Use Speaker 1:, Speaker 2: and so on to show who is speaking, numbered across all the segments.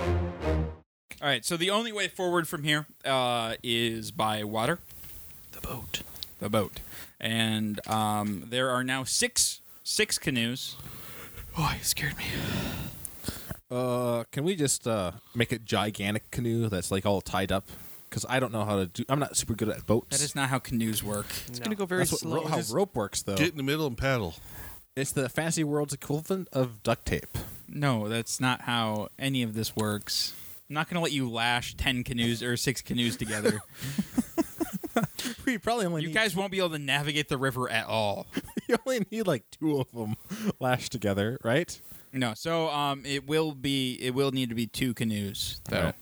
Speaker 1: All right. So the only way forward from here uh, is by water,
Speaker 2: The boat.
Speaker 1: the boat, and um, there are now six six canoes.
Speaker 2: Oh, you scared me.
Speaker 3: Uh, can we just uh make a gigantic canoe that's like all tied up? Because I don't know how to do. I'm not super good at boats.
Speaker 1: That is not how canoes work.
Speaker 2: It's gonna go very
Speaker 3: That's what
Speaker 2: slow.
Speaker 3: ro- how rope works, though.
Speaker 4: Get in the middle and paddle.
Speaker 3: it's the fantasy world's equivalent of duct tape.
Speaker 1: No, that's not how any of this works. I'm not going to let you lash ten canoes or six canoes together.
Speaker 3: We probably only
Speaker 1: you
Speaker 3: need,
Speaker 1: guys won't be able to navigate the river at all.
Speaker 3: You only need like two of them lashed together, right?
Speaker 1: No, so um, it will be it will need to be two canoes though.
Speaker 3: Alright.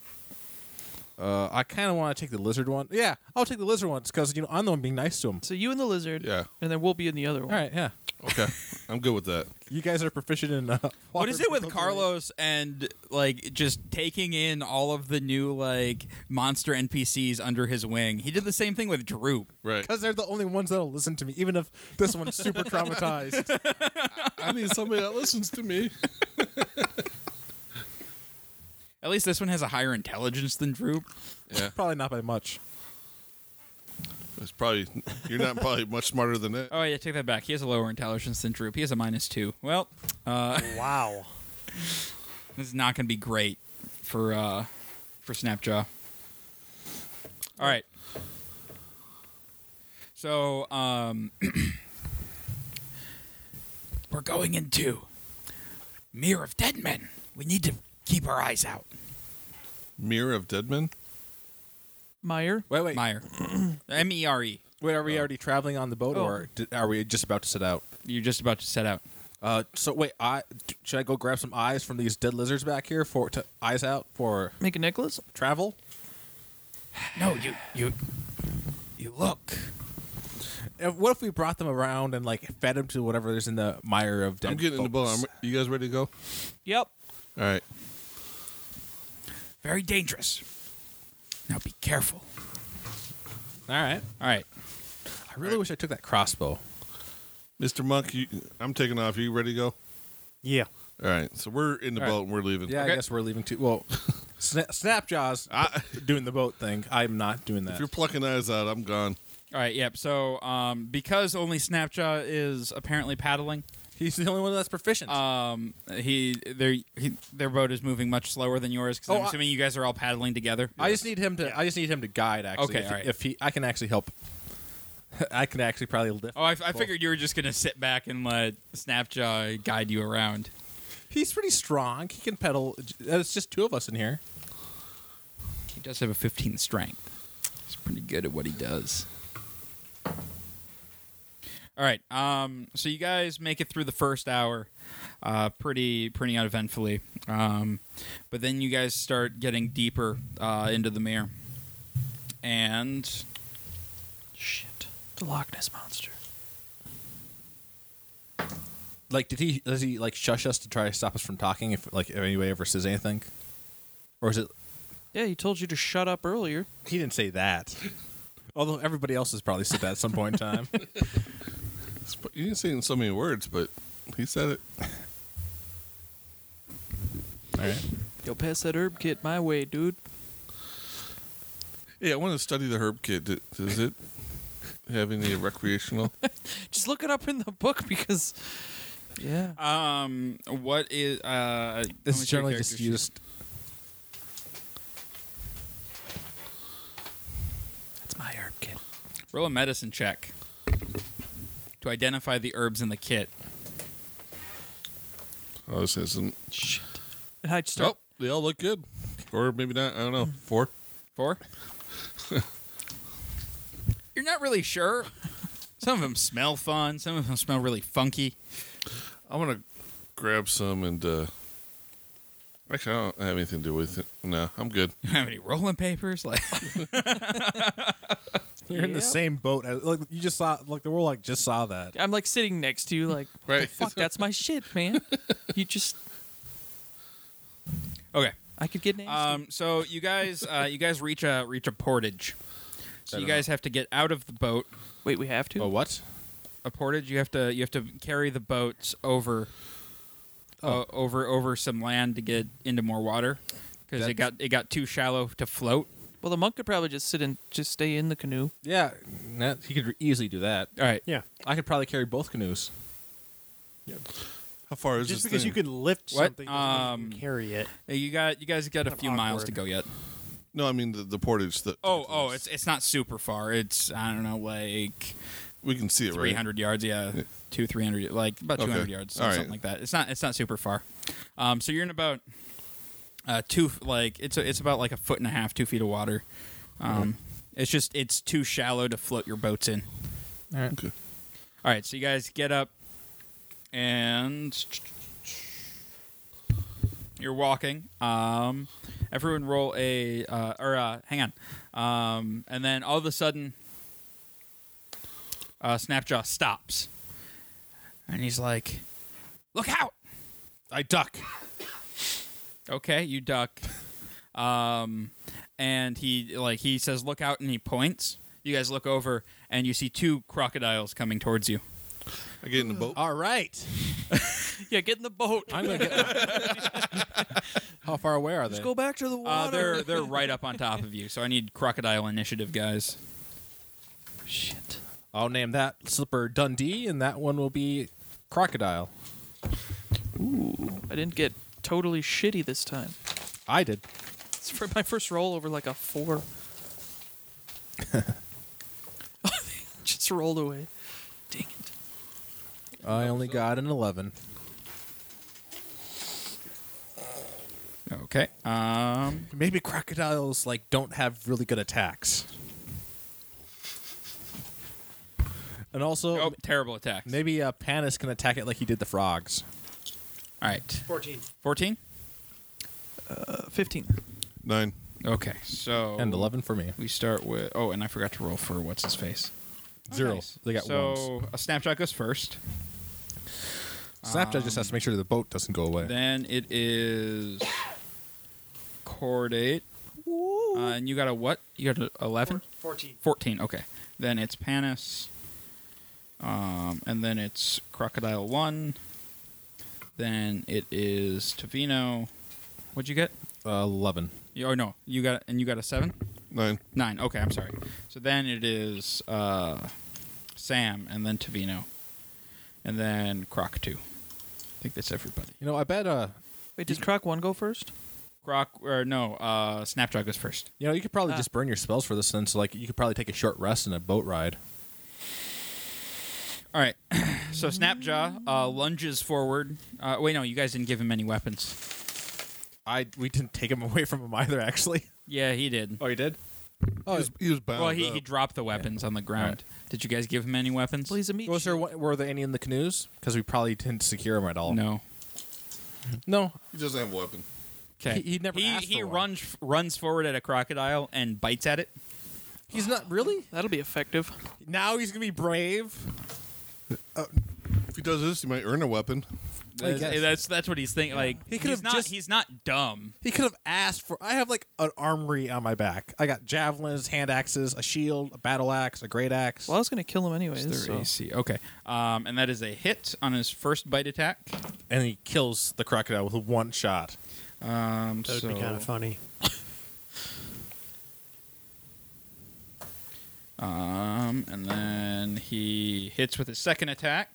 Speaker 3: Uh, I kind of want to take the lizard one. Yeah, I'll take the lizard one because you know I'm the one being nice to him.
Speaker 2: so you and the lizard.
Speaker 4: Yeah.
Speaker 2: And then we'll be in the other one.
Speaker 3: All right, yeah.
Speaker 4: Okay, I'm good with that.
Speaker 3: You guys are proficient in. Uh,
Speaker 1: What is it with Carlos and like just taking in all of the new like monster NPCs under his wing? He did the same thing with Droop.
Speaker 4: Right.
Speaker 3: Because they're the only ones that'll listen to me, even if this one's super traumatized.
Speaker 4: I need somebody that listens to me.
Speaker 1: At least this one has a higher intelligence than Droop.
Speaker 4: Yeah.
Speaker 3: probably not by much.
Speaker 4: It's probably you're not probably much smarter than that.
Speaker 1: Oh yeah, take that back. He has a lower intelligence than Droop. He has a minus two. Well, uh,
Speaker 5: Wow.
Speaker 1: this is not going to be great for uh for Snapjaw. All right. So, um we're going into Mirror of Dead Men. We need to keep our eyes out.
Speaker 4: Mirror of Deadman.
Speaker 2: Meyer.
Speaker 3: Wait, wait,
Speaker 1: Meyer. M E R E.
Speaker 3: wait. Are
Speaker 4: uh,
Speaker 3: we already traveling on the boat,
Speaker 2: Oh.
Speaker 3: or d- are we just about to set out?
Speaker 1: You're just about to set out.
Speaker 3: Uh, so wait, I d- should I go grab some eyes from these dead lizards back here for to eyes out for
Speaker 2: Make a necklace.
Speaker 3: travel?
Speaker 1: No, you you you look.
Speaker 3: And what if we brought them around and like fed them to whatever is in the mire of dead?
Speaker 4: I'm getting in the boat.
Speaker 3: folks?
Speaker 4: I'm, you guys ready to go?
Speaker 2: Yep.
Speaker 4: All right.
Speaker 1: Very dangerous. Now be careful.
Speaker 3: All right.
Speaker 1: All right.
Speaker 3: I really wish I took that crossbow.
Speaker 4: Mr. Monk, you, I'm taking off. You ready to go?
Speaker 5: Yeah.
Speaker 4: All right. So we're in the
Speaker 1: All right.
Speaker 4: boat and we're leaving.
Speaker 3: Yeah,
Speaker 1: Okay.
Speaker 3: I guess we're leaving too. Well, sna- Snapjaw's
Speaker 4: I,
Speaker 3: doing the boat thing. I'm not doing
Speaker 4: if
Speaker 3: that.
Speaker 4: you're plucking eyes out, I'm gone.
Speaker 1: All right, yep. So, um because only Snapjaw is apparently paddling,
Speaker 3: He's the only one that's proficient.
Speaker 1: Um, he their he, their boat is moving much slower than yours because
Speaker 3: Oh,
Speaker 1: I'm
Speaker 3: I-
Speaker 1: assuming you guys are all paddling together.
Speaker 3: I just need him to. I just need him to guide. Actually,
Speaker 1: Okay,
Speaker 3: if,
Speaker 1: alright.
Speaker 3: if he, I can actually help. I can actually probably lift.
Speaker 1: oh, I, I figured you were just gonna sit back and let Snapjaw guide you around.
Speaker 3: He's pretty strong. He can pedal. It's just two of us in here.
Speaker 1: He does have a 15 strength. He's pretty good at what he does. All right. Um, so you guys make it through the first hour, uh, pretty pretty uneventfully. Um, but then you guys start getting deeper uh, into the mirror, and
Speaker 2: Shit. The Loch Ness monster.
Speaker 3: Like, did he? Does he like shush us to try to stop us from talking? If like if anybody ever says anything, or is it?
Speaker 2: Yeah, he told you to shut up earlier.
Speaker 3: He didn't say that. Although everybody else has probably said that at some point in time.
Speaker 4: Sp- You didn't say it in so many words, but he said it.
Speaker 3: All right.
Speaker 2: Yo, pass that herb kit my way, dude.
Speaker 4: Yeah, I want to study the herb kit. D- Does it have any recreational?
Speaker 2: Just look it up in the book because. Yeah.
Speaker 3: Uh,
Speaker 1: Um, what is uh?
Speaker 3: This is generally just used.
Speaker 2: That's my herb kit.
Speaker 1: Roll a medicine check to identify the herbs in the kit.
Speaker 4: Oh, this isn't.
Speaker 2: Shit. And I just
Speaker 4: Oh, they all look good, or maybe not. I don't know. Four.
Speaker 1: Four. You're not really sure. Some of them smell fun. Some of them smell really funky.
Speaker 4: I'm gonna grab some and. uh Actually, I don't have anything to do with it. No, I'm good.
Speaker 1: You don't have any rolling papers? Like
Speaker 3: You're in the
Speaker 2: Yep.
Speaker 3: same boat. as- Like you just saw. Like the world like just saw that.
Speaker 2: I'm like sitting next to you, like,
Speaker 4: Right.
Speaker 2: fuck, that's my shit, man. You just
Speaker 1: okay.
Speaker 2: I could get nasty.
Speaker 1: Um, so you guys, uh, you guys reach a reach a portage. So you guys have to get out of the boat.
Speaker 2: Wait, we have to.
Speaker 3: Oh, what?
Speaker 1: A portage. You have to you have to carry the boats over,
Speaker 5: Oh.
Speaker 1: uh, over over some land to get into more water because it
Speaker 3: That's-
Speaker 1: got it got too shallow to float.
Speaker 2: Well, the monk could probably just sit and just stay in the canoe.
Speaker 3: Yeah, that, he could easily do that.
Speaker 1: All right.
Speaker 5: Yeah.
Speaker 3: I could probably carry both canoes.
Speaker 4: How far is
Speaker 5: Just
Speaker 4: this
Speaker 5: because
Speaker 4: thing?
Speaker 5: you can lift
Speaker 1: What?
Speaker 5: something doesn't mean you
Speaker 1: Um,
Speaker 5: can carry it.
Speaker 1: You got you guys got a
Speaker 5: Kind of
Speaker 1: few miles
Speaker 5: awkward.
Speaker 1: to go yet.
Speaker 4: No, I mean the, the portage. That
Speaker 1: Oh oh, it's it's not super far. It's I don't know like
Speaker 4: we can see it right.
Speaker 1: three hundred yards. Yeah, two three hundred like about
Speaker 4: Okay.
Speaker 1: two hundred yards,
Speaker 4: All right.
Speaker 1: something like that. It's not it's not super far. Um, so you're in about uh two like it's a, it's about like a foot and a half, two feet of water. Um, it's just it's too shallow to float your boats in.
Speaker 4: Okay.
Speaker 1: All right, so you guys get up and you're walking. Um, everyone roll a uh, or uh, hang on, um, and then all of a sudden, uh, Snapjaw stops, and he's like, "Look out!"
Speaker 3: I duck.
Speaker 1: Okay, you duck. Um, and he like he says, "Look out!" and he points. You guys look over, and you see two crocodiles coming towards you.
Speaker 4: I get in the boat.
Speaker 3: All right.
Speaker 2: Yeah, get in the boat.
Speaker 3: I'm gonna get. How far away are they?
Speaker 2: Just go back to the
Speaker 1: Uh,
Speaker 2: water.
Speaker 1: they're they're right up on top of you. So I need crocodile initiative, guys.
Speaker 2: Shit.
Speaker 3: I'll name that slipper Dundee, and that one will be crocodile.
Speaker 2: I didn't get totally shitty this time.
Speaker 3: I did.
Speaker 2: It's for my first roll over like a four. Just rolled away. Dang it.
Speaker 3: I only got an eleven.
Speaker 1: Okay. Um.
Speaker 3: Maybe crocodiles like don't have really good attacks. And also,
Speaker 1: Oh, terrible attacks.
Speaker 3: maybe uh, Panis can attack it like he did the frogs.
Speaker 1: All right.
Speaker 5: 14.
Speaker 1: Fourteen.
Speaker 2: Uh, 15.
Speaker 4: Nine.
Speaker 1: Okay. So
Speaker 3: And eleven for me.
Speaker 1: We start with. Oh, and I forgot to roll for what's his face.
Speaker 3: Zero.
Speaker 1: Nice.
Speaker 3: They got
Speaker 1: so
Speaker 3: ones.
Speaker 1: a snapshot goes first.
Speaker 3: Snapchat just has to make sure the boat doesn't go away.
Speaker 1: um, Then it is chordate. Uh, and you got a what? You got a eleven.
Speaker 5: 14.
Speaker 1: 14 okay then it's panis um, and then it's crocodile 1 then it is tavino what'd you get
Speaker 3: Uh, eleven.
Speaker 1: you, oh no you got and you got a 7
Speaker 4: Nine.
Speaker 1: 9 okay i'm sorry so then it is uh, sam and then tavino and then croc 2 i think that's everybody
Speaker 3: You know, I bet. Uh,
Speaker 2: Wait, did Croc 1 go first?
Speaker 1: croc or no uh, snapdragon goes first
Speaker 3: you know, you could probably
Speaker 2: Ah.
Speaker 3: just burn your spells for this, and so like you could probably take a short rest and a boat ride.
Speaker 1: all right so snapjaw uh, lunges forward uh, wait no you guys didn't give him any weapons
Speaker 3: I we didn't take him away from him either, actually.
Speaker 1: Yeah, he did.
Speaker 3: Oh, you did.
Speaker 4: He was, he was bound
Speaker 1: Well, he,
Speaker 4: up.
Speaker 1: he dropped the weapons on the ground. Did you guys give him any weapons?
Speaker 2: Well, he's a meat.
Speaker 3: Was there
Speaker 2: shield.
Speaker 3: one- were there any in the canoes? Because we probably didn't secure them at all.
Speaker 1: No.
Speaker 3: no.
Speaker 4: He doesn't have a weapon.
Speaker 1: Okay.
Speaker 3: He- he never
Speaker 1: He,
Speaker 3: asked
Speaker 1: he
Speaker 3: for one.
Speaker 1: runs runs forward at a crocodile and bites at it.
Speaker 3: He's not really.
Speaker 2: That'll be effective.
Speaker 3: Now he's gonna be brave.
Speaker 4: If he does this, he might earn a weapon.
Speaker 3: I
Speaker 1: That's,
Speaker 3: guess.
Speaker 1: that's that's what he's thinking. Like
Speaker 3: He could
Speaker 1: he's
Speaker 3: have
Speaker 1: not
Speaker 3: just-
Speaker 1: he's not dumb.
Speaker 3: He could have asked for. I have like an armory on my back. I got javelins, hand axes, a shield, a battle axe, a great axe.
Speaker 2: Well, I was going to kill him anyways.
Speaker 1: Their
Speaker 2: So.
Speaker 1: AC. Okay. Um, and that is a hit on his first bite attack.
Speaker 3: And he kills the crocodile with one shot.
Speaker 1: Um,
Speaker 5: That would
Speaker 1: so
Speaker 5: be kind of funny.
Speaker 1: um, and then he hits with his second attack.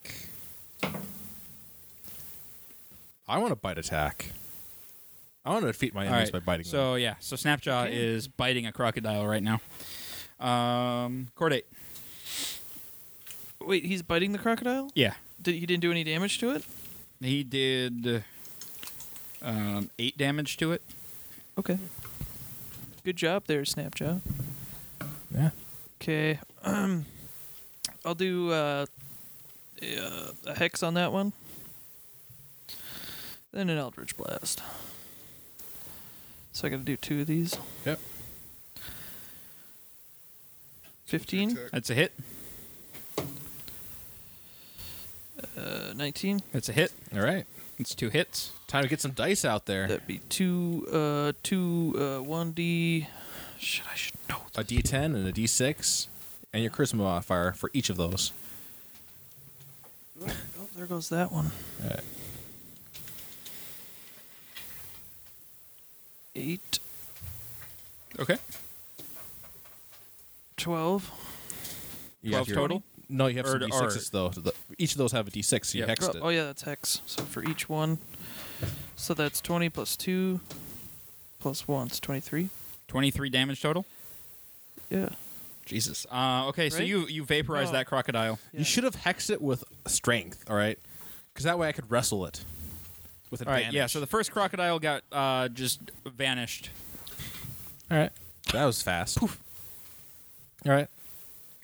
Speaker 3: I want a bite attack. I want to defeat my
Speaker 1: All
Speaker 3: enemies
Speaker 1: right.
Speaker 3: by biting.
Speaker 1: so yeah. So Snapjaw is biting a crocodile right now. Um, Chordate.
Speaker 2: Wait, he's biting the crocodile?
Speaker 1: Yeah.
Speaker 2: Did, he didn't do any damage to it?
Speaker 1: He did um, eight damage to it.
Speaker 2: Okay. Good job there, Snapjaw.
Speaker 3: them. yeah.
Speaker 2: Okay. I'll do uh, uh, a hex on that one. Then an Eldritch Blast. So I gotta do two of these.
Speaker 3: Yep.
Speaker 2: 15,
Speaker 1: That's a hit.
Speaker 2: uh, 19,
Speaker 1: That's a hit.
Speaker 2: Uh,
Speaker 3: All right.
Speaker 1: It's two hits.
Speaker 3: Time to get some dice out there.
Speaker 2: That'd be two, uh, two, uh, one D. Shit, I should know.
Speaker 3: a D10 and a D6, and your charisma modifier for each of those.
Speaker 2: Oh, there goes that one. Eight,
Speaker 1: Okay.
Speaker 2: twelve.
Speaker 3: You have
Speaker 1: 12 total?
Speaker 3: No, you have
Speaker 1: Or-
Speaker 3: some D6s
Speaker 1: or-
Speaker 3: though. The- each of those have a D6. So you
Speaker 1: Yeah.
Speaker 3: hexed
Speaker 2: Oh,
Speaker 3: it.
Speaker 2: oh, yeah, that's hex. So for each one, so that's twenty plus two, plus one, it's twenty-three.
Speaker 1: 23 damage total.
Speaker 2: Yeah.
Speaker 1: Jesus. Uh, okay, so
Speaker 2: Right?
Speaker 1: you you vaporize
Speaker 2: No.
Speaker 1: that crocodile.
Speaker 2: Yeah.
Speaker 3: You should have hexed it with strength. All right, because that way I could wrestle it with
Speaker 1: All right,
Speaker 3: advantage.
Speaker 1: yeah. So the first crocodile got uh, just vanished.
Speaker 3: all right, that was fast. All right.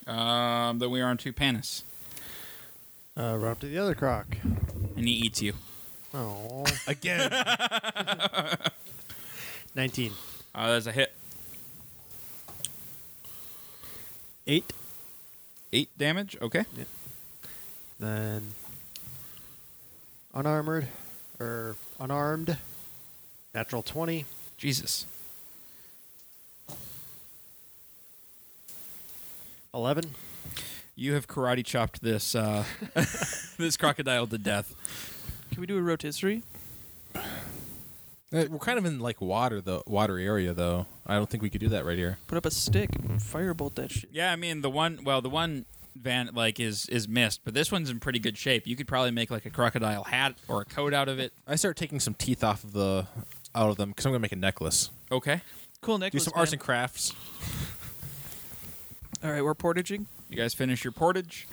Speaker 1: Um, then we are on to Panis,
Speaker 5: Uh, we're up to the other croc.
Speaker 1: and he eats you.
Speaker 5: Oh.
Speaker 3: Again,
Speaker 5: 19.
Speaker 1: Uh, that's a hit.
Speaker 5: 8.
Speaker 1: Eight damage. Okay.
Speaker 5: Then unarmored or unarmed. Natural 20.
Speaker 1: Jesus.
Speaker 5: 11.
Speaker 1: You have karate chopped this uh, this crocodile to death.
Speaker 2: Can we do a rotisserie?
Speaker 3: Uh, we're kind of in like water, the watery area though. I don't think we could do that right here.
Speaker 2: Put up a stick and
Speaker 3: Mm-hmm.
Speaker 2: firebolt that shit.
Speaker 1: Yeah, I mean the one. Well, the one van like is is missed, but this one's in pretty good shape. You could probably make like a crocodile hat or a coat out of it.
Speaker 3: I start taking some teeth off of the out of them because I'm gonna make a necklace.
Speaker 1: Okay.
Speaker 2: Cool
Speaker 3: do
Speaker 2: necklace.
Speaker 3: some arts
Speaker 2: man.
Speaker 3: and crafts.
Speaker 2: All right, we're portaging.
Speaker 1: You guys finish your portage.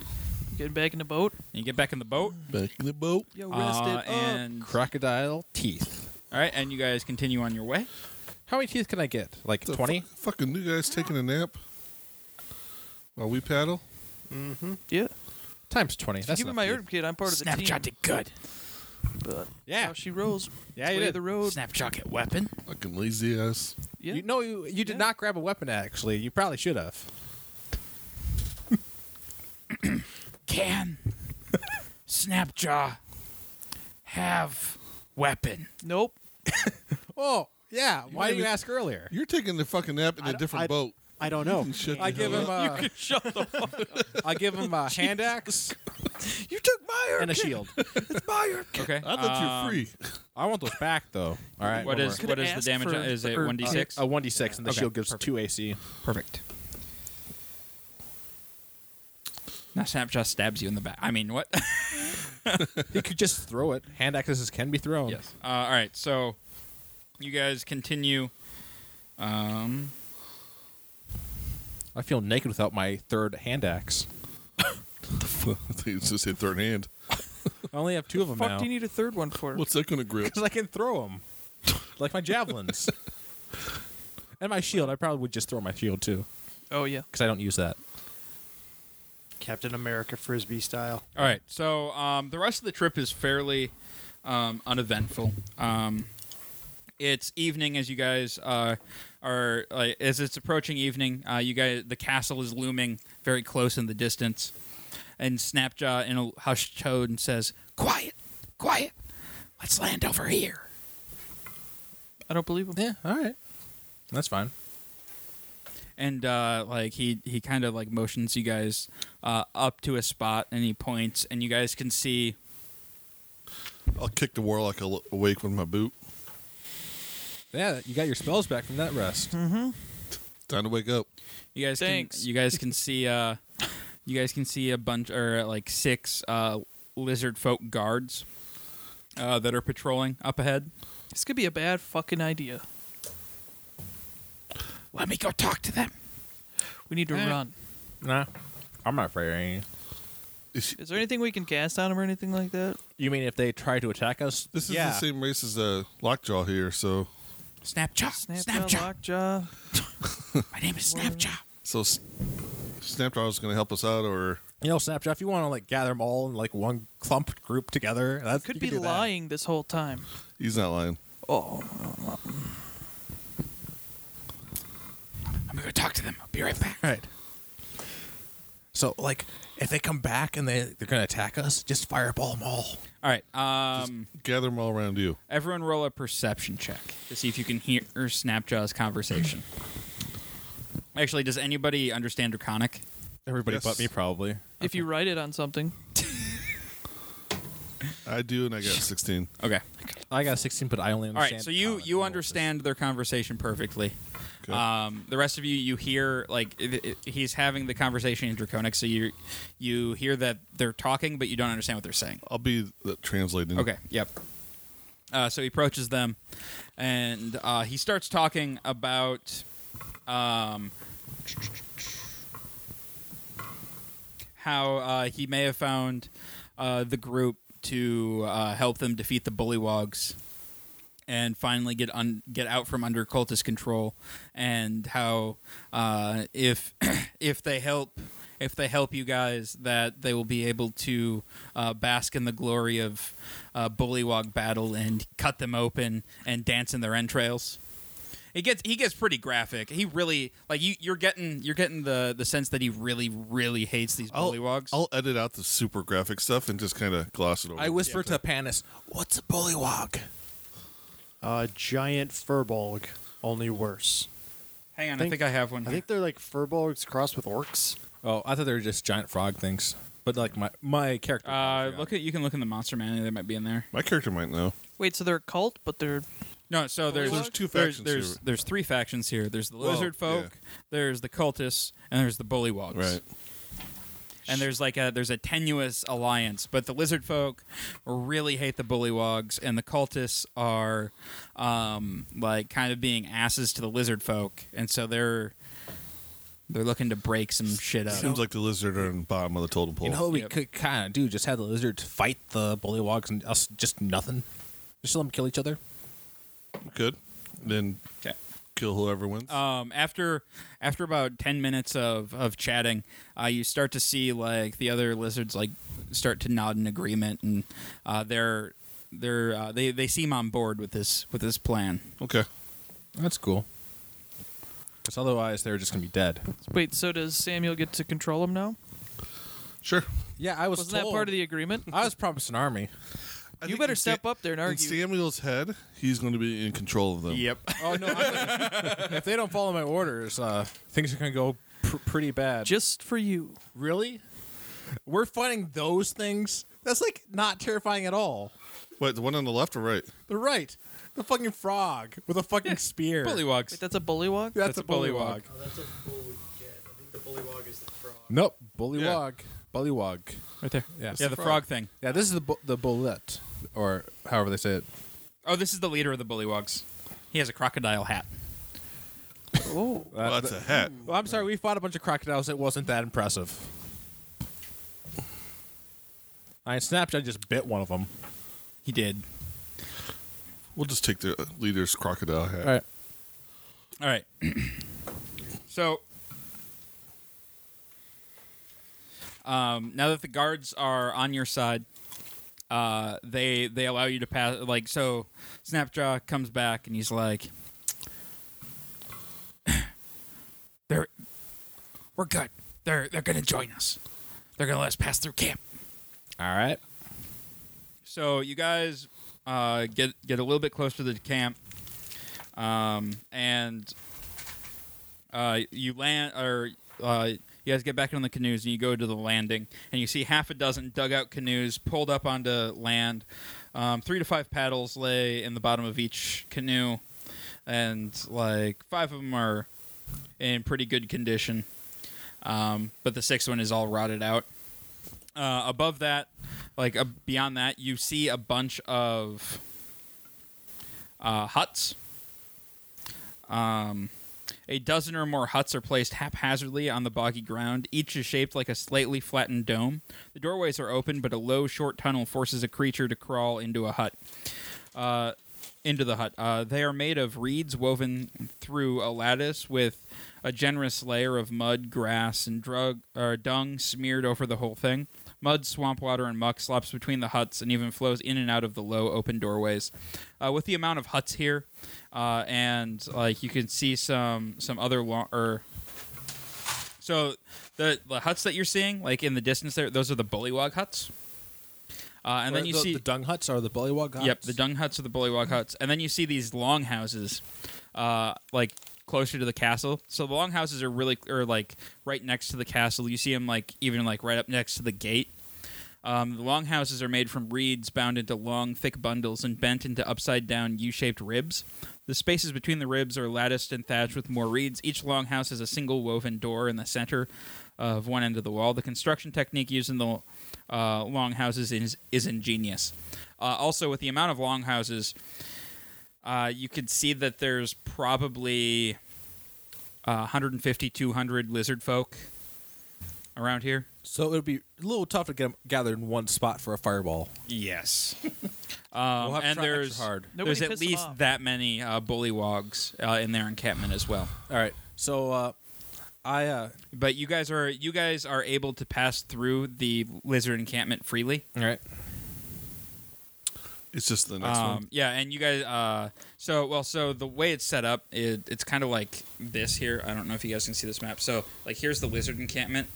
Speaker 2: Getting back in the boat.
Speaker 1: And you get back in the boat.
Speaker 4: Back in the boat.
Speaker 2: Yo, rest
Speaker 1: Uh,
Speaker 2: it up.
Speaker 1: and
Speaker 3: Crocodile teeth.
Speaker 1: all right, and you guys continue on your way.
Speaker 3: How many teeth can I get? Like
Speaker 4: The
Speaker 3: twenty?
Speaker 4: fu- fucking new guy's taking a nap while we paddle.
Speaker 2: Yeah.
Speaker 3: Times twenty. That's
Speaker 2: Give me
Speaker 3: enough
Speaker 2: my
Speaker 3: teeth.
Speaker 2: herb kit. I'm part of the team.
Speaker 1: it good.
Speaker 2: But
Speaker 3: Yeah.
Speaker 2: how she rolls.
Speaker 3: Yeah, you
Speaker 2: Way of
Speaker 3: did.
Speaker 2: the road.
Speaker 1: Snapshot it weapon.
Speaker 4: Fucking lazy ass.
Speaker 2: Yeah.
Speaker 3: You, no, you, you did
Speaker 2: Yeah.
Speaker 3: not grab a weapon. Actually, you probably should have.
Speaker 1: Can Snapjaw have weapon?
Speaker 2: nope.
Speaker 3: Oh yeah. Why did
Speaker 4: didn't
Speaker 3: you
Speaker 4: even-
Speaker 3: ask earlier?
Speaker 4: You're taking the fucking nap in a different
Speaker 5: I-
Speaker 4: boat.
Speaker 5: I don't know.
Speaker 4: You shut
Speaker 3: I
Speaker 4: the
Speaker 3: give
Speaker 4: hell
Speaker 3: him
Speaker 4: up.
Speaker 3: a. I give him a hand axe
Speaker 2: You took my herb
Speaker 3: and a
Speaker 2: kit.
Speaker 3: shield.
Speaker 2: It's my herb kit.
Speaker 1: Okay.
Speaker 4: I thought
Speaker 1: um,
Speaker 4: you were free.
Speaker 3: I want those back though. All right.
Speaker 1: What
Speaker 3: one
Speaker 1: is
Speaker 3: more.
Speaker 2: Could
Speaker 1: what is
Speaker 2: ask
Speaker 1: the damage?
Speaker 2: for
Speaker 1: Is
Speaker 2: the
Speaker 1: it
Speaker 2: herb
Speaker 1: one d six?
Speaker 3: a one d six, and the
Speaker 1: Er, uh, Okay,
Speaker 3: shield gives
Speaker 1: perfect.
Speaker 3: two AC.
Speaker 1: Perfect. Now Snapjaw stabs you in the back. I mean, what?
Speaker 3: He could just throw it. Hand axes can be thrown.
Speaker 1: yes. Uh, all right. So, you guys continue. Um.
Speaker 3: I feel naked without my third hand axe.
Speaker 4: I thought you just said third hand.
Speaker 3: I only have two of them
Speaker 2: Fuck,
Speaker 3: now
Speaker 2: do you need a third one for?
Speaker 4: What's that going to grip?
Speaker 3: because I can throw them, like my javelins. And my shield, I probably would just throw my shield too,
Speaker 2: Oh yeah.
Speaker 3: because I don't use that.
Speaker 5: Captain America frisbee style.
Speaker 1: All right. So um, the rest of the trip is fairly um, uneventful. Um, it's evening as you guys uh, are uh, as it's approaching evening. Uh, you guys, the castle is looming very close in the distance, and Snapjaw in a hushed tone says, "Quiet, quiet. Let's land over here."
Speaker 2: I don't believe him.
Speaker 3: Yeah, all right, that's fine.
Speaker 1: and uh, like he he kind of like motions you guys uh, up to a spot and he points and you guys can see
Speaker 4: I'll kick the warlock al- awake with my boot.
Speaker 3: Yeah, you got your spells back from that rest.
Speaker 4: Time to wake up.
Speaker 1: you guys
Speaker 2: Thanks.
Speaker 1: can you guys can see uh you guys can see a bunch or like six uh lizard folk guards uh, that are patrolling up ahead
Speaker 2: This could be a bad fucking idea.
Speaker 1: let me go talk to them
Speaker 2: We need to
Speaker 1: Eh.
Speaker 2: run.
Speaker 3: Nah, I'm not afraid of any.
Speaker 4: Is she-
Speaker 2: Is there anything we can cast on him or anything like that?
Speaker 3: You mean if they try to attack us?
Speaker 4: this is
Speaker 3: yeah.
Speaker 4: the same race as uh, Lockjaw here, so
Speaker 1: snapjaw
Speaker 2: Snapjaw, lockjaw.
Speaker 1: my name is snapjaw
Speaker 4: so S- Snapjaw is going to help us out, or
Speaker 3: You know, Snapchat. If you want to like gather them all in like one clump group together, that
Speaker 2: Could be lying this whole time.
Speaker 4: he's not lying.
Speaker 2: Oh,
Speaker 1: i'm gonna go talk to them i'll be right back
Speaker 3: Right. So like, if they come back and they they're gonna attack us, just fireball them all.
Speaker 1: All right. Um,
Speaker 4: Gather them all around you.
Speaker 1: everyone, roll a perception check to see if you can hear Snapjaw's conversation. Actually, does anybody understand Draconic?
Speaker 3: Everybody
Speaker 4: Yes.
Speaker 3: but me, probably.
Speaker 2: If you write it on something,
Speaker 4: I do, and I got 16.
Speaker 1: Okay.
Speaker 3: I got a sixteen, but I only
Speaker 1: All
Speaker 3: understand.
Speaker 1: right. So you
Speaker 3: common
Speaker 1: you
Speaker 3: rules.
Speaker 1: understand their conversation perfectly.
Speaker 4: Okay.
Speaker 1: Um, the rest of you, you hear like it, it- he's having the conversation in Draconic, so you you hear that they're talking, but you don't understand what they're saying.
Speaker 4: I'll be the translating.
Speaker 1: Okay. Yep. Uh, so he approaches them, and uh, he starts talking about um, how uh, he may have found uh, the group to uh, help them defeat the bullywogs and finally get un- get out from under cultist control, and how uh, if if they help if they help you guys, that they will be able to uh, bask in the glory of uh, bullywog battle and cut them open and dance in their entrails. He gets he gets pretty graphic. He really like you. You're getting you're getting the the sense that he really really hates these
Speaker 4: I'll,
Speaker 1: bullywogs.
Speaker 4: I'll edit out the super graphic stuff and just kind of gloss it over.
Speaker 3: I whisper to Panis, "What's a bullywog?"
Speaker 5: Uh, giant furbolg, only worse.
Speaker 1: Hang on, I
Speaker 5: think-
Speaker 1: think I have one.
Speaker 5: I think they're like furbolgs crossed with orcs.
Speaker 3: Oh, I thought they were just giant frog things, but like my my character.
Speaker 1: uh, look at you can look in the monster manual. They might be in there.
Speaker 4: My character might know.
Speaker 2: wait, so they're a cult, but they're
Speaker 1: No, so there's
Speaker 2: there's
Speaker 4: two
Speaker 1: there's,
Speaker 4: factions
Speaker 1: There's,
Speaker 4: here.
Speaker 1: there's three factions here. There's the
Speaker 4: Well,
Speaker 1: lizard folk,
Speaker 4: yeah.
Speaker 1: there's the cultists, and there's the bullywogs.
Speaker 4: Right.
Speaker 1: And there's like a there's a tenuous alliance, but the lizard folk really hate the bullywogs, and the cultists are um, like kind of being asses to the lizard folk, and so they're they're looking to break some shit up.
Speaker 4: Seems like the lizard are on the bottom of the totem pole.
Speaker 3: You know what we
Speaker 1: Yep.
Speaker 3: could kind of do? Just have the lizards fight the bullywogs and us just nothing. Just let them kill each other.
Speaker 4: Good. Then
Speaker 1: okay.
Speaker 4: kill whoever wins.
Speaker 1: um, after after about ten minutes of of chatting, uh, you start to see like the other lizards like start to nod in agreement, and uh, they're they're uh, they they seem on board with this with this plan.
Speaker 4: okay.
Speaker 3: That's cool. Because otherwise, they're just gonna be dead.
Speaker 2: wait. So does Samuel get to control them now?
Speaker 4: Sure.
Speaker 3: Yeah, I was.
Speaker 2: Wasn't that part of the agreement?
Speaker 3: I was promised an army.
Speaker 4: I
Speaker 2: you
Speaker 4: think
Speaker 2: better
Speaker 4: in
Speaker 2: step
Speaker 4: Sa-
Speaker 2: up there and
Speaker 4: In
Speaker 2: argue.
Speaker 4: Samuel's head, he's going to be in control of them.
Speaker 3: Oh no! I'm if they don't follow my orders, uh, things are gonna go pr- pretty bad.
Speaker 2: Just for you.
Speaker 3: really, we're fighting those things. That's like not terrifying at all.
Speaker 4: Wait, the one on the left or right?
Speaker 3: They're right. The fucking frog with a fucking spear.
Speaker 2: Wait,
Speaker 1: Bullywogs.
Speaker 2: that's a bullywog.
Speaker 3: That's,
Speaker 1: That's
Speaker 3: a
Speaker 1: a bullywog.
Speaker 3: bullywog.
Speaker 5: Oh, that's a bullywog. I think the bullywog is the frog.
Speaker 3: Nope, bullywog. Bullywog.
Speaker 1: Right there.
Speaker 3: Yeah.
Speaker 1: Yeah, the frog thing.
Speaker 3: Yeah, this is the bu- the bullet, or however they say it.
Speaker 1: Oh, this is the leader of the bullywogs. He has a crocodile hat.
Speaker 2: Oh,
Speaker 3: Uh,
Speaker 4: well, that's a hat.
Speaker 3: Well, I'm sorry, we fought a bunch of crocodiles. It wasn't that impressive. I Snapchat just bit one of them.
Speaker 1: He did.
Speaker 4: We'll just take the leader's crocodile hat.
Speaker 3: All right.
Speaker 1: All right. so, um, now that the guards are on your side, uh, they they allow you to pass. Like so, Snapjaw comes back and he's like, "They're we're good. They're they're gonna join us. They're gonna let us pass through camp."
Speaker 3: All right.
Speaker 1: So you guys uh, get get a little bit closer to the camp, um, and uh, you land or uh, you guys get back on the canoes and you go to the landing, and you see half a dozen dugout canoes pulled up onto land. Um, three to five paddles lay in the bottom of each canoe, and like five of them are in pretty good condition, um, but the sixth one is all rotted out uh, above that, like uh, beyond that, you see a bunch of uh, huts. Um, a dozen or more huts are placed haphazardly on the boggy ground. Each is shaped like a slightly flattened dome. The doorways are open, but a low, short tunnel forces a creature to crawl into a hut. Uh, into the hut. Uh, they are made of reeds woven through a lattice with a generous layer of mud, grass, and drug or dung smeared over the whole thing. Mud, swamp water, and muck slops between the huts and even flows in and out of the low open doorways. Uh, with the amount of huts here, uh, and like you can see some some other lo- or So the the huts that you're seeing, like in the distance there, those are the bullywog huts. Uh, and then
Speaker 3: Or
Speaker 1: you
Speaker 3: the,
Speaker 1: see
Speaker 3: the dung huts are the bullywog huts.
Speaker 1: Yep, the dung huts are the bullywog huts, and then you see these long houses, uh, like closer to the castle. So the long houses are really, or like right next to the castle. You see them like even like right up next to the gate. Um, the long houses are made from reeds bound into long, thick bundles and bent into upside down U shaped ribs. The spaces between the ribs are latticed and thatched with more reeds. Each long house has a single woven door in the center of one end of the wall. The construction technique used in the uh, long houses is, is ingenious. Uh, also, with the amount of long houses, uh, you could see that there's probably uh, 150, 200 lizard folk around here.
Speaker 3: So it would be a little tough to get 'em gathered in one spot for a fireball.
Speaker 1: Yes.
Speaker 3: We'll
Speaker 1: um,
Speaker 3: have to
Speaker 1: and
Speaker 3: try extra
Speaker 1: there's
Speaker 3: hard.
Speaker 2: Nobody
Speaker 1: there's at
Speaker 2: piss them
Speaker 1: least
Speaker 2: off.
Speaker 1: that many uh, bullywogs uh, in their encampment as well.
Speaker 3: All right. So uh, I uh,
Speaker 1: But you guys are you guys are able to pass through the lizard encampment freely.
Speaker 3: all right.
Speaker 4: It's just the next one.
Speaker 1: Um, yeah, and you guys. Uh, so well, so the way it's set up, it, it's kind of like this here. I don't know if you guys can see this map. So like here's the lizard encampment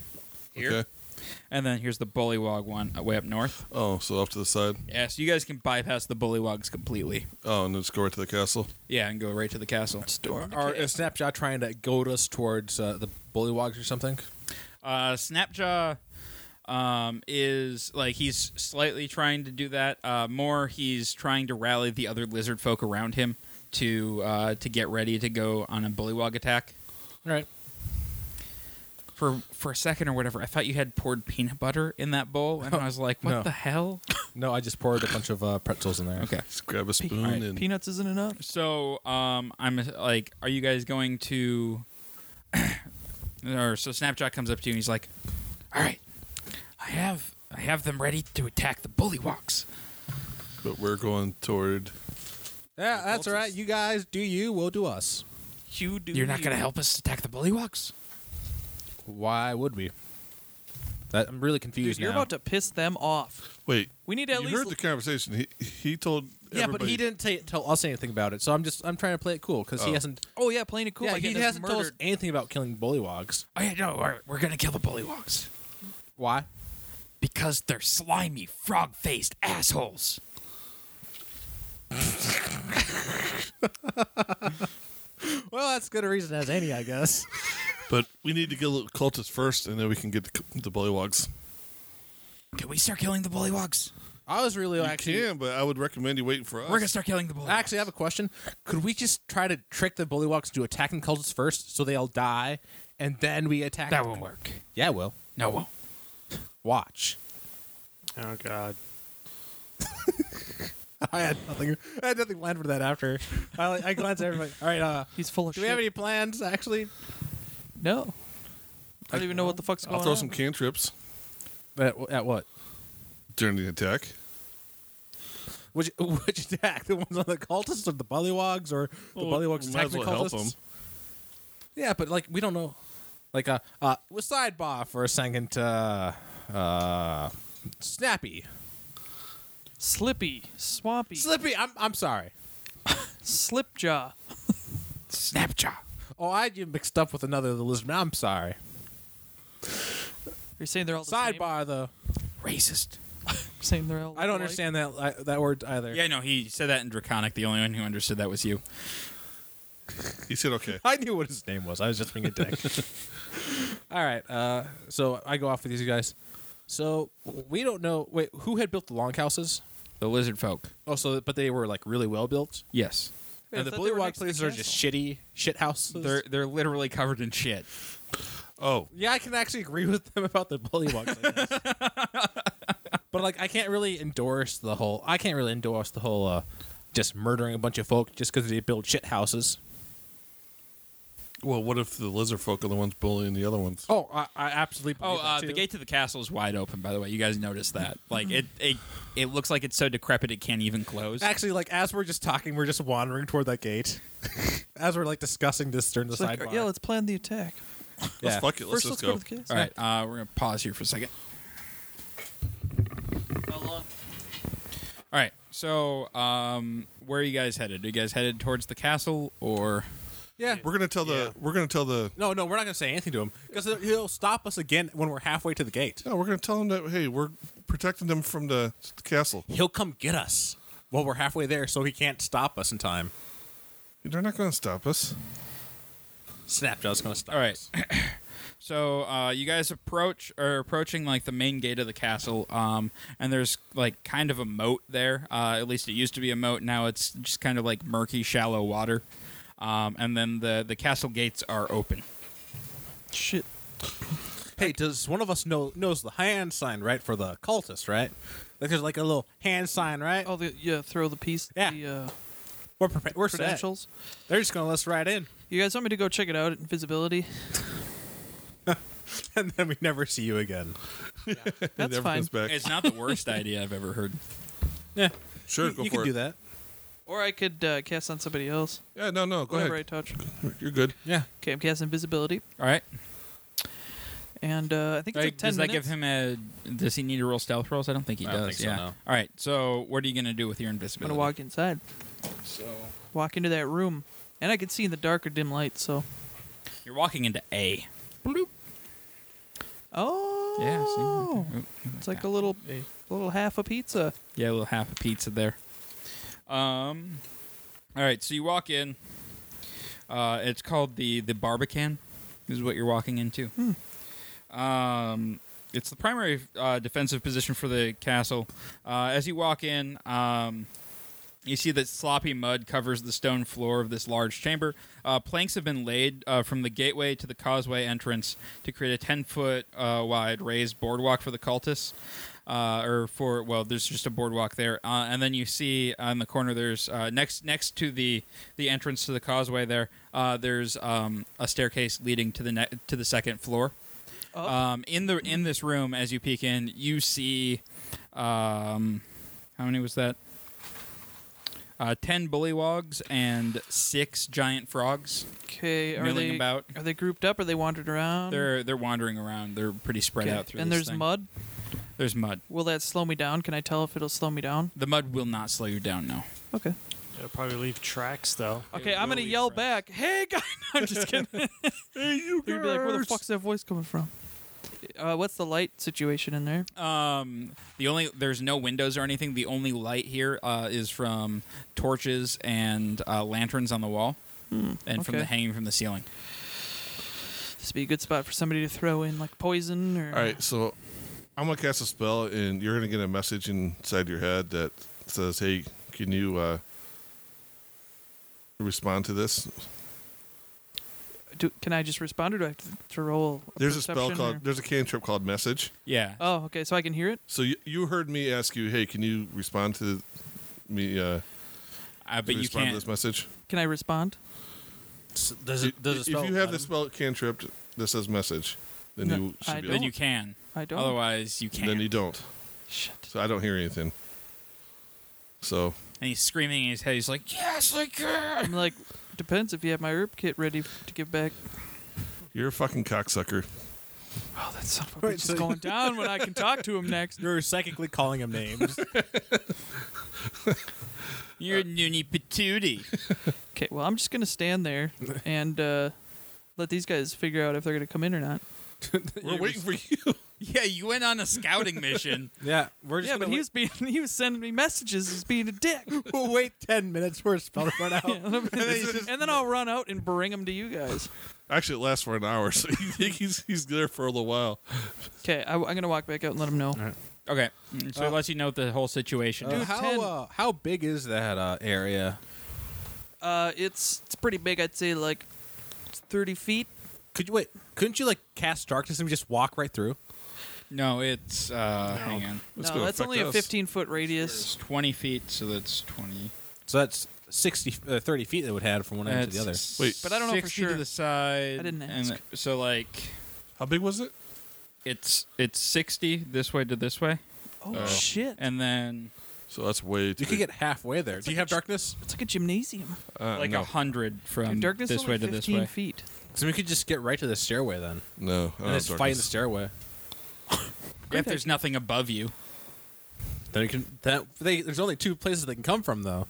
Speaker 1: here,
Speaker 4: Okay.
Speaker 1: and then here's the bullywog one uh, way up north.
Speaker 4: Oh, so off to the side.
Speaker 1: Yeah, so you guys can bypass the bullywogs completely.
Speaker 4: Oh, and let's go right to the castle.
Speaker 1: Yeah, and go right to the castle.
Speaker 3: Or is Snapchat trying to goad us towards uh, the bullywogs or something?
Speaker 1: Uh, Snapjaw um, is like he's slightly trying to do that. Uh, more, he's trying to rally the other lizard folk around him to uh, to get ready to go on a bullywog attack.
Speaker 3: All right.
Speaker 1: For for a second or whatever, I thought you had poured peanut butter in that bowl, and I was like, "What
Speaker 3: No.
Speaker 1: the hell?"
Speaker 3: No, I just poured a bunch of uh, pretzels in there.
Speaker 1: Okay.
Speaker 4: Just grab a spoon
Speaker 1: Alright,
Speaker 4: and
Speaker 2: Peanuts isn't enough.
Speaker 1: So um, I'm like, are you guys going to? or so Snapchat comes up to you and he's like, "All right, I have I have them ready to attack the bullywogs."
Speaker 4: but we're going toward
Speaker 3: Yeah, that's all right. You guys do you, we'll do us.
Speaker 2: You do.
Speaker 1: You're not
Speaker 2: you.
Speaker 1: going to help us attack the bullywogs?
Speaker 3: Why would we? That, I'm really confused
Speaker 2: Dude, you're
Speaker 3: now.
Speaker 2: about to piss them off.
Speaker 4: Wait.
Speaker 2: We need to at
Speaker 4: you
Speaker 2: least.
Speaker 4: heard the conversation. He he told
Speaker 3: yeah, but
Speaker 4: everybody-
Speaker 3: he didn't ta- tell us anything about it, so I'm just I'm trying to play it cool because he
Speaker 4: Oh.
Speaker 3: hasn't.
Speaker 2: oh yeah, playing it cool.
Speaker 3: yeah,
Speaker 2: by
Speaker 3: he
Speaker 2: getting us
Speaker 3: hasn't told us
Speaker 2: murdered.
Speaker 3: anything about killing bullywogs.
Speaker 1: Oh yeah, no, we're, we're going to kill the bullywogs
Speaker 3: Why?
Speaker 1: because they're slimy, frog-faced assholes.
Speaker 3: Well, that's as good a reason as any, I guess.
Speaker 4: But we need to get a little cultist first, and then we can get the, c- the bullywogs.
Speaker 1: Can we start killing the bullywogs?
Speaker 3: I was really
Speaker 4: You
Speaker 3: actually.
Speaker 4: can, but I would recommend you waiting for us.
Speaker 1: We're going to start killing the bullywogs.
Speaker 3: Actually, I have a question. Could we just try to trick the bullywogs into attacking cultists first, so they all die, and then we attack?
Speaker 1: that won't work.
Speaker 3: Yeah, well,
Speaker 1: No, it won't.
Speaker 3: watch.
Speaker 5: Oh God.
Speaker 3: I had nothing. I had nothing planned for that. After I, like, I glanced at everybody. All right. Uh,
Speaker 2: He's full of
Speaker 3: do
Speaker 2: shit.
Speaker 3: we have any plans? Actually,
Speaker 2: No. I don't even know what the fuck's going
Speaker 4: I'll throw
Speaker 2: on.
Speaker 4: some cantrips
Speaker 3: at, at what?
Speaker 4: during the attack.
Speaker 3: Which which attack? The ones on the cultists or the bullywogs or the bullywogs
Speaker 4: might
Speaker 3: attacking
Speaker 4: as well
Speaker 3: the
Speaker 4: help
Speaker 3: cultists?
Speaker 4: them.
Speaker 3: Yeah, but like we don't know. Like uh, uh, well, sidebar for a second. Uh, uh, Snappy,
Speaker 2: Slippy, swampy,
Speaker 3: Slippy. I'm I'm sorry.
Speaker 2: slipjaw.
Speaker 1: Snapjaw.
Speaker 3: Oh, I had you mixed up with another of the lizard. I'm sorry.
Speaker 2: You're saying they're all the same?
Speaker 3: Sidebar though.
Speaker 1: Racist.
Speaker 2: You're saying they're all.
Speaker 3: I don't
Speaker 2: alike?
Speaker 3: understand that I, that word either.
Speaker 1: Yeah, no, he said that in Draconic. The only one who understood that was you.
Speaker 4: He said, "Okay."
Speaker 3: I knew what his name was. I was just being a dick. All right. Uh, so I go off with these guys. So we don't know. Wait, who had built the longhouses?
Speaker 1: The lizard folk.
Speaker 3: Oh, so but they were like really well built.
Speaker 1: Yes.
Speaker 2: Yeah, I
Speaker 3: and the
Speaker 2: thought they were
Speaker 3: bullywog
Speaker 2: next to the
Speaker 3: places are just shitty shit houses.
Speaker 1: They're they're literally covered in shit.
Speaker 4: Oh,
Speaker 3: yeah, I can actually agree with them about the bullywogs. I guess. but like, I can't really endorse the whole. I can't really endorse the whole uh, just murdering a bunch of folk just because they build shit houses.
Speaker 4: well, what if the lizard folk are the ones bullying the other ones?
Speaker 3: Oh, I, I absolutely.
Speaker 1: Oh,
Speaker 3: Believe
Speaker 1: uh,
Speaker 3: that,
Speaker 1: the
Speaker 3: too.
Speaker 1: gate to the castle is wide open. By the way, you guys noticed that? Like it it it looks like it's so decrepit it can't even close.
Speaker 3: Actually, like as we're just talking, we're just wandering toward that gate. as we're like discussing this during the
Speaker 2: It's like,
Speaker 3: sidebar.
Speaker 2: yeah, let's plan the attack.
Speaker 4: Let's
Speaker 3: Yeah.
Speaker 4: fuck it.
Speaker 2: First,
Speaker 4: Let's just
Speaker 2: let's
Speaker 4: go.
Speaker 2: go to the kids.
Speaker 1: All right, uh, we're gonna pause here for a second.
Speaker 2: How long?
Speaker 1: All right, so um, where are you guys headed? Are you guys headed towards the castle or?
Speaker 3: Yeah.
Speaker 4: We're gonna tell the
Speaker 5: Yeah.
Speaker 4: we're gonna tell the
Speaker 3: No, no, we're not gonna say anything to him because he'll stop us again when we're halfway to the gate.
Speaker 4: no. We're gonna tell them that hey, we're protecting them from the, the castle.
Speaker 3: He'll come get us while we're halfway there, so he can't stop us in time.
Speaker 4: They're not gonna stop us.
Speaker 3: Snapjaw's gonna stop.
Speaker 1: All right.
Speaker 3: us.
Speaker 1: So uh, you guys approach are approaching like the main gate of the castle, um, and there's like kind of a moat there. Uh, at least it used to be a moat. Now it's just kind of like murky, shallow water. Um, and then the the castle gates are open.
Speaker 2: Shit.
Speaker 3: Hey, does one of us know knows the hand sign right for the cultist? Right, like there's like a little hand sign, right?
Speaker 2: Oh, the, yeah. Throw the piece.
Speaker 3: Yeah.
Speaker 2: The uh,
Speaker 3: we're prepa- we're set.
Speaker 2: credentials.
Speaker 3: They're just gonna let us right in,
Speaker 2: You guys want me to go check it out at Invisibility?
Speaker 3: and then we never see you again.
Speaker 2: That's
Speaker 4: Never
Speaker 2: fine.
Speaker 4: comes back.
Speaker 1: It's not the worst idea I've ever heard.
Speaker 3: Yeah,
Speaker 4: Sure,
Speaker 3: you,
Speaker 4: go
Speaker 3: you
Speaker 4: for
Speaker 3: can
Speaker 4: it.
Speaker 3: do that.
Speaker 2: Or I could uh, cast on somebody else.
Speaker 4: Yeah, no, no. Go
Speaker 2: whatever
Speaker 4: ahead.
Speaker 2: I touch.
Speaker 4: You're good.
Speaker 3: Yeah,
Speaker 2: Okay, I'm casting Invisibility,
Speaker 1: All right.
Speaker 2: and uh, I think it's like,
Speaker 1: Like,
Speaker 2: ten
Speaker 1: does that
Speaker 2: minutes.
Speaker 1: give him a? Does he need to roll stealth rolls? I don't think he
Speaker 3: I
Speaker 1: does.
Speaker 3: don't think so,
Speaker 1: yeah.
Speaker 3: no.
Speaker 1: All right. So what are you gonna do with your
Speaker 2: I'm gonna
Speaker 1: invisibility?
Speaker 2: walk inside,
Speaker 1: So
Speaker 2: walk into that room, and I can see in the dark or dim light. So,
Speaker 1: you're walking into A.
Speaker 2: oh,
Speaker 1: Yeah. see?
Speaker 2: it's like a little, a little half a pizza.
Speaker 1: Yeah, a little half a pizza there. Um, all right, so you walk in. Uh, it's called the the Barbican. Is what you're walking into. Um, it's the primary uh, defensive position for the castle. Uh, as you walk in, um, you see that sloppy mud covers the stone floor of this large chamber. Uh, planks have been laid uh, from the gateway to the causeway entrance to create a 10 foot uh, wide raised boardwalk for the cultists. Uh, or for well, there's just a boardwalk there, uh, and then you see on the corner there's uh, next next to the the entrance to the causeway there. Uh, there's um, a staircase leading to the ne- to the second floor.
Speaker 2: Oh,
Speaker 1: Um, in the in this room, as you peek in, you see, um, how many was that? Uh, ten bullywogs and six giant frogs.
Speaker 2: okay, are
Speaker 1: milling
Speaker 2: they
Speaker 1: about.
Speaker 2: are they grouped up? Are they wandered around?
Speaker 1: They're they're wandering around. They're pretty spread
Speaker 2: Okay,
Speaker 1: out through.
Speaker 2: and
Speaker 1: this
Speaker 2: there's
Speaker 1: thing.
Speaker 2: mud.
Speaker 1: There's mud.
Speaker 2: Will that slow me down? Can I tell if it'll slow me down?
Speaker 1: The mud will not slow you down. No.
Speaker 2: Okay.
Speaker 5: It'll probably leave tracks though.
Speaker 2: Okay,
Speaker 1: It
Speaker 2: I'm
Speaker 1: will
Speaker 2: gonna
Speaker 1: be
Speaker 2: yell
Speaker 1: fresh.
Speaker 2: back. Hey, guy! No, I'm just kidding. They're gonna be like, where the fuck's that voice coming from? Uh, what's the light situation in there?
Speaker 1: Um, the only there's no windows or anything. The only light here uh, is from torches and uh, lanterns on the wall, and from
Speaker 2: Hmm, okay.
Speaker 1: the hanging from the ceiling.
Speaker 2: This would be a good spot for somebody to throw in like poison or.
Speaker 4: All right, so I'm gonna cast a spell, and you're gonna get a message inside your head that says, "Hey, can you uh, respond to this?"
Speaker 2: Do, can I just respond or do I have to, to roll? A
Speaker 4: There's a spell
Speaker 2: perception
Speaker 4: called
Speaker 2: or-
Speaker 4: There's a cantrip called Message.
Speaker 1: Yeah.
Speaker 2: Oh, okay. So I can hear it.
Speaker 4: So you, you heard me ask you, "Hey, can you respond to me?" Uh,
Speaker 1: Uh, but you
Speaker 4: respond
Speaker 1: can't.
Speaker 4: to this message.
Speaker 2: Can I respond?
Speaker 3: S- does it? Does it
Speaker 4: if
Speaker 3: spell
Speaker 4: you have
Speaker 3: let
Speaker 4: the
Speaker 3: him?
Speaker 4: spell cantrip that says Message, then
Speaker 2: No,
Speaker 4: you should
Speaker 2: I
Speaker 4: be
Speaker 2: don't.
Speaker 1: Then
Speaker 4: able.
Speaker 1: you can.
Speaker 2: I don't.
Speaker 1: Otherwise, you can't.
Speaker 4: Then you don't.
Speaker 2: Shit.
Speaker 4: So I don't hear anything. So
Speaker 1: and he's screaming in his head. He's like, "Yes, I can."
Speaker 2: I'm like, depends if you have my herb kit ready to give back.
Speaker 4: you're a fucking cocksucker.
Speaker 2: Oh, that son of a
Speaker 3: Wait,
Speaker 2: bitch
Speaker 3: so-
Speaker 2: is going down when I can talk to him next.
Speaker 3: You're psychically calling him names.
Speaker 1: You're Noonie Patootie.
Speaker 2: Okay, well, I'm just gonna stand there and uh, let these guys figure out if they're gonna come in or not.
Speaker 4: We're waiting for you.
Speaker 1: yeah, you went on a scouting mission.
Speaker 3: yeah, we're just
Speaker 2: Yeah,
Speaker 3: gonna
Speaker 2: but
Speaker 3: wait.
Speaker 2: he was being he was sending me messages as being a dick.
Speaker 3: we'll wait ten minutes for a spell to run out.
Speaker 2: and, then, and then I'll run out and bring them to you guys.
Speaker 4: Actually, it lasts for an hour, so you think he's he's there for a little while.
Speaker 2: Okay, I, am gonna walk back out and let them know.
Speaker 1: Okay,
Speaker 2: Oh.
Speaker 1: so it lets you know the whole situation.
Speaker 3: Uh,
Speaker 2: Dude, ten.
Speaker 3: how uh, how big is that uh, area?
Speaker 2: Uh, it's it's pretty big. I'd say like thirty feet.
Speaker 3: Could you wait? Couldn't you like cast darkness and just walk right through?
Speaker 1: no, it's uh, hang on.
Speaker 4: It's
Speaker 2: no,
Speaker 4: gonna
Speaker 2: that's
Speaker 4: affect
Speaker 2: only a
Speaker 4: us.
Speaker 2: fifteen foot
Speaker 1: It's
Speaker 2: radius.
Speaker 1: twenty feet, so that's twenty.
Speaker 3: So that's 60, uh, 30 feet that would have from one end to the other.
Speaker 1: That's
Speaker 4: Wait.
Speaker 2: But I don't know for
Speaker 1: 60
Speaker 2: sure.
Speaker 1: To the side.
Speaker 2: I didn't
Speaker 1: and
Speaker 2: ask.
Speaker 1: so like,
Speaker 4: How big was it?
Speaker 1: it's it's sixty this way to this way,
Speaker 2: Oh
Speaker 4: Oh.
Speaker 2: shit!
Speaker 1: Uh, and then
Speaker 4: So that's way.
Speaker 3: You
Speaker 4: too
Speaker 3: could
Speaker 4: big.
Speaker 3: get halfway there. Do you have darkness?
Speaker 2: It's like a gymnasium.
Speaker 4: uh,
Speaker 1: like
Speaker 4: no,
Speaker 1: a hundred from
Speaker 2: Dude, darkness is
Speaker 1: um, this way
Speaker 2: only
Speaker 1: to this
Speaker 2: fifteen
Speaker 1: way.
Speaker 2: feet.
Speaker 3: So we could just get right to the stairway then,
Speaker 4: no. I don't
Speaker 3: and just
Speaker 4: have
Speaker 3: fight in the
Speaker 4: Oh, darkness.
Speaker 3: stairway.
Speaker 1: If there's nothing above you,
Speaker 3: Then you can. That they, there's only two places they can come from though.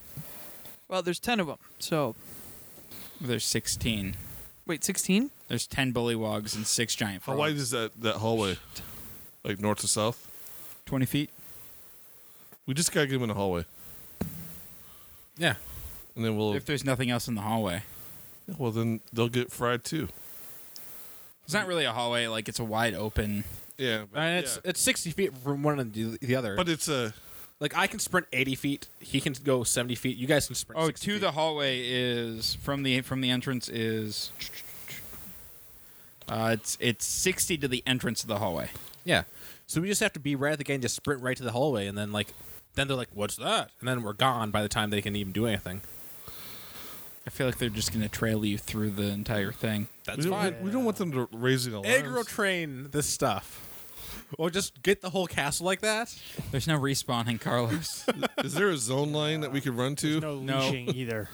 Speaker 2: Well, there's ten of them, so
Speaker 1: There's 16.
Speaker 2: Wait, 16?
Speaker 1: There's 10 bullywogs and six giant
Speaker 4: How
Speaker 1: frogs.
Speaker 4: wide is that that hallway? Like north to south?
Speaker 1: 20 feet.
Speaker 4: We just gotta get him in the hallway,
Speaker 3: Yeah.
Speaker 4: and then we'll.
Speaker 1: If there's nothing else in the hallway.
Speaker 4: well, then they'll get fried too.
Speaker 1: It's not really a hallway. Like, it's a wide open.
Speaker 4: Yeah, but,
Speaker 3: And it's
Speaker 4: yeah.
Speaker 3: it's sixty feet from one end to the other.
Speaker 4: but it's uh, a
Speaker 3: like I can sprint eighty feet, he can go seventy feet. You guys can sprint.
Speaker 1: Oh,
Speaker 3: 60
Speaker 1: to
Speaker 3: feet.
Speaker 1: the hallway is from the from the entrance is. Uh, it's it's 60 to the entrance of the hallway.
Speaker 3: yeah. So we just have to be right at the gate and just sprint right to the hallway, and then like, then they're like, "What's that?" And then we're gone by the time they can even do anything.
Speaker 1: I feel like they're just gonna trail you through the entire thing.
Speaker 3: That's
Speaker 4: we don't,
Speaker 3: fine.
Speaker 4: want- we don't want them to raising alarms.
Speaker 3: Aggro train this stuff, or just get the whole castle like that.
Speaker 1: There's no respawning, Carlos.
Speaker 4: Is there a zone line that we could run to?
Speaker 5: No
Speaker 1: No.
Speaker 5: leashing either.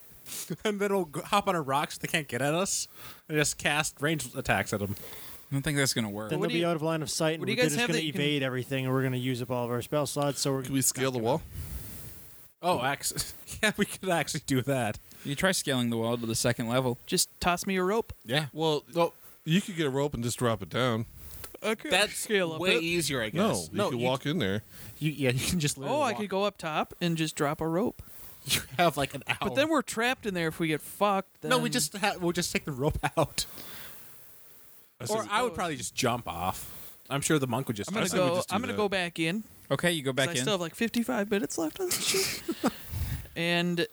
Speaker 3: and then we'll g- hop on a rock so they can't get at us and just cast range attacks at them.
Speaker 1: I don't think that's gonna work.
Speaker 5: Then
Speaker 2: what
Speaker 5: they'll
Speaker 2: do
Speaker 5: be
Speaker 2: you-
Speaker 5: out of line of sight, and
Speaker 2: what do you
Speaker 5: we're
Speaker 2: guys
Speaker 5: just
Speaker 2: have
Speaker 5: going
Speaker 2: that
Speaker 5: to
Speaker 2: you can-
Speaker 5: evade everything, and we're going to use up all of our spell slots. So we're
Speaker 4: Can we scale the wall?
Speaker 3: Oh, actually, yeah, we could actually do that.
Speaker 1: You try scaling the wall to the second level.
Speaker 2: Just toss me a rope.
Speaker 3: Yeah.
Speaker 4: Well, you could get a rope and just drop it down.
Speaker 2: Okay.
Speaker 3: That's way easier, I guess.
Speaker 4: No, you could walk in there.
Speaker 3: You, yeah, you can just.
Speaker 2: Oh, I could go up top and just drop a rope.
Speaker 3: You have like an hour.
Speaker 2: But then we're trapped in there if we get fucked.
Speaker 3: Oh. no, we
Speaker 2: then-
Speaker 3: just ha- we'll just take the rope out.
Speaker 4: said-
Speaker 3: Or I would probably just jump off. I'm sure the monk would
Speaker 2: Oh,
Speaker 3: just.
Speaker 2: I'm gonna
Speaker 4: I say we
Speaker 2: go.
Speaker 4: just do
Speaker 2: I'm gonna
Speaker 4: that.
Speaker 2: go back in. 'cause
Speaker 1: Okay, you go back
Speaker 2: I
Speaker 1: in.
Speaker 2: still have like 55 minutes left on this shit. and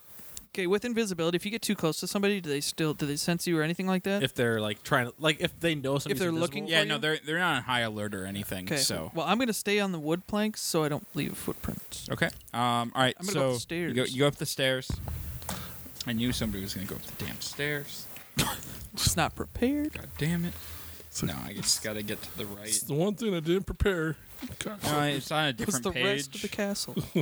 Speaker 2: okay, with invisibility, if you get too close to somebody, do they still do they sense you or anything like that?
Speaker 3: if they're like trying to like if they know something.
Speaker 2: they're looking-
Speaker 1: yeah,
Speaker 2: for
Speaker 1: no,
Speaker 2: you?
Speaker 1: they're they're not on high alert or anything.
Speaker 2: okay.
Speaker 1: So
Speaker 2: Well, I'm gonna stay on the wood planks so I don't leave footprints.
Speaker 1: okay. Um. All right,
Speaker 2: I'm gonna
Speaker 1: so
Speaker 2: go up the
Speaker 1: You, go,
Speaker 2: stairs.
Speaker 1: you go up the stairs. I knew somebody was gonna go up the damn stairs.
Speaker 2: Just not prepared.
Speaker 1: God damn it! no, I just gotta get to the right.
Speaker 4: It's the one thing I didn't prepare.
Speaker 1: No, it's on a
Speaker 2: What's
Speaker 1: different
Speaker 2: the
Speaker 1: page.
Speaker 2: rest of the castle?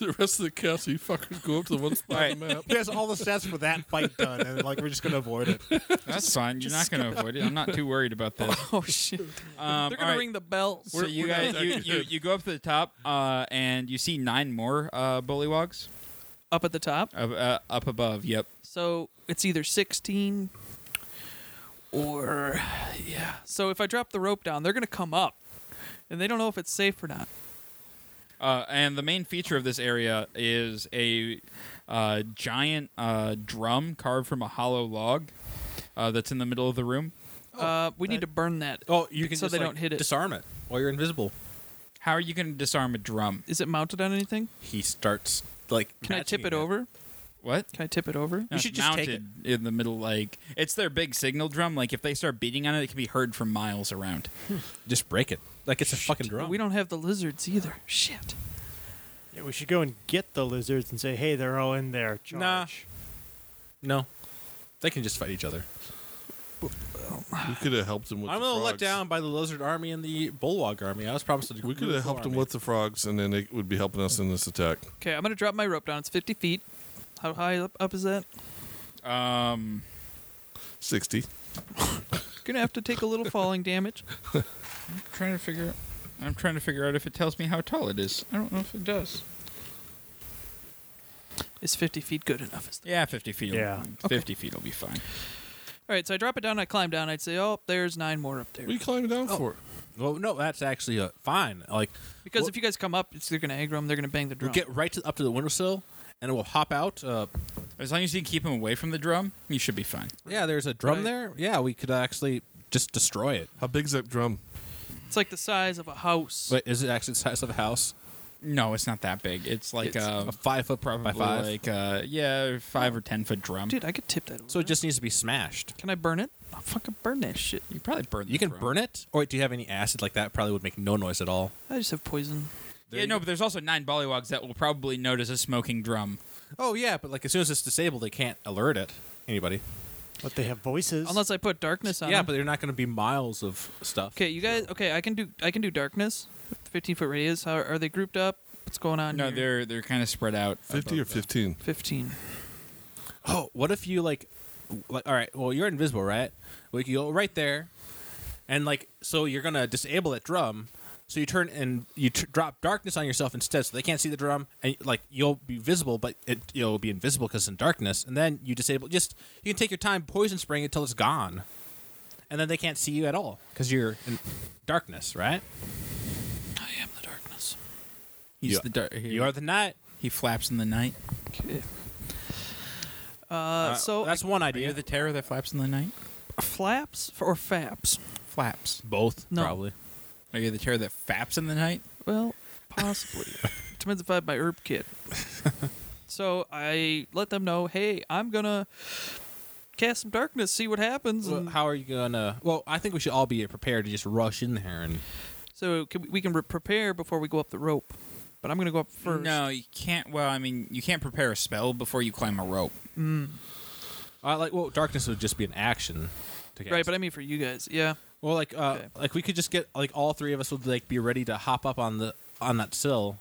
Speaker 4: the rest of the castle, you fuckers go up to the one spot on the map.
Speaker 6: He has all the stats for that fight done, and like we're just gonna avoid it.
Speaker 1: That's fine. You're not gonna avoid it. I'm not too worried about that.
Speaker 2: oh shit!
Speaker 1: Um,
Speaker 2: They're gonna
Speaker 1: all right.
Speaker 2: ring the bell.
Speaker 1: So you guys, you, you, you go up to the top, uh, and you see nine more uh, bullywogs
Speaker 2: up at the top.
Speaker 1: uh, uh, up above. Yep.
Speaker 2: So it's either 16 or yeah. So if I drop the rope down, they're going to come up and they don't know if it's safe or not.
Speaker 1: Uh, and the main feature of this area is a uh, giant uh, drum carved from a hollow log uh, that's in the middle of the room.
Speaker 2: uh, we need to burn that.
Speaker 3: Oh, you can
Speaker 2: so
Speaker 3: just,
Speaker 2: they
Speaker 3: like,
Speaker 2: don't hit it. Is
Speaker 3: Disarm it while you're invisible.
Speaker 1: How are you going to disarm a drum?
Speaker 2: it mounted on anything?
Speaker 3: He starts like.
Speaker 2: Can I tip
Speaker 3: matching
Speaker 2: it over?
Speaker 1: What?
Speaker 2: Can I tip it over?
Speaker 1: No, it's
Speaker 3: should just take
Speaker 1: mounted in the middle. Like it's their big signal drum. Like if they start beating on it, it can be heard from miles around.
Speaker 3: Just break it. Like it's a fucking drum.
Speaker 2: We don't have the lizards either. Shit.
Speaker 5: Yeah, we should go and get the lizards and say, "Hey, they're all in there." Charge.
Speaker 3: Nah. No. They can just fight each other.
Speaker 4: We could have helped him with
Speaker 3: I'm a
Speaker 4: the
Speaker 3: little
Speaker 4: frogs.
Speaker 3: let down by the lizard army and the bulldog army. I was promised to
Speaker 4: We could have helped him with the frogs, and then they would be helping us in this attack.
Speaker 2: Okay, I'm going to drop my rope down. It's 50 feet. How high up, up is that?
Speaker 1: Um,
Speaker 4: 60.
Speaker 2: Going to have to take a little falling damage.
Speaker 1: I'm trying to figure. out- I'm trying to figure out if it tells me how tall it is. I don't know if it does.
Speaker 2: Is 50 feet good enough? Is that-
Speaker 1: Yeah, fifty feet. will-
Speaker 5: Yeah.
Speaker 1: fifty feet will be fine.
Speaker 2: All right, so I drop it down. I climb down. I'd say, oh, there's nine more up there.
Speaker 4: What are you climbing down
Speaker 3: Oh.
Speaker 4: for?
Speaker 3: Well, no, that's actually uh, fine. Like,
Speaker 2: Because
Speaker 3: Well-
Speaker 2: if you guys come up, it's, they're going to aggro them. They're going to bang the drum.
Speaker 3: we'll get right to, up to the windowsill, and we'll hop out. Uh,
Speaker 1: As long as you keep him away from the drum, you should be fine.
Speaker 3: yeah, there's a drum
Speaker 2: Right.
Speaker 3: there. Yeah, we could actually just destroy it.
Speaker 4: How big's that drum?
Speaker 2: It's like the size of a house.
Speaker 3: But is it actually the size of a house?
Speaker 1: No, it's not that big. It's like
Speaker 2: It's
Speaker 1: uh,
Speaker 3: a five foot probably Um, by five.
Speaker 1: like uh, yeah, five or ten foot drum.
Speaker 2: Dude, I could tip that over.
Speaker 3: so it just needs to be smashed.
Speaker 2: Can I burn it? I'll fucking burn that shit.
Speaker 1: you probably burn.
Speaker 3: You
Speaker 1: the
Speaker 3: can
Speaker 1: drum.
Speaker 3: burn it, or do you have any acid like that? Probably would make no noise at all.
Speaker 2: I just have poison.
Speaker 1: Yeah, no, but there's also nine bollywogs that will probably notice a smoking drum.
Speaker 3: Oh yeah, but like as soon as it's disabled, they can't alert it anybody.
Speaker 5: But they have voices.
Speaker 2: Unless I put darkness on.
Speaker 3: yeah,
Speaker 2: them.
Speaker 3: but they're not going to be miles of stuff.
Speaker 2: okay, you guys. Okay, I can do. I can do darkness. Fifteen foot radius. How are they grouped up? What's going on?
Speaker 1: No,
Speaker 2: here?
Speaker 1: they're they're kind of spread out.
Speaker 4: 50 or 15?
Speaker 2: fifteen.
Speaker 3: Oh, what if you like, like all right? Well, you're invisible, right? Like you go right there, and like so you're gonna disable that drum. So you turn and you t- drop darkness on yourself instead, so they can't see the drum, and like you'll be visible, but it you'll be invisible because in darkness. And then you disable. Just you can take your time poison spraying until it's gone, and then they can't see you at all because you're in darkness, right?
Speaker 2: I am the darkness.
Speaker 1: He's
Speaker 3: You-
Speaker 1: the dark. He,
Speaker 3: You are the night.
Speaker 1: he flaps in the night.
Speaker 2: Okay. Uh,
Speaker 3: Uh,
Speaker 2: so
Speaker 3: that's one
Speaker 1: Are you
Speaker 3: idea.
Speaker 1: the terror that flaps in the night?
Speaker 2: flaps or faps?
Speaker 1: Flaps.
Speaker 3: Both
Speaker 2: No.
Speaker 3: probably.
Speaker 1: Are you the terror that faps in the night?
Speaker 2: Well, possibly. Depends if I have my herb kit. so I let them know, hey, I'm gonna cast some darkness, see what happens.
Speaker 3: Well,
Speaker 2: and-
Speaker 3: how are you gonna? Well, I think we should all be prepared to just rush in there and.
Speaker 2: so can, we- we can re- prepare before we go up the rope. But I'm gonna go up first.
Speaker 1: No, you can't. Well, I mean, you can't prepare a spell before you climb a rope.
Speaker 3: Uh, like well, darkness would just be an action. To
Speaker 2: Right,
Speaker 3: cast.
Speaker 2: but I mean for you guys, yeah.
Speaker 3: well, like uh,
Speaker 2: Okay.
Speaker 3: like we could just get like all three of us would like be ready to hop up on the on that sill,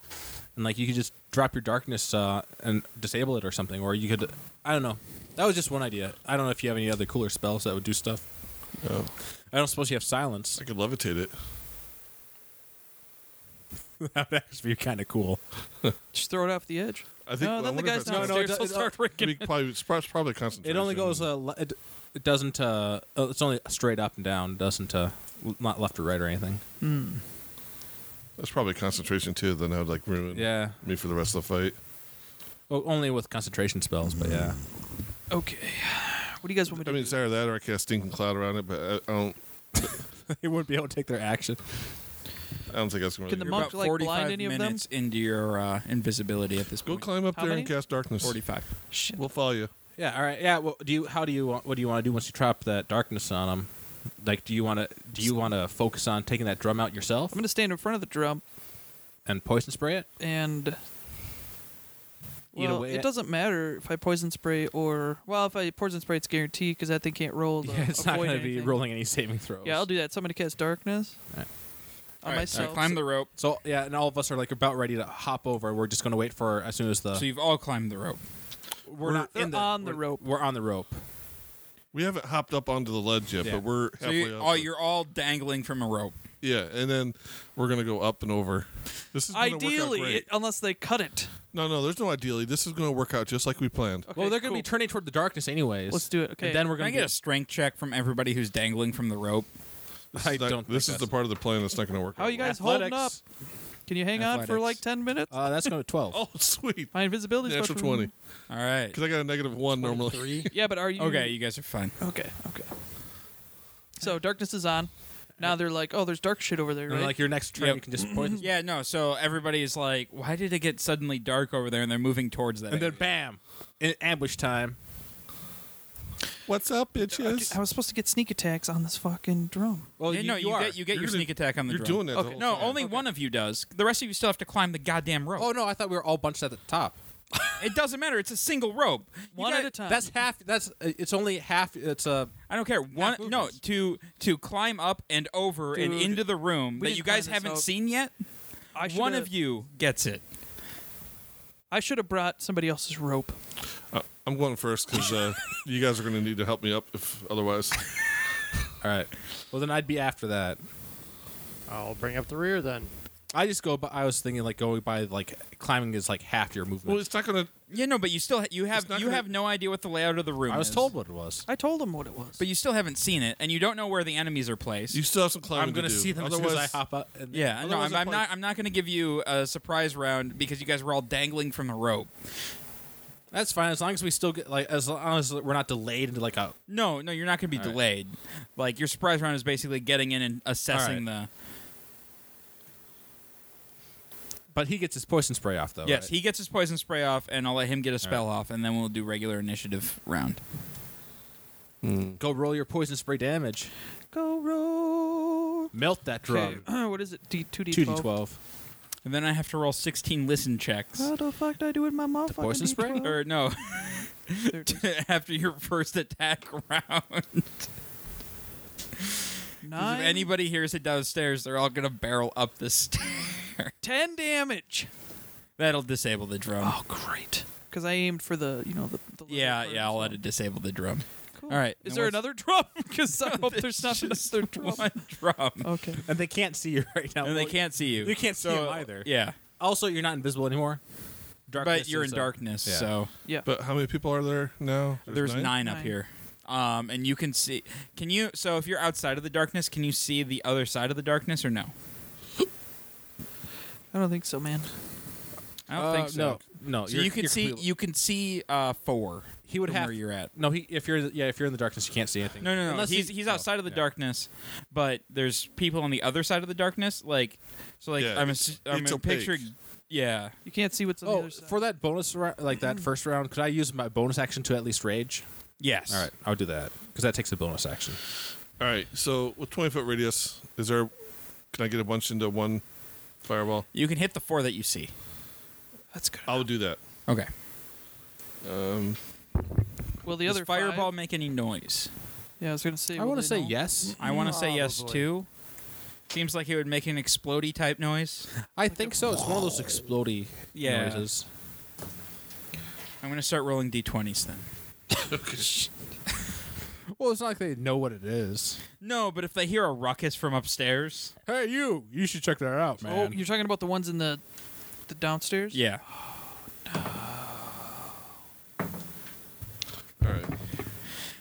Speaker 3: and like you could just drop your darkness uh, and disable it or something, or you could I don't know. That was just one idea. I don't know if you have any other cooler spells that would do stuff.
Speaker 4: Oh.
Speaker 3: I don't suppose you have silence.
Speaker 4: I could levitate it.
Speaker 3: that would actually be kind of cool.
Speaker 2: Just throw it off the edge.
Speaker 4: I think.
Speaker 2: No,
Speaker 4: I
Speaker 2: then the
Speaker 4: wonder if
Speaker 2: guy's
Speaker 4: that's-
Speaker 2: down-
Speaker 4: no,
Speaker 2: downstairs
Speaker 3: it
Speaker 2: will
Speaker 3: do-
Speaker 2: start
Speaker 3: it-
Speaker 4: no, It's probably, it's probably concentration.
Speaker 3: It only goes. Uh, le- it, it doesn't. Uh, uh, it's only straight up and down. Doesn't. Uh, l- not left or right or anything.
Speaker 4: That's probably concentration too. Then I would like ruin
Speaker 3: Yeah.
Speaker 4: me for the rest of the fight.
Speaker 3: Well, only with concentration spells, but yeah.
Speaker 2: Okay. What do you guys want me to
Speaker 4: I mean,
Speaker 2: do?
Speaker 4: it's either that or I cast stinking cloud around it, but I, I don't.
Speaker 3: they wouldn't be able to take their action.
Speaker 4: I don't think that's going to.
Speaker 2: Can the
Speaker 1: You're
Speaker 2: monk,
Speaker 1: about
Speaker 2: like, blind
Speaker 1: 45
Speaker 2: any of them?
Speaker 1: minutes into your uh, invisibility at this
Speaker 4: Go
Speaker 1: point.
Speaker 4: climb up
Speaker 2: How
Speaker 4: there
Speaker 2: many?
Speaker 4: and cast darkness.
Speaker 1: Forty-five.
Speaker 2: Shit.
Speaker 4: We'll follow you.
Speaker 3: Yeah. All right. Yeah. Well, do you? How do you? want- What do you want to do once you trap that darkness on them? Like, do you want to? Do you want to focus on taking that drum out yourself
Speaker 2: I'm gonna stand in front of the drum
Speaker 3: and poison spray it?
Speaker 2: and
Speaker 3: Eat
Speaker 2: well,
Speaker 3: away
Speaker 2: it
Speaker 3: at-
Speaker 2: doesn't matter if I poison spray or well, if I poison spray, it's guaranteed because that thing can't roll. The,
Speaker 3: Yeah, it's not
Speaker 2: avoid
Speaker 3: going to be
Speaker 2: anything.
Speaker 3: rolling any saving throws.
Speaker 2: Yeah, I'll do that. So I'm gonna cast darkness
Speaker 3: Alright.
Speaker 2: on
Speaker 1: Alright, so
Speaker 2: myself.
Speaker 1: climb the rope.
Speaker 3: So yeah, and all of us are like about ready to hop over. We're just going to wait for as soon as the
Speaker 1: So you've all climbed the rope.
Speaker 3: we're, not
Speaker 2: They're
Speaker 3: in the,
Speaker 2: on the
Speaker 3: we're-
Speaker 2: rope.
Speaker 3: We're on the rope.
Speaker 4: We haven't hopped up onto the ledge yet,
Speaker 3: Yeah.
Speaker 4: but we're
Speaker 1: So
Speaker 4: halfway
Speaker 1: you,
Speaker 4: up.
Speaker 2: oh,
Speaker 1: all, you're all dangling from a rope.
Speaker 4: yeah, and then we're going to go up and over. This is gonna work out
Speaker 2: Ideally,
Speaker 4: great.
Speaker 2: it, unless they cut it.
Speaker 4: no, no, there's no ideally. This is going to work out just like we planned.
Speaker 2: Okay,
Speaker 3: well, they're going to be
Speaker 2: cool.
Speaker 3: turning toward the darkness anyways.
Speaker 2: Let's do it, okay.
Speaker 3: And then we're
Speaker 1: Can I
Speaker 3: going
Speaker 1: get
Speaker 3: to
Speaker 1: a strength check from everybody who's dangling from the rope?
Speaker 4: This
Speaker 3: I
Speaker 4: is not-
Speaker 3: don't think
Speaker 4: This is
Speaker 3: that's-
Speaker 4: the part of the plan that's not going to work.
Speaker 2: How
Speaker 4: out
Speaker 2: you guys holding up?
Speaker 3: athletics.
Speaker 2: Can you hang on for
Speaker 1: Athletics.
Speaker 2: like ten minutes?
Speaker 3: Uh, that's going to twelve.
Speaker 4: well. Oh, sweet.
Speaker 2: My invisibility is
Speaker 4: Natural 20.
Speaker 1: All right.
Speaker 4: Because I got a negative one normally.
Speaker 1: Three.
Speaker 2: Yeah, but are you
Speaker 1: Okay, you guys are fine.
Speaker 2: Okay, okay. So darkness is on. Now they're like, oh, there's dark shit over there,
Speaker 3: And then,
Speaker 2: right?
Speaker 3: like your next turn,
Speaker 1: Yep.
Speaker 3: you can just poison.
Speaker 1: Yeah, no. So everybody's like, "Why did it get suddenly dark over there?" And they're moving towards that.
Speaker 3: and then
Speaker 1: area.
Speaker 3: bam, in ambush time.
Speaker 4: What's up, bitches?
Speaker 2: I was supposed to get sneak attacks on this fucking drum.
Speaker 3: Well,
Speaker 1: Yeah, no, you,
Speaker 3: are.
Speaker 1: get you get
Speaker 4: You're
Speaker 1: your
Speaker 4: gonna-
Speaker 1: sneak attack on the
Speaker 4: You're
Speaker 1: drum.
Speaker 4: doing that. the
Speaker 2: Okay.
Speaker 4: whole
Speaker 1: No,
Speaker 4: time.
Speaker 1: only one of you does. The rest of you still have to climb the goddamn rope.
Speaker 3: Oh no, I thought we were all bunched at the top.
Speaker 1: It doesn't matter. It's a single rope. You
Speaker 2: One
Speaker 1: got-
Speaker 2: at a time.
Speaker 3: That's half. That's uh, it's only half. It's a. Uh,
Speaker 1: I don't care. One no
Speaker 3: movements.
Speaker 1: to to climb up and over and
Speaker 2: Dude,
Speaker 1: into the room
Speaker 2: we
Speaker 1: that
Speaker 2: didn't
Speaker 1: you guys
Speaker 2: plan this
Speaker 1: haven't
Speaker 2: out.
Speaker 1: seen yet.
Speaker 2: I
Speaker 1: One
Speaker 2: shoulda-
Speaker 1: of you gets it.
Speaker 2: I should have brought somebody else's rope.
Speaker 4: Uh, I'm going first because uh, you guys are going to need to help me up. If otherwise,
Speaker 3: all right. Well, then I'd be after that.
Speaker 5: I'll bring up the rear then.
Speaker 3: I just go. By, I was thinking like going by like climbing is like half your movement.
Speaker 4: well, it's not going to.
Speaker 1: Yeah, no, but you still ha- you have
Speaker 4: not
Speaker 1: you
Speaker 4: gonna-
Speaker 1: have no idea what the layout of the room.
Speaker 3: I was
Speaker 1: is.
Speaker 3: told what it was.
Speaker 2: I told him what it was.
Speaker 1: but you still haven't seen it, and you don't know where the enemies are placed.
Speaker 4: You still have some climbing
Speaker 3: I'm
Speaker 4: going
Speaker 3: gonna
Speaker 4: to do.
Speaker 3: see them
Speaker 4: Otherwise,
Speaker 3: as soon as I hop up. And
Speaker 1: yeah, no,
Speaker 4: Otherwise
Speaker 1: I'm,
Speaker 4: I'll
Speaker 1: I'm
Speaker 4: play-
Speaker 1: not. I'm not going to give you a surprise round because you guys were all dangling from the rope.
Speaker 3: that's fine as long as we still get like as long as we're not delayed into like a.
Speaker 1: No, no, you're not going to be
Speaker 3: All right.
Speaker 1: delayed. Like your surprise round is basically getting in and assessing
Speaker 3: But he gets his poison spray off though.
Speaker 1: the. Yes,
Speaker 3: right?
Speaker 1: he gets his poison spray off, and I'll let him get a spell off, and then we'll do regular initiative round.
Speaker 3: go roll your poison spray damage.
Speaker 2: go roll.
Speaker 3: Melt that drum.
Speaker 2: Okay, what is it? D two D
Speaker 3: Two d twelve.
Speaker 1: And then I have to roll 16 listen checks.
Speaker 2: How the fuck did I do with my mouth?
Speaker 3: poison spray?
Speaker 1: Or no,
Speaker 2: There it is.
Speaker 1: after your first attack round. 'Cause
Speaker 2: Nine,
Speaker 1: If anybody hears it downstairs, they're all going to barrel up the stair.
Speaker 2: ten damage.
Speaker 1: That'll disable the drum.
Speaker 2: Oh, great. Because I aimed for the, you know, the. the
Speaker 1: yeah,
Speaker 2: leopard,
Speaker 1: yeah, I'll
Speaker 2: so-
Speaker 1: let it disable the drum.
Speaker 2: Cool.
Speaker 1: All right.
Speaker 2: Is
Speaker 1: now
Speaker 2: there
Speaker 1: what's-
Speaker 2: another drum? Because I hope there's not another drum.
Speaker 1: One drum.
Speaker 2: Okay.
Speaker 3: and they can't see you right now.
Speaker 1: And they
Speaker 3: Oh, Well,
Speaker 1: can't see you.
Speaker 3: You can't see
Speaker 1: So,
Speaker 3: him either.
Speaker 1: Yeah.
Speaker 3: Also, you're not invisible anymore. Darkness
Speaker 1: but you're in
Speaker 3: is a-
Speaker 1: darkness,
Speaker 3: yeah.
Speaker 1: so
Speaker 2: Yeah.
Speaker 4: But how many people are there now?
Speaker 1: there's nine, up
Speaker 2: Nine.
Speaker 1: here. Um, and you can see. Can you? So if you're outside of the darkness, can you see the other side of the darkness or no?
Speaker 2: I don't think so, man.
Speaker 1: I don't
Speaker 3: Uh,
Speaker 1: think so.
Speaker 3: No, no.
Speaker 1: So
Speaker 3: you're-
Speaker 1: you can
Speaker 3: you're
Speaker 1: see.
Speaker 3: completely-
Speaker 1: You can see uh, four.
Speaker 3: He would
Speaker 1: from
Speaker 3: have-
Speaker 1: where you're at.
Speaker 3: No, he, if you're yeah, if you're in the darkness, you can't see anything.
Speaker 1: No, no, no.
Speaker 3: Unless
Speaker 1: he's he's
Speaker 3: oh,
Speaker 1: outside of the
Speaker 3: yeah.
Speaker 1: darkness, but there's people on the other side of the darkness. Like, so like
Speaker 4: Yeah,
Speaker 1: I'm
Speaker 4: it's-
Speaker 1: ass- I'm
Speaker 4: it's opaque.
Speaker 1: picturing. Yeah.
Speaker 2: You can't see what's on the
Speaker 3: Oh,
Speaker 2: other side.
Speaker 3: for that bonus ra- like that first round, could I use my bonus action to at least rage?
Speaker 1: Yes.
Speaker 3: All right, I'll do that because that takes a bonus action.
Speaker 4: All right. So with 20 foot radius, is there? Can I get a bunch into one fireball?
Speaker 1: You can hit the four that you see.
Speaker 2: That's good.
Speaker 4: I'll do that.
Speaker 1: Okay.
Speaker 4: Um,
Speaker 2: Will the
Speaker 1: Does
Speaker 2: other five-
Speaker 1: fireball make any noise?
Speaker 2: Yeah, I was gonna say.
Speaker 3: I
Speaker 2: will
Speaker 3: want to
Speaker 2: they
Speaker 3: say
Speaker 2: know?
Speaker 3: yes.
Speaker 1: I want to say yes
Speaker 5: Probably.
Speaker 1: too. Seems like it would make an explodey type noise.
Speaker 3: I think so. It's one of those explodey
Speaker 1: Yeah.
Speaker 3: noises.
Speaker 1: I'm gonna start rolling d20s then.
Speaker 3: Well, it's not like they know what it is.
Speaker 1: No, but if they hear a ruckus from upstairs,
Speaker 3: Hey, you! You should check that out,
Speaker 2: Oh, you're talking about the ones in the the downstairs?
Speaker 1: yeah.
Speaker 4: all right.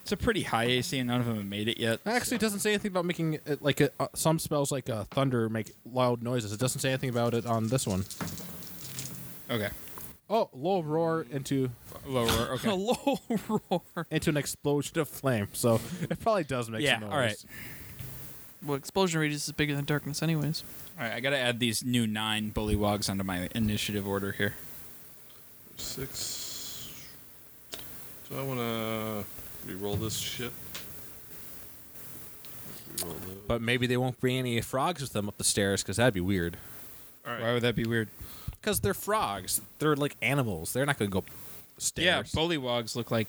Speaker 1: It's a pretty high AC, and none of them have made it yet.
Speaker 3: It actually doesn't say anything about making it like uh, some spells like uh, thunder make loud noises. It doesn't say anything about it on this one.
Speaker 1: Okay.
Speaker 3: Oh, low roar into
Speaker 1: Lower.
Speaker 2: A
Speaker 1: Okay.
Speaker 2: low roar.
Speaker 3: into an explosion of flame. So it probably does make
Speaker 1: Yeah,
Speaker 3: some noise.
Speaker 1: all right.
Speaker 2: Well, explosion radius is bigger than darkness, anyways.
Speaker 1: All right. I gotta add these new nine bullywogs onto my initiative order here.
Speaker 4: Six. Do I want to re-roll this shit? Reroll those.
Speaker 3: But maybe they won't bring any frogs with them up the stairs because that'd be weird.
Speaker 4: All right.
Speaker 1: Why would that be weird?
Speaker 3: Because they're frogs. They're like animals. They're not going to go
Speaker 1: Yeah,
Speaker 3: stairs.
Speaker 1: bullywogs look like.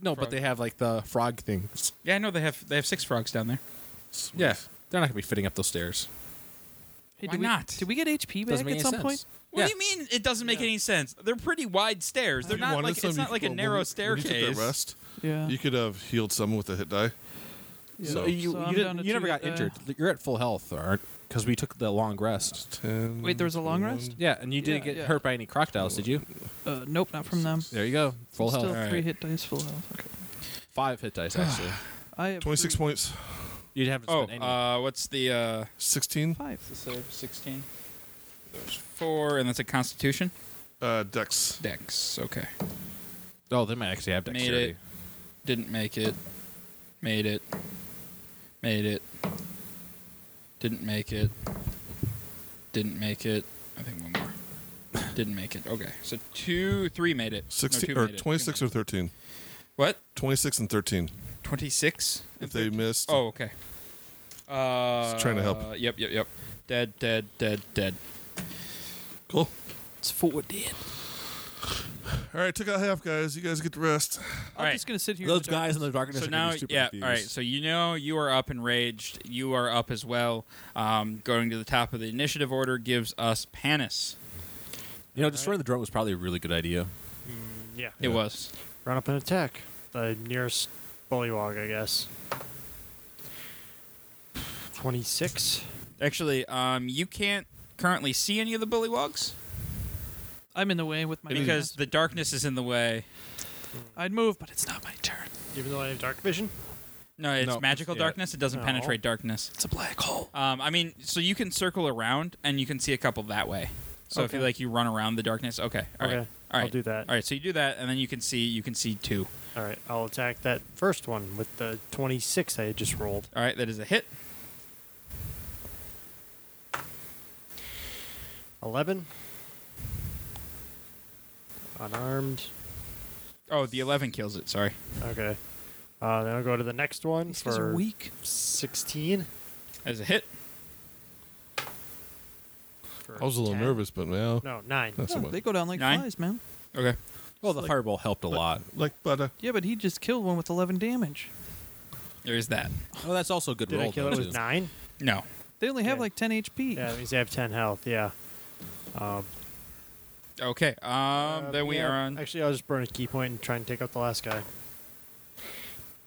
Speaker 3: no,
Speaker 1: frog.
Speaker 3: but they have like the frog things.
Speaker 1: Yeah, I know they have they have six frogs down there.
Speaker 4: Sweet.
Speaker 3: Yeah, they're not going to be fitting up those stairs.
Speaker 2: Hey,
Speaker 1: Why
Speaker 2: did we,
Speaker 1: not?
Speaker 2: Did we get HP back
Speaker 3: Doesn't make
Speaker 2: at
Speaker 3: any
Speaker 2: some
Speaker 3: sense.
Speaker 2: point?
Speaker 1: What
Speaker 3: Yeah.
Speaker 1: do you mean? It doesn't make any sense. They're pretty wide stairs. They're
Speaker 4: You
Speaker 1: not
Speaker 4: wanted
Speaker 1: like
Speaker 4: some,
Speaker 1: it's
Speaker 4: you
Speaker 1: not
Speaker 4: could-
Speaker 1: like a
Speaker 4: well,
Speaker 1: narrow
Speaker 4: when you- when you took that
Speaker 1: staircase.
Speaker 4: rest,
Speaker 2: Yeah.
Speaker 4: you could have healed someone with a hit die. So,
Speaker 3: you,
Speaker 2: So
Speaker 3: you
Speaker 2: I'm
Speaker 3: didn't-
Speaker 2: down to
Speaker 3: you never
Speaker 2: two
Speaker 3: got
Speaker 2: hit die.
Speaker 3: injured. You're at full health, aren't? Because we took the long rest.
Speaker 4: ten.
Speaker 2: Wait, there was a long rest?
Speaker 3: Yeah, and you didn't
Speaker 2: Yeah,
Speaker 3: get
Speaker 2: yeah.
Speaker 3: hurt by any crocodiles, did you?
Speaker 2: Uh, nope, not from them.
Speaker 3: There you go. Full
Speaker 2: Still
Speaker 3: health.
Speaker 2: three hit dice, full health. Okay.
Speaker 3: Five hit dice actually.
Speaker 2: I have
Speaker 4: 26
Speaker 2: three-
Speaker 4: points.
Speaker 3: you didn't have to
Speaker 1: Oh,
Speaker 3: spend any.
Speaker 1: uh, what's the uh,
Speaker 4: 16.
Speaker 2: Five.
Speaker 1: sixteen? Four, and that's a Constitution.
Speaker 4: Uh, Dex.
Speaker 1: Dex. Okay.
Speaker 3: oh, they might actually have
Speaker 1: made
Speaker 3: dexterity.
Speaker 1: it. Didn't make it. Made it. Made it. Didn't make it. Didn't make it. I think one more. Didn't make it. Okay. So two, three made it. No,
Speaker 4: 16
Speaker 1: two
Speaker 4: or
Speaker 1: made it. Two
Speaker 4: 26
Speaker 1: made
Speaker 4: or 13.
Speaker 1: it. What?
Speaker 4: 26 and 13.
Speaker 1: 26?
Speaker 4: If they missed.
Speaker 1: Oh, okay. Uh,
Speaker 4: Just trying to help.
Speaker 1: Yep, yep, yep. Dead, dead, dead, dead.
Speaker 4: Cool.
Speaker 2: It's four dead.
Speaker 4: All right, took out half, guys. You guys get the rest.
Speaker 2: I'm
Speaker 1: right.
Speaker 2: just gonna sit here. in
Speaker 3: Those
Speaker 2: the dark.
Speaker 3: guys in the darkness.
Speaker 1: So
Speaker 3: are gonna
Speaker 1: now,
Speaker 3: be super
Speaker 1: yeah,
Speaker 3: confused.
Speaker 1: all right. So you know you are up enraged. You are up as well. Um, going to the top of the initiative order gives us Panis.
Speaker 3: you know, destroying the drone was probably a really good idea.
Speaker 5: Yeah.
Speaker 1: It was.
Speaker 5: Run up and attack the nearest bullywog, I guess. 26.
Speaker 1: Actually, um, you can't currently see any of the bullywogs
Speaker 2: I'm in the way with my.
Speaker 1: because
Speaker 2: hands.
Speaker 1: the darkness is in the way.
Speaker 2: I'd move, but it's not my turn.
Speaker 5: Even though I have dark vision?
Speaker 1: No, it's
Speaker 3: No,
Speaker 1: magical
Speaker 3: yeah.
Speaker 1: darkness. It doesn't
Speaker 5: No.
Speaker 1: penetrate darkness.
Speaker 2: It's a black hole.
Speaker 1: Um, I mean, so you can circle around and you can see a couple that way. So if you
Speaker 5: Okay.
Speaker 1: like, you run around the darkness. Okay. All right.
Speaker 5: okay.
Speaker 1: All right.
Speaker 5: I'll do that.
Speaker 1: All right. So you do that, and then you can see. You can see two.
Speaker 5: All right. I'll attack that first one with the 26 I had just rolled.
Speaker 1: All right. That is a hit.
Speaker 5: 11. Unarmed.
Speaker 1: Oh, the eleven kills it. Sorry.
Speaker 5: Okay. Uh, then I'll go to the next one
Speaker 2: These guys are
Speaker 5: for
Speaker 2: weak.
Speaker 5: 16.
Speaker 1: That is a hit.
Speaker 5: for
Speaker 4: I was a little
Speaker 5: 10.
Speaker 4: nervous, but now.
Speaker 5: No, 9.
Speaker 4: That's
Speaker 2: Yeah,
Speaker 4: so much.
Speaker 2: they go down like
Speaker 1: Nine?
Speaker 2: flies, man.
Speaker 1: Okay.
Speaker 3: Well, the fireball helped a lot.
Speaker 4: Like uh, butter.
Speaker 2: Yeah, but he just killed one with 11 damage.
Speaker 1: There is that.
Speaker 3: Oh, that's also a good
Speaker 5: Did
Speaker 3: roll.
Speaker 5: I kill
Speaker 3: though,
Speaker 5: it with
Speaker 3: too.
Speaker 5: 9?
Speaker 1: No.
Speaker 2: They only have
Speaker 5: Okay.
Speaker 2: like 10 HP.
Speaker 5: Yeah, that means I have 10 health, yeah. Um,
Speaker 1: Okay. Um.
Speaker 5: Uh,
Speaker 1: then we
Speaker 5: yeah,
Speaker 1: are on.
Speaker 5: Actually, I'll just burn a key point and try and take out the last guy.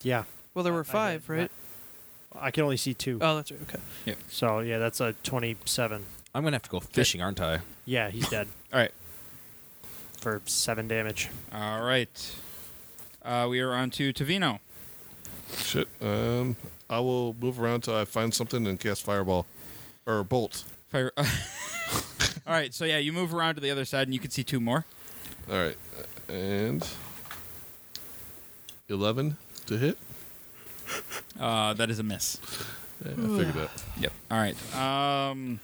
Speaker 5: Yeah.
Speaker 2: Well, there
Speaker 5: I-
Speaker 2: were
Speaker 5: I did
Speaker 2: five,
Speaker 5: not-
Speaker 2: right?
Speaker 5: I can only see two.
Speaker 2: Oh, that's right. Okay.
Speaker 5: So yeah, that's a twenty-seven.
Speaker 3: I'm gonna have to go fishing, aren't I?
Speaker 5: Yeah, he's dead
Speaker 1: All right.
Speaker 5: for seven damage.
Speaker 1: All right. Uh, we are on to Tavino.
Speaker 4: Shit. Um, I will move around till I find something and cast fireball or bolt.
Speaker 1: Fire. All right. So yeah, you move around to the other side, and you can see two more.
Speaker 4: All right, and eleven to hit.
Speaker 1: Uh, that is a miss.
Speaker 4: Yeah, I figured that.
Speaker 1: Yep. All right. Um,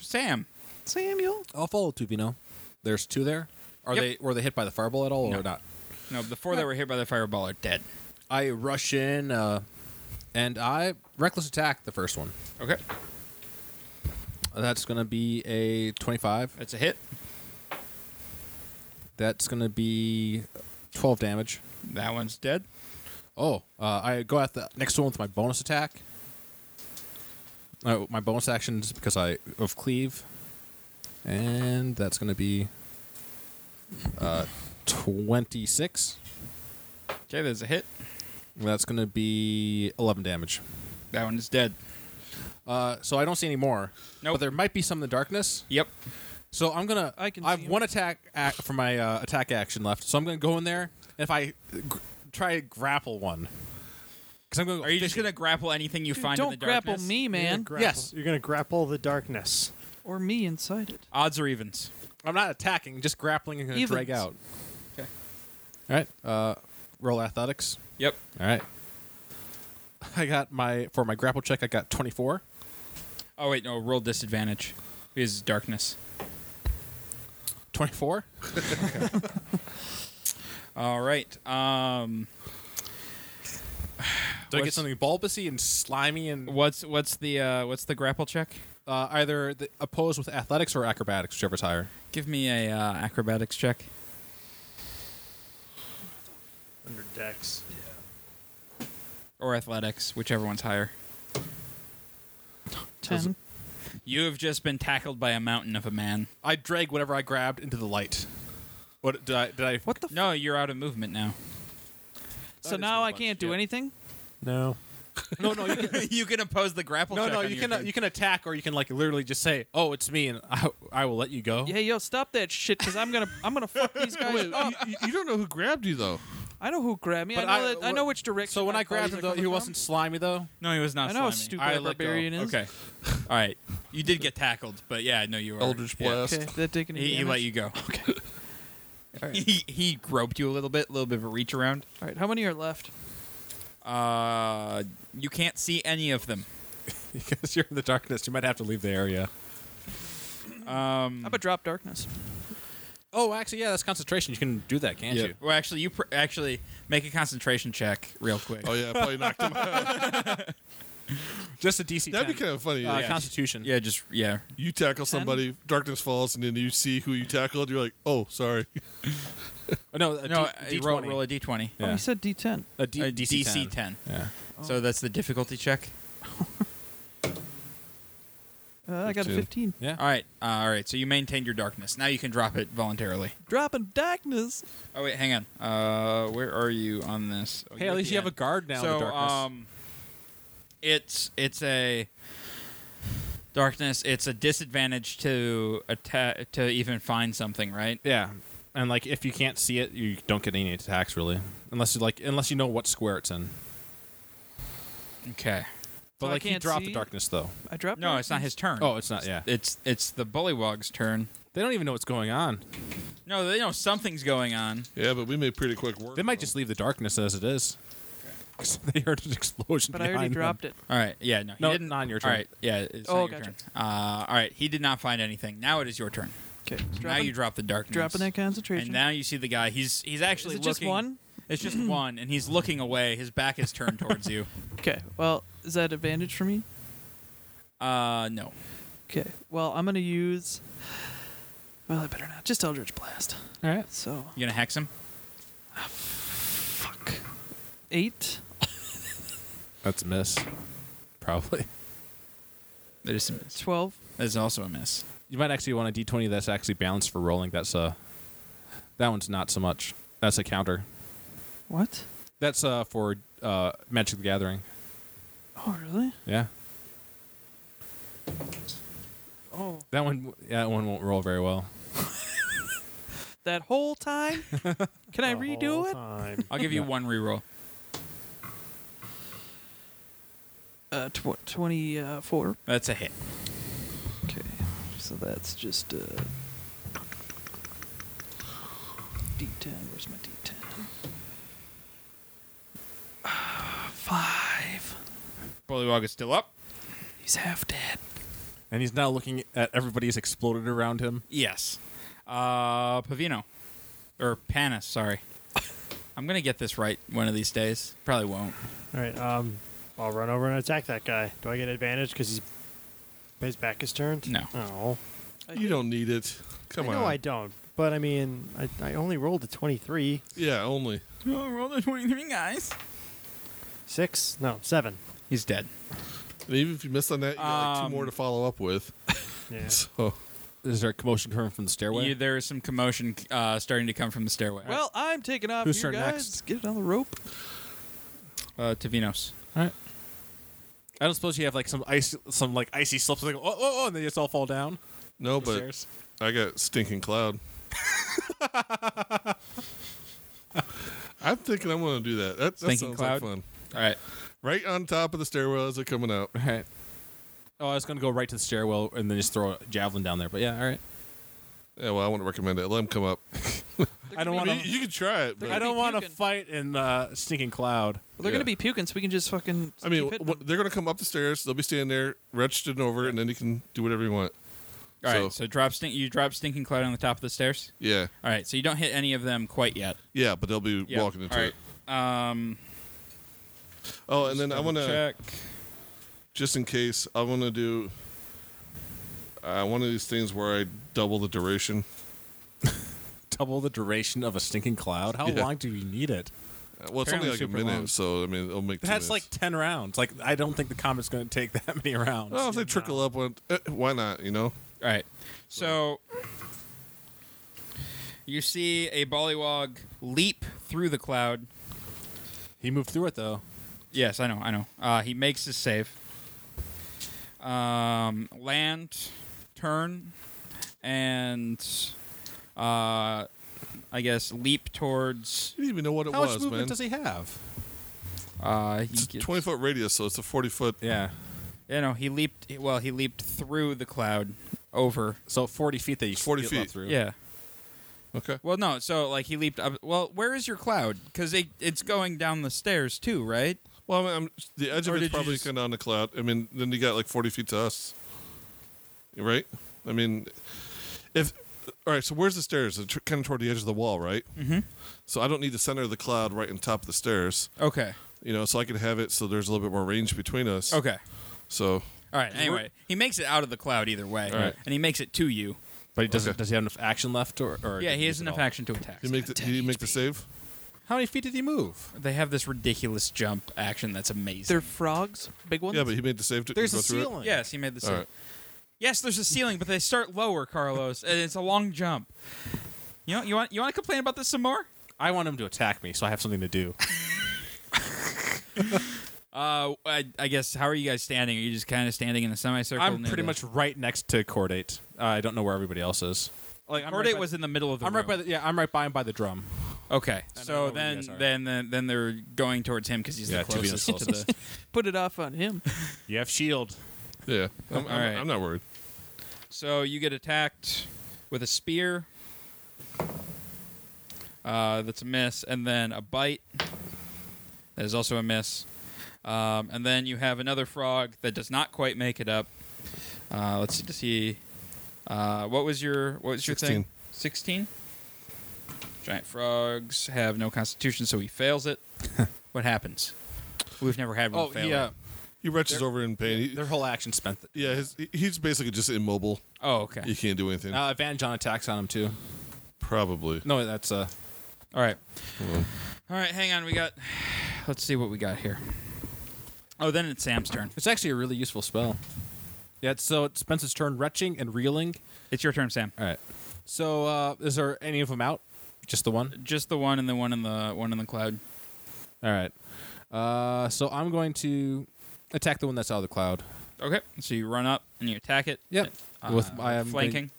Speaker 1: Sam.
Speaker 2: Samuel.
Speaker 3: I'll follow Tuvino. There's two there. Are
Speaker 1: Yep.
Speaker 3: they were they hit by the fireball at all
Speaker 1: No.
Speaker 3: or not?
Speaker 1: No, the four that were hit by the fireball are dead.
Speaker 3: I rush in, uh, and I reckless attack the first one.
Speaker 1: Okay.
Speaker 3: That's gonna be a 25.
Speaker 1: That's a hit.
Speaker 3: That's gonna be 12 damage.
Speaker 1: That one's dead.
Speaker 3: Oh, uh, I go at the next one with my bonus attack. Uh, my bonus action is because I of cleave, and that's going to be uh, twenty six.
Speaker 1: Okay, there's a hit.
Speaker 3: That's going to be eleven damage.
Speaker 1: That one is dead.
Speaker 3: Uh, so I don't see any more.
Speaker 1: Nope.
Speaker 3: But there might be some in the darkness.
Speaker 1: Yep.
Speaker 3: So I'm gonna.
Speaker 2: I can
Speaker 3: I have
Speaker 2: see 'em.
Speaker 3: one attack ac for my uh, attack action left. So I'm gonna go in there. And if I gr- try to grapple one, because I'm gonna. Go
Speaker 1: Are you just
Speaker 3: fishing.
Speaker 1: gonna grapple anything you
Speaker 2: Dude,
Speaker 1: find in the
Speaker 2: don't grapple
Speaker 1: darkness?
Speaker 2: me,
Speaker 5: You're gonna
Speaker 2: man,
Speaker 5: grapple-
Speaker 3: Yes.
Speaker 5: You're gonna grapple the darkness.
Speaker 2: or me inside it.
Speaker 1: Odds or evens?
Speaker 3: I'm not attacking, just grappling and gonna drag
Speaker 2: Evens.
Speaker 3: out.
Speaker 1: Okay.
Speaker 3: All right. Uh, roll athletics.
Speaker 1: Yep.
Speaker 3: All right. I got my for my grapple check. I got 24.
Speaker 1: Oh wait, no. Roll disadvantage. Is darkness.
Speaker 3: 24.
Speaker 1: All right. Um,
Speaker 3: Do I get
Speaker 1: What's-
Speaker 3: something bulbousy and slimy and
Speaker 1: what's what's the uh, what's the grapple check?
Speaker 3: uh, either the, opposed with athletics or acrobatics, whichever's higher.
Speaker 1: Give me a uh, acrobatics check.
Speaker 5: Under decks.
Speaker 1: or athletics, whichever one's higher.
Speaker 2: Ten.
Speaker 1: You have just been tackled by a mountain of a man.
Speaker 3: I drag whatever I grabbed into the light. What did I? Did I?
Speaker 2: What the? F-
Speaker 1: No, you're out of movement now.
Speaker 2: so now I can't do anything.
Speaker 5: No.
Speaker 3: No, no, you can,
Speaker 1: you can oppose the grapple.
Speaker 3: no,
Speaker 1: check
Speaker 3: no.
Speaker 1: on
Speaker 3: You
Speaker 1: your
Speaker 3: can uh,
Speaker 1: turn.
Speaker 3: you can attack or you can like literally just say, "Oh, it's me," and I, I will let you go.
Speaker 2: Hey, yo, stop that shit, because I'm gonna, I'm gonna fuck these guys up.
Speaker 4: You, you don't know who grabbed you though.
Speaker 2: I know who grabbed me. I
Speaker 3: But
Speaker 2: know,
Speaker 3: I-
Speaker 2: that, I know which direction.
Speaker 3: So when
Speaker 2: my
Speaker 3: I grabbed
Speaker 2: bodies
Speaker 3: him,
Speaker 2: are
Speaker 3: though, he
Speaker 2: coming
Speaker 3: wasn't slimy though.
Speaker 1: No, he was not.
Speaker 2: I know how
Speaker 1: slimy.
Speaker 2: stupid
Speaker 1: I
Speaker 2: a
Speaker 1: let go.
Speaker 2: barbarian is.
Speaker 1: Okay, all right. You did get tackled, but yeah, no, you were
Speaker 4: Eldritch
Speaker 1: yeah.
Speaker 4: blast.
Speaker 2: from. Okay, that taking
Speaker 1: He, he let you go. Okay. he, he groped you a little bit, a little bit of a reach around.
Speaker 2: All right, how many are left?
Speaker 1: Uh, you can't see any of them.
Speaker 3: because you're in the darkness. You might have to leave the area.
Speaker 1: Um,
Speaker 3: Hmm.
Speaker 2: How about drop darkness?
Speaker 3: Oh, actually, yeah, that's concentration. You can do that, can't
Speaker 4: Yeah.
Speaker 3: you?
Speaker 1: well, actually, you pr- actually make a concentration check real quick.
Speaker 4: Oh yeah, I probably knocked him out.
Speaker 3: Just a DC.
Speaker 4: That'd be
Speaker 3: 10.
Speaker 4: kind of funny.
Speaker 3: uh,
Speaker 4: yeah.
Speaker 3: Constitution.
Speaker 1: Yeah, just yeah.
Speaker 4: You tackle somebody, darkness falls, and then you see who you tackled. You're like, oh, sorry.
Speaker 3: Uh, No, a
Speaker 1: No,
Speaker 3: D-
Speaker 1: uh, roll,
Speaker 3: D20.
Speaker 1: roll a d20.
Speaker 2: Oh,
Speaker 3: Yeah.
Speaker 2: you said D10.
Speaker 3: a D-
Speaker 1: Uh,
Speaker 3: DC, 10. Yeah.
Speaker 1: So that's the difficulty check.
Speaker 2: Uh, I got a 15.
Speaker 3: Yeah.
Speaker 1: All right, uh, all right. So you maintained your darkness. Now you can drop it voluntarily.
Speaker 2: Dropping darkness.
Speaker 1: Oh wait, hang on. Uh, where are you on this? Oh,
Speaker 3: Hey,
Speaker 1: you're
Speaker 3: at least
Speaker 1: the
Speaker 3: you have a
Speaker 1: end.
Speaker 3: guard now. in
Speaker 1: So
Speaker 3: the darkness.
Speaker 1: um, it's it's a darkness. It's a disadvantage to atta- to even find something, right?
Speaker 3: yeah, and like if you can't see it, you don't get any attacks really, unless you like unless you know what square it's in.
Speaker 1: Okay.
Speaker 3: But
Speaker 2: So Oh, I
Speaker 3: like he
Speaker 2: can't
Speaker 3: dropped the
Speaker 2: see?
Speaker 3: darkness though.
Speaker 2: I dropped.
Speaker 1: No, it's not his turn.
Speaker 3: Oh, it's not. Yeah,
Speaker 1: it's it's the bullywog's turn.
Speaker 3: they don't even know what's going on.
Speaker 1: No, they know something's going on.
Speaker 4: Yeah, but we made pretty quick work.
Speaker 3: They
Speaker 4: of
Speaker 3: might
Speaker 4: him.
Speaker 3: just leave the darkness as it is. 'Cause they heard an explosion.
Speaker 2: But I already
Speaker 3: behind them.
Speaker 2: dropped it.
Speaker 1: All right. Yeah. No. He
Speaker 3: No,
Speaker 1: didn't.
Speaker 3: not on your
Speaker 1: All
Speaker 3: turn.
Speaker 1: right. Yeah. It's
Speaker 2: Oh,
Speaker 1: not your
Speaker 2: gotcha.
Speaker 1: turn. Uh, all right. He did not find anything. Now it is your turn.
Speaker 2: Okay,
Speaker 1: now you drop the darkness.
Speaker 2: dropping that concentration.
Speaker 1: And now you see the guy. He's he's actually
Speaker 2: Is it just
Speaker 1: looking-
Speaker 2: one?
Speaker 1: It's just one, and he's looking away. His back is turned towards you.
Speaker 2: Okay. Well, is that advantage for me?
Speaker 1: Uh, no.
Speaker 2: Okay. Well, I'm gonna use. Well, I better not. Just Eldritch Blast.
Speaker 3: All right.
Speaker 2: So
Speaker 1: You gonna hex him?
Speaker 2: fuck. Eight.
Speaker 3: That's a miss. Probably.
Speaker 1: That is a miss.
Speaker 2: Twelve.
Speaker 1: That is also a miss.
Speaker 3: You might actually want a d20 that's actually balanced for uh, rolling. That's a that one's not so much. That's a counter.
Speaker 2: What?
Speaker 3: That's uh, for uh, Magic the Gathering.
Speaker 2: Oh, really?
Speaker 3: Yeah.
Speaker 2: Oh,
Speaker 3: That one that one won't roll very well.
Speaker 2: that whole time? Can I
Speaker 5: The
Speaker 2: redo
Speaker 5: whole
Speaker 2: it?
Speaker 5: time.
Speaker 1: I'll give you one reroll.
Speaker 2: Uh, tw- uh, 24.
Speaker 1: That's a hit.
Speaker 2: Okay, so that's just uh, D10. Where's my D10? Ah, Five.
Speaker 1: Bullywog is still up.
Speaker 2: He's half dead.
Speaker 3: And he's now looking at everybody's exploded around him.
Speaker 1: Yes. Uh, Pavino. Or Panis, sorry. I'm going to get this right one of these days. Probably won't.
Speaker 5: All right. Um, I'll run over and attack that guy. Do I get advantage because he's his back is turned?
Speaker 1: No.
Speaker 5: Oh.
Speaker 4: You don't need it. Come
Speaker 5: I
Speaker 4: on.
Speaker 5: know I don't. But I mean, I, I only rolled a 23.
Speaker 4: yeah, only.
Speaker 1: Oh, roll the 23, guys.
Speaker 5: Six? No, seven.
Speaker 1: He's dead.
Speaker 4: And even if you miss on that, you got like
Speaker 1: Um,
Speaker 4: two more to follow up with.
Speaker 5: Yeah.
Speaker 4: So
Speaker 3: Is there a commotion coming from the stairway?
Speaker 1: You, there is some commotion uh, starting to come from the stairway.
Speaker 2: Well, I'm taking off.
Speaker 3: Who's
Speaker 2: you
Speaker 3: turn
Speaker 2: guys
Speaker 3: next?
Speaker 2: get it on the rope.
Speaker 1: uh, Tavinos.
Speaker 3: All right. I don't suppose you have like some ice, some like icy slopes. Like oh, oh, oh, and they just all fall down.
Speaker 4: no,
Speaker 3: the
Speaker 4: but
Speaker 3: stairs.
Speaker 4: I got stinking cloud. I'm thinking I'm going to do that. That, that
Speaker 1: Stinking
Speaker 4: sounds
Speaker 1: cloud?
Speaker 4: like fun.
Speaker 1: All right.
Speaker 4: Right on top of the stairwell as they're coming out.
Speaker 3: All right. Oh, I was gonna go right to the stairwell and then just throw a javelin down there. But yeah, all right.
Speaker 4: Yeah, well, I wouldn't recommend it. Let them come up.
Speaker 3: I don't
Speaker 4: I
Speaker 3: want
Speaker 4: mean,
Speaker 3: to.
Speaker 4: you can try it,
Speaker 2: They're
Speaker 4: but
Speaker 3: I
Speaker 2: gonna
Speaker 3: don't
Speaker 2: be
Speaker 3: want to
Speaker 2: puking.
Speaker 3: fight in uh, stinking cloud.
Speaker 2: Well, they're gonna
Speaker 4: Yeah.
Speaker 2: be puking, so we can just fucking.
Speaker 4: I mean,
Speaker 2: keep hitting
Speaker 4: what,
Speaker 2: them.
Speaker 4: they're going to come up the stairs. They'll be standing there, registered and over, and then you can do whatever you want.
Speaker 1: All right.
Speaker 4: So-
Speaker 1: So, drop stink. You drop stinking cloud on the top of the stairs.
Speaker 4: Yeah,
Speaker 1: All right. So you don't hit any of them quite yet.
Speaker 4: yeah, but they'll be
Speaker 1: Yeah.
Speaker 4: walking into
Speaker 1: All
Speaker 4: it.
Speaker 1: right. Um,
Speaker 4: Oh, and then I want to,
Speaker 1: check.
Speaker 4: just in case, I want to do uh, one of these things where I double the duration.
Speaker 3: Double the duration of a stinking cloud. How
Speaker 4: Yeah.
Speaker 3: long do you need it?
Speaker 4: Uh, Well, it's
Speaker 1: Apparently
Speaker 4: only like a
Speaker 1: super
Speaker 4: minute,
Speaker 1: long.
Speaker 4: so I mean, it'll make. two
Speaker 3: That's
Speaker 4: minutes.
Speaker 3: like ten rounds. Like I don't think the comet's gonna take that many rounds.
Speaker 4: Oh, if they trickle up, one, eh, why not? You know,
Speaker 1: All right. So you see a Bollywog leap through the cloud.
Speaker 3: He moved through it though.
Speaker 1: Yes, I know, I know. Uh, he makes his save. Um, land, turn, and uh, I guess leap towards.
Speaker 4: you didn't even know what it
Speaker 3: How much
Speaker 4: was,
Speaker 3: movement
Speaker 4: man.
Speaker 3: does he have?
Speaker 1: Uh, he
Speaker 4: It's a
Speaker 1: gets-
Speaker 4: twenty foot radius, so it's a forty foot.
Speaker 3: Yeah.
Speaker 1: You know, he leaped. Well, he leaped through the cloud over.
Speaker 3: So forty feet that you
Speaker 4: 40
Speaker 3: leap
Speaker 4: feet.
Speaker 3: up through.
Speaker 1: Yeah.
Speaker 4: Okay.
Speaker 1: Well, no. So, like, he leaped up. Well, where is your cloud? Because it, it's going down the stairs too, right?
Speaker 4: Well, I mean, I'm, the edge
Speaker 1: Or
Speaker 4: of
Speaker 1: did
Speaker 4: it's
Speaker 1: you
Speaker 4: probably
Speaker 1: just-
Speaker 4: kind of on the cloud. I mean, then you got like forty feet to us, right? I mean, if all right, so where's the stairs? It's kind of toward the edge of the wall, right? Mm-hmm. So I don't need the center of the cloud right on top of the stairs.
Speaker 1: Okay.
Speaker 4: You know, so I could have it so there's a little bit more range between us.
Speaker 1: Okay.
Speaker 4: So
Speaker 1: All right. Anyway, he makes it out of the cloud either way,
Speaker 4: All right.
Speaker 1: and he makes it to you.
Speaker 3: But he doesn't.
Speaker 4: Okay.
Speaker 3: Does he have enough action left? Or, or
Speaker 1: yeah,
Speaker 3: did
Speaker 1: he
Speaker 3: use
Speaker 1: has
Speaker 3: it
Speaker 1: enough
Speaker 3: all?
Speaker 1: action to attack.
Speaker 4: you make the, you make the save.
Speaker 3: How many feet did he move?
Speaker 1: They have this ridiculous jump action that's amazing.
Speaker 2: They're frogs, big ones.
Speaker 4: Yeah, but he made the save. To
Speaker 3: There's
Speaker 4: go
Speaker 3: a
Speaker 4: through it?
Speaker 3: ceiling.
Speaker 1: yes, he made the
Speaker 4: All
Speaker 1: save.
Speaker 4: right.
Speaker 1: Yes, there's a ceiling, but they start lower, Carlos, and it's a long jump. You know, you want you want to complain about this some more?
Speaker 3: I want him to attack me, so I have something to do.
Speaker 1: Uh, I, I guess how are you guys standing? Are you just kind of standing in a semicircle?
Speaker 3: I'm
Speaker 1: near
Speaker 3: pretty
Speaker 1: the-
Speaker 3: much right next to Chordate. Uh, I don't know where everybody else is. Like I'm
Speaker 1: Cordate
Speaker 3: right by-
Speaker 1: was in the middle of the.
Speaker 3: I'm right by
Speaker 1: room.
Speaker 3: the yeah. I'm right by him by the drum.
Speaker 1: Okay,
Speaker 3: I
Speaker 1: so
Speaker 3: don't know where you
Speaker 1: then,
Speaker 3: guys are.
Speaker 1: then then then they're going towards him because he's
Speaker 3: Yeah,
Speaker 1: the
Speaker 3: to be the
Speaker 1: closest to the.
Speaker 2: Put it off on him.
Speaker 3: You have shield.
Speaker 4: Yeah, I'm, I'm,
Speaker 1: All right.
Speaker 4: I'm not worried.
Speaker 1: So you get attacked with a spear. Uh, that's a miss, and then a bite. That is also a miss, um, and then you have another frog that does not quite make it up. Uh, let's see. Does he? Uh, what was your what was your thing? Sixteen. Giant frogs have no constitution, so he fails it. what happens? We've never had one
Speaker 3: Oh
Speaker 1: fail.
Speaker 3: yeah.
Speaker 1: it.
Speaker 4: He retches over in pain. He-
Speaker 3: Their whole action spent.
Speaker 4: yeah, his, he- he's basically just immobile.
Speaker 1: Oh okay.
Speaker 4: He can't do anything.
Speaker 3: Uh, advantage on attacks on him too.
Speaker 4: Probably.
Speaker 3: No, that's uh.
Speaker 1: All right. All right, hang on. We got. Let's see what we got here. Oh, then it's Sam's turn.
Speaker 3: It's actually a really useful spell. Yeah. So it spends its turn retching and reeling.
Speaker 1: It's your turn, Sam.
Speaker 3: All right. So uh, is there any of them out? Just the one.
Speaker 1: Just the one and the one in the one in the cloud.
Speaker 3: All right. Uh, so I'm going to attack the one that's out of the cloud.
Speaker 1: Okay. So you run up and you attack it.
Speaker 3: Yep.
Speaker 1: Uh,
Speaker 3: With I am going-
Speaker 1: flanking.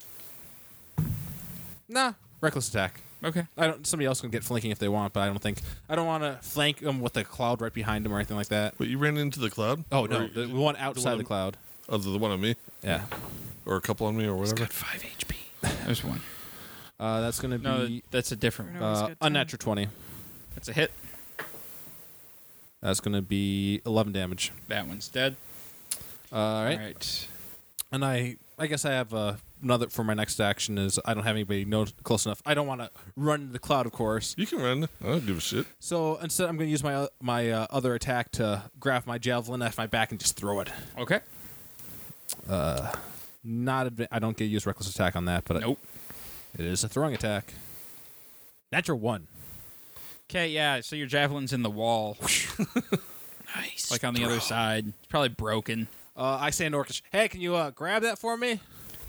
Speaker 3: nah, reckless attack.
Speaker 1: Okay.
Speaker 3: I don't. Somebody else can get flanking if they want, but I don't think I don't want to flank them with the cloud right behind them or anything like that.
Speaker 4: But you ran into the cloud?
Speaker 3: Oh no,
Speaker 4: Or-
Speaker 3: the one outside the
Speaker 4: on-
Speaker 3: cloud.
Speaker 4: Oh, the one on me?
Speaker 3: Yeah.
Speaker 4: Or a couple on me or whatever?
Speaker 1: five HP. There's one.
Speaker 3: Uh, that's gonna
Speaker 1: No,
Speaker 3: be
Speaker 1: that's a different.
Speaker 2: No, he's
Speaker 3: uh,
Speaker 2: got ten.
Speaker 3: unnatural twenty.
Speaker 1: That's a hit.
Speaker 3: That's gonna be eleven damage.
Speaker 1: That one's dead.
Speaker 3: Uh, all right.
Speaker 1: All right.
Speaker 3: And I, I guess I have uh, another for my next action is I don't have anybody no, close enough. I don't want to run into the cloud, of course.
Speaker 4: You can run. I don't give a shit.
Speaker 3: So instead, I'm going to use my uh, my uh, other attack to grab my javelin off my back and just throw it.
Speaker 1: Okay.
Speaker 3: Not, adva- I don't get use reckless attack on that, but
Speaker 1: Nope.
Speaker 3: it is a throwing attack. Natural one.
Speaker 1: Okay. Yeah. So your javelin's in the wall,
Speaker 2: Nice.
Speaker 1: like on the other side. It's probably broken.
Speaker 3: Uh, I say in orcish, "Hey, can you uh, grab that for me?"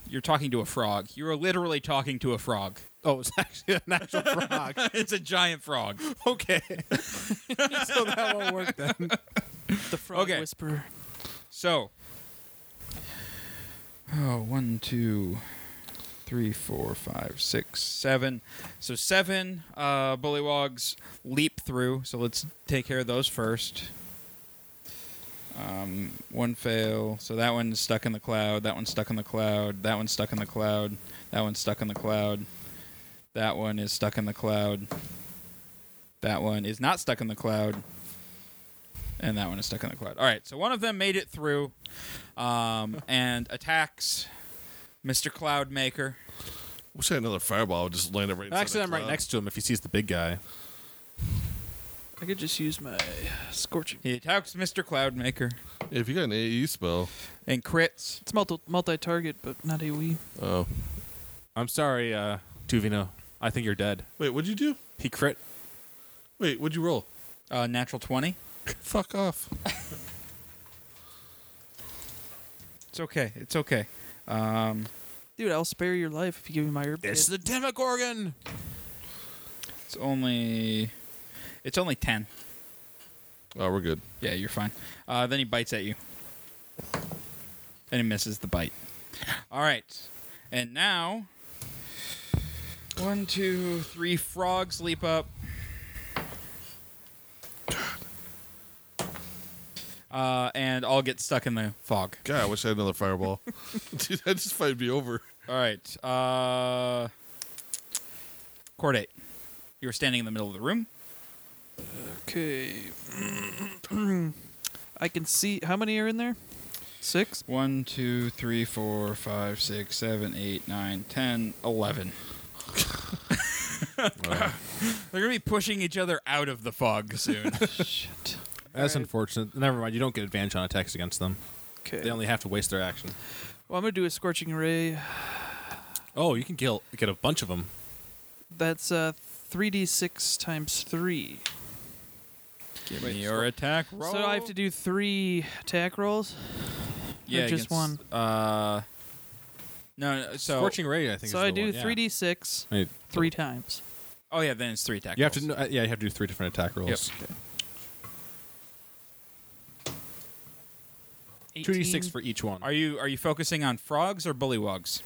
Speaker 1: You're talking to a frog. You are literally talking to a frog.
Speaker 3: Oh, it's actually an actual frog.
Speaker 1: it's a giant frog.
Speaker 3: okay, so that won't work then.
Speaker 2: the frog
Speaker 1: Okay.
Speaker 2: whisperer.
Speaker 1: So. Oh, one, two, three, four, five, six, seven. So seven uh, bullywogs leap through. So let's take care of those first. Um, one fail. So that one's stuck in the cloud. That one's stuck in the cloud. That one's stuck in the cloud. That one's stuck in the cloud. That one is stuck in the cloud. That one is not stuck in the cloud. And that one is stuck in the cloud. All right, so one of them made it through um, and attacks Mr. Cloudmaker.
Speaker 4: Wish I had another fireball. I would just land it right inside
Speaker 3: Actually,
Speaker 4: the
Speaker 3: I'm right
Speaker 4: cloud.
Speaker 3: next to him if he sees the big guy.
Speaker 2: I could just use my scorching.
Speaker 1: He attacks Mr. Cloudmaker
Speaker 4: If you got an AE spell,
Speaker 1: and crits.
Speaker 2: It's multi multi target, but not AOE.
Speaker 4: oh
Speaker 3: I'm sorry, uh, Tuvino. I think you're dead.
Speaker 4: wait, what'd you do?
Speaker 3: He crit.
Speaker 4: Wait, what'd you roll?
Speaker 1: Uh, natural 20.
Speaker 4: Fuck off.
Speaker 1: It's okay. It's okay. Um,
Speaker 2: Dude, I'll spare your life if you give me my herb.
Speaker 3: It's
Speaker 2: kit.
Speaker 3: the Demogorgon.
Speaker 1: it's only it's only 10.
Speaker 4: Oh, we're good.
Speaker 1: Yeah, you're fine. Uh, then he bites at you. And he misses the bite. All right. And now one, two, three frogs leap up. Uh, and all get stuck in the fog.
Speaker 4: God, I wish I had another fireball. Dude, that just fight be over.
Speaker 1: All right. Uh, Chordate, you were standing in the middle of the room.
Speaker 2: Okay. I can see. How many are in there? Six?
Speaker 1: One, two, three, four, five, six, seven, eight, nine, ten, eleven. They're gonna be pushing each other out of the fog soon.
Speaker 2: Shit.
Speaker 3: That's
Speaker 2: All right.
Speaker 3: unfortunate. Never mind. You don't get advantage on attacks against them.
Speaker 2: Okay.
Speaker 3: They only have to waste their action.
Speaker 2: well, I'm going to do a scorching ray.
Speaker 3: Oh, you can kill get a bunch of them.
Speaker 2: That's uh, 3d6 times 3.
Speaker 1: Give me your attack roll.
Speaker 2: So I have to do three attack rolls.
Speaker 1: yeah,
Speaker 2: just
Speaker 1: against,
Speaker 2: one.
Speaker 1: Uh, no, no, Oh. so
Speaker 3: Scorching ray. I think.
Speaker 2: So
Speaker 3: is
Speaker 2: I
Speaker 3: the
Speaker 2: do
Speaker 3: one, yeah.
Speaker 2: 3d6
Speaker 3: I mean,
Speaker 2: three times.
Speaker 1: Oh yeah, then it's three attack.
Speaker 3: You have to.
Speaker 1: rolls.
Speaker 3: kn- Uh, yeah, you have to do three different attack rolls. Two d six
Speaker 2: 18.
Speaker 3: for each one.
Speaker 1: Are you are you focusing on frogs or bullywogs?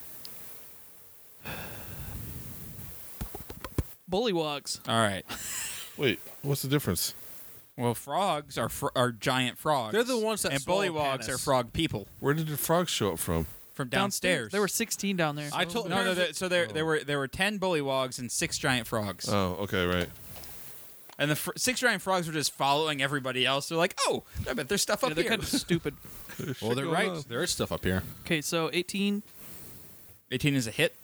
Speaker 2: Bullywogs.
Speaker 1: All right.
Speaker 4: Wait, what's the difference?
Speaker 1: Well, frogs are fr- are giant frogs.
Speaker 3: They're the ones that
Speaker 1: and
Speaker 3: swallow
Speaker 1: bullywogs
Speaker 3: Panis.
Speaker 1: are frog people
Speaker 4: Where did the frogs show up from?
Speaker 1: from downstairs.
Speaker 2: There were 16 down there.
Speaker 3: I told.
Speaker 1: no, no. there- so there
Speaker 3: Oh.
Speaker 1: there were there were ten bullywogs and six giant frogs,
Speaker 4: Oh, okay, right.
Speaker 1: and the fr- six giant frogs were just following everybody else. They're like, oh, I bet there's stuff
Speaker 2: Yeah,
Speaker 1: up
Speaker 2: they're
Speaker 1: here.
Speaker 2: kind of stupid.
Speaker 3: Well, they're
Speaker 4: Shit
Speaker 3: right.
Speaker 4: going on.
Speaker 3: There is stuff up here.
Speaker 2: Okay, so 18,
Speaker 1: Eighteen is a hit.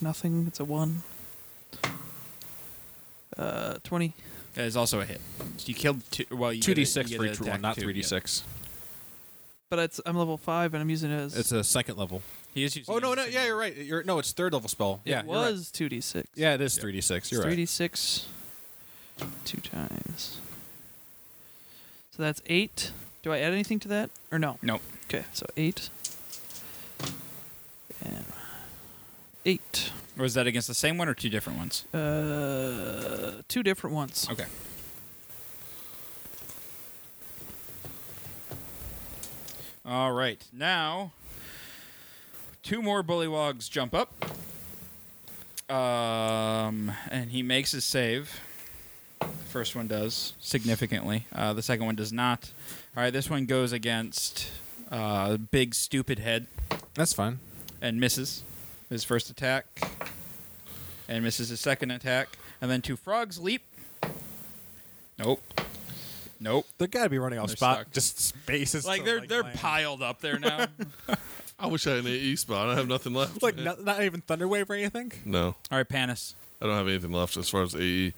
Speaker 2: nothing. It's a 1. Uh, 20.
Speaker 1: That is also a hit. So you killed two. Well, you
Speaker 3: Two
Speaker 1: get a-
Speaker 3: d six
Speaker 1: you
Speaker 3: for
Speaker 1: get an
Speaker 3: each one,
Speaker 1: attack
Speaker 3: not
Speaker 1: too,
Speaker 3: three d
Speaker 1: yeah.
Speaker 3: six.
Speaker 2: But it's, I'm level 5 and I'm using it as.
Speaker 3: It's a second level.
Speaker 1: He is using.
Speaker 3: Oh no,
Speaker 1: his
Speaker 3: no.
Speaker 1: second
Speaker 3: Yeah,
Speaker 1: one.
Speaker 3: you're right. You're no. It's third level spell. Yeah,
Speaker 2: it
Speaker 3: you're right.
Speaker 2: was 2d6.
Speaker 3: Yeah, it is three d six. You're right.
Speaker 2: 3d6 two times. So that's 8. Do I add anything to that? Or no?
Speaker 1: Nope.
Speaker 2: Okay, so 8. And 8.
Speaker 1: Or is that against the same one or two different ones?
Speaker 2: Uh, two different ones.
Speaker 1: Okay. All right. Now, two more bullywogs jump up. Um, and he makes his save. The first one does significantly. Uh, the second one does not. All right. This one goes against uh, Big Stupid Head
Speaker 3: That's fine.
Speaker 1: and misses his first attack and misses his second attack and then two frogs leap nope nope
Speaker 6: They're gotta be running off
Speaker 1: They're
Speaker 6: spot,
Speaker 1: stuck.
Speaker 6: just spaces.
Speaker 1: like
Speaker 6: to,
Speaker 1: they're they're
Speaker 6: land.
Speaker 1: piled up there now
Speaker 4: I wish I had an AE spot. I have nothing left.
Speaker 6: Like not, not even Thunderwave or anything.
Speaker 4: no,
Speaker 1: all right panis
Speaker 4: I don't have anything left as E. far as AE.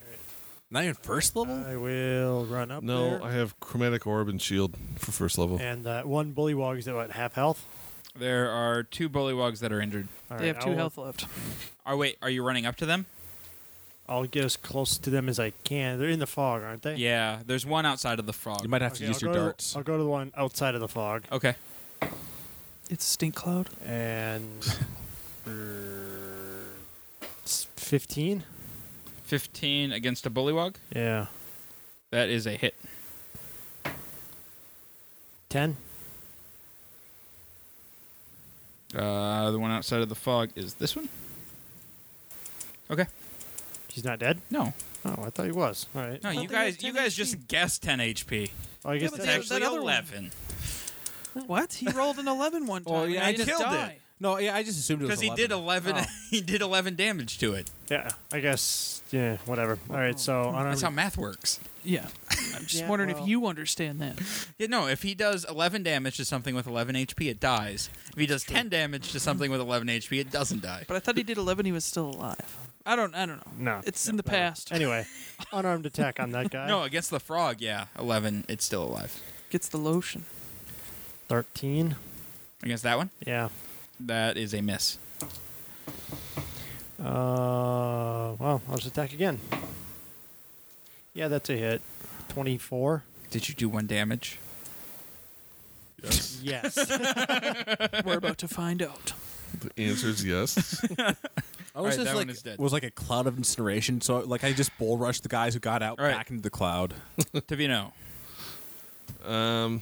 Speaker 3: Not even first level.
Speaker 5: I will run up
Speaker 4: No,
Speaker 5: there.
Speaker 4: I have chromatic orb and shield for first level.
Speaker 5: and that one bullywog is at what, half health?
Speaker 1: there are two bullywogs that are injured
Speaker 5: All
Speaker 2: They
Speaker 5: right,
Speaker 2: have two
Speaker 5: I'll-
Speaker 2: health left.
Speaker 1: oh wait are you running up to them
Speaker 5: I'll get as close to them as I can. They're in the fog, aren't they?
Speaker 1: yeah there's one outside of the frog
Speaker 3: You might have to
Speaker 5: Okay,
Speaker 3: use
Speaker 5: I'll
Speaker 3: your
Speaker 5: go to the-
Speaker 3: darts.
Speaker 5: I'll go to the one outside of the fog
Speaker 1: okay
Speaker 2: It's stink cloud.
Speaker 5: and fifteen.
Speaker 1: 15 against a bullywog
Speaker 5: Yeah,
Speaker 1: that is a hit
Speaker 5: ten.
Speaker 1: uh, the one outside of the fog is this one okay
Speaker 5: He's not dead.
Speaker 1: no
Speaker 5: Oh, I thought he was. All right.
Speaker 1: no
Speaker 2: thought
Speaker 1: you
Speaker 2: they had
Speaker 1: guys
Speaker 2: 10
Speaker 1: you guys
Speaker 2: HP.
Speaker 1: just guessed 10 hp
Speaker 5: Oh, I guess
Speaker 2: but
Speaker 1: It's
Speaker 2: That-
Speaker 5: that's
Speaker 1: actually
Speaker 2: that other one.
Speaker 1: 11.
Speaker 2: What? He rolled an 11 one time. and I, didn't die.
Speaker 3: No, yeah, I just assumed it was
Speaker 1: Because he did
Speaker 3: 11.
Speaker 1: 11
Speaker 5: Oh.
Speaker 1: he did 11 damage to it.
Speaker 5: yeah. I guess yeah. Whatever. All right. So I
Speaker 1: That's how
Speaker 5: don't.
Speaker 1: math works.
Speaker 2: Yeah. I'm just
Speaker 5: Yeah,
Speaker 2: wondering
Speaker 5: well-
Speaker 2: if you understand that.
Speaker 1: Yeah, no, if he does 11 damage to something with 11 HP, it dies. If he does 10 damage to something with 11 HP, it doesn't die.
Speaker 2: But I thought he did 11. He was still alive. I don't. I don't know.
Speaker 5: No.
Speaker 2: It's in the past.
Speaker 5: Anyway, unarmed attack on that guy.
Speaker 1: No, against the frog, yeah, 11, it's still alive.
Speaker 2: Gets the lotion.
Speaker 5: Thirteen.
Speaker 1: Against that one,
Speaker 5: Yeah.
Speaker 1: that is a miss.
Speaker 5: Uh. Well, I'll just attack again. Yeah, that's a hit. Twenty-four.
Speaker 1: Did you do one damage?
Speaker 4: Yes.
Speaker 5: Yes.
Speaker 2: We're about to find out.
Speaker 4: The answer is yes.
Speaker 3: I was
Speaker 1: Alright,
Speaker 3: just
Speaker 1: that one
Speaker 3: like
Speaker 1: is dead.
Speaker 3: was like a cloud of incineration. So like I just bull rushed the guys who got out
Speaker 1: Alright.
Speaker 3: back into the cloud.
Speaker 1: Tavino.
Speaker 4: um,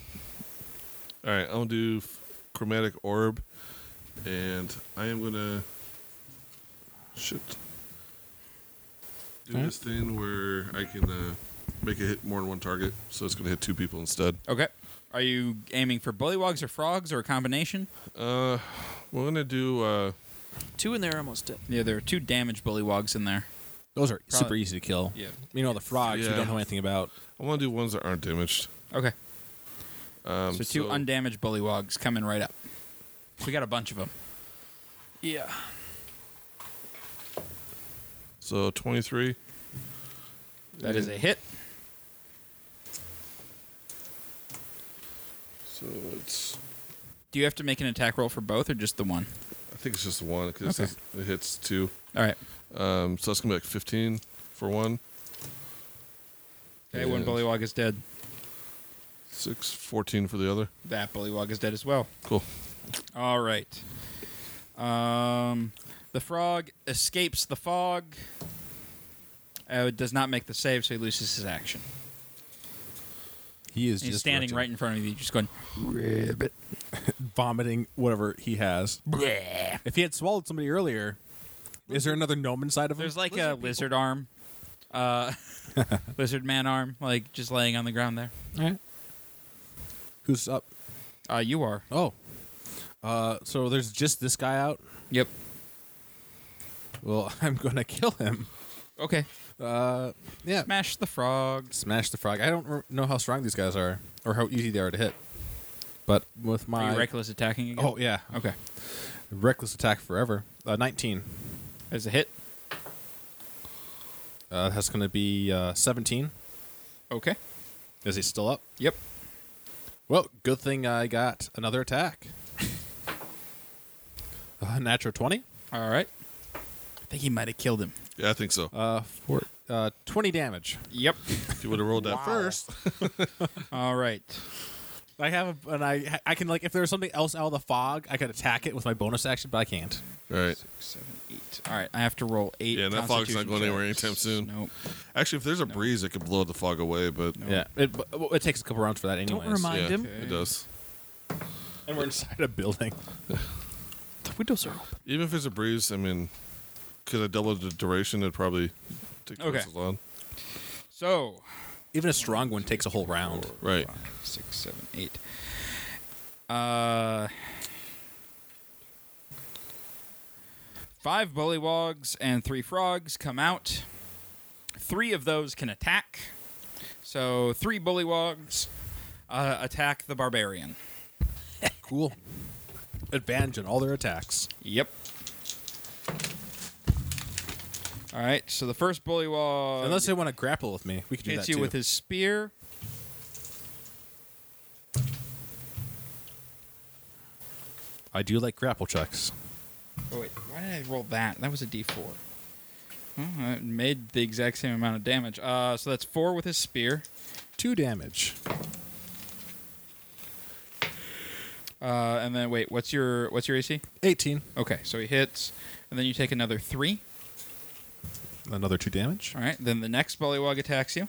Speaker 4: all right, I'm gonna do f- chromatic orb, and I am gonna shit do this thing where I can uh, make it hit more than one target, so it's gonna hit two people instead.
Speaker 1: Okay. Are you aiming for bullywogs or frogs or a combination?
Speaker 4: Uh, we're gonna do uh,
Speaker 2: Two in there almost dead.
Speaker 1: Yeah, there are two damage bullywogs in there.
Speaker 3: Those are super
Speaker 1: Probably-
Speaker 3: easy to kill.
Speaker 1: Yeah.
Speaker 3: You know the frogs we
Speaker 4: Yeah.
Speaker 3: don't know anything about.
Speaker 4: I want to do ones that aren't damaged.
Speaker 1: Okay.
Speaker 4: Um,
Speaker 1: so two undamaged bullywogs coming right up. We got a bunch of them.
Speaker 2: Yeah.
Speaker 4: So 23.
Speaker 1: That is a hit.
Speaker 4: So it's.
Speaker 1: Do you have to make an attack roll for both or just the one?
Speaker 4: I think it's just one because
Speaker 1: Okay.
Speaker 4: it hits two.
Speaker 1: All right.
Speaker 4: Um, so that's gonna be like 15 for one.
Speaker 1: Okay, one
Speaker 4: And
Speaker 1: bullywog is dead.
Speaker 4: Six, 14 for the other.
Speaker 1: That bullywog is dead as well.
Speaker 4: Cool.
Speaker 1: All right. Um, the frog escapes the fog. Uh, does not make the save, so he loses his action.
Speaker 3: He is
Speaker 1: He's
Speaker 3: just
Speaker 1: standing
Speaker 3: rotting-
Speaker 1: right in front of you, just going.
Speaker 3: vomiting whatever he has. If he had swallowed somebody earlier, is there another gnome inside of him?
Speaker 1: There's like a lizard arm, uh, lizard man arm, like just laying on the ground there.
Speaker 3: Alright. Who's up?
Speaker 1: Uh, you are.
Speaker 3: Oh. Uh, so there's just this guy out.
Speaker 1: Yep.
Speaker 3: Well, I'm gonna kill him.
Speaker 1: Okay.
Speaker 3: Uh, yeah.
Speaker 1: Smash the frog.
Speaker 3: Smash the frog. I don't re- know how strong these guys are or how easy they are to hit. But with
Speaker 1: Are
Speaker 3: my
Speaker 1: you reckless attacking again?
Speaker 3: oh yeah,
Speaker 1: Okay.
Speaker 3: reckless attack forever. Uh, Nineteen.
Speaker 1: As a hit.
Speaker 3: Uh, that's gonna be uh, seventeen.
Speaker 1: Okay.
Speaker 3: Is he still up?
Speaker 1: Yep.
Speaker 3: Well, good thing I got another attack. uh, natural twenty.
Speaker 1: All right. I think he might have killed him.
Speaker 4: Yeah, I think so.
Speaker 3: Uh, four, uh, twenty damage.
Speaker 1: Yep.
Speaker 4: if you would have rolled that first.
Speaker 1: All right.
Speaker 3: I have, a, and I, I can like if there's something else out of the fog, I could attack it with my bonus action, but I can't.
Speaker 4: All right.
Speaker 1: Seven, eight. All right, I have to roll eight.
Speaker 4: Yeah, and that fog's not
Speaker 1: Constitution
Speaker 4: going anywhere
Speaker 1: checks.
Speaker 4: anytime soon.
Speaker 1: Nope.
Speaker 4: Actually, if there's a breeze, it could blow the fog away, but
Speaker 1: No.
Speaker 3: Yeah, it, but- well, it takes a couple rounds for that, anyways.
Speaker 2: Don't remind
Speaker 4: yeah,
Speaker 2: him.
Speaker 4: it does.
Speaker 3: And we're inside a building.
Speaker 2: The windows are open.
Speaker 4: Even if there's a breeze, I mean, could I double the duration? It'd probably take
Speaker 1: Okay.
Speaker 4: twice as long.
Speaker 1: So
Speaker 3: Even a strong one takes a whole round.
Speaker 4: Right.
Speaker 1: five, six, seven, eight. Uh, five bullywogs and three frogs come out. Three of those can attack. So three bullywogs uh, attack the barbarian.
Speaker 3: Cool. Advantage in all their attacks.
Speaker 1: Yep. All right. So the first bullywog
Speaker 3: Unless they want to grapple with me, we could do
Speaker 1: Uh, hits
Speaker 3: that
Speaker 1: you
Speaker 3: too.
Speaker 1: with his spear.
Speaker 3: I do like grapple checks.
Speaker 1: Oh wait, why did I roll that? That was a D4. Well, it made the exact same amount of damage. Uh, so that's four with his spear.
Speaker 3: Two damage.
Speaker 1: Uh, and then wait, what's your what's your AC?
Speaker 3: Eighteen.
Speaker 1: Okay, so he hits, and then you take another three.
Speaker 3: Another two damage.
Speaker 1: All right, then the next bullywog attacks you.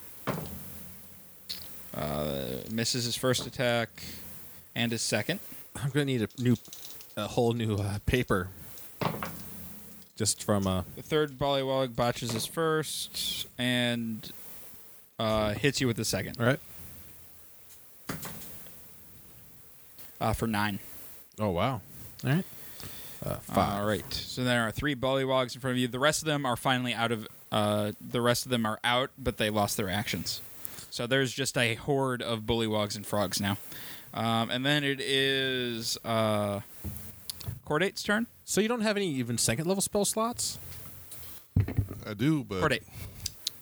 Speaker 1: Uh, misses his first attack, and his second.
Speaker 3: I'm gonna need a new, a whole new uh, paper. Just from uh,
Speaker 1: The third bullywog botches his first, and uh, hits you with the second
Speaker 3: all right.
Speaker 1: uh, for nine.
Speaker 3: Oh wow. All right. Uh, five.
Speaker 1: All right. So there are three bullywogs in front of you. The rest of them are finally out of. Uh, the rest of them are out, but they lost their actions. So there's just a horde of bullywogs and frogs now. Um, and then it is uh, Chordate's turn.
Speaker 3: So you don't have any even second level spell slots?
Speaker 4: I do, but
Speaker 1: Chordate,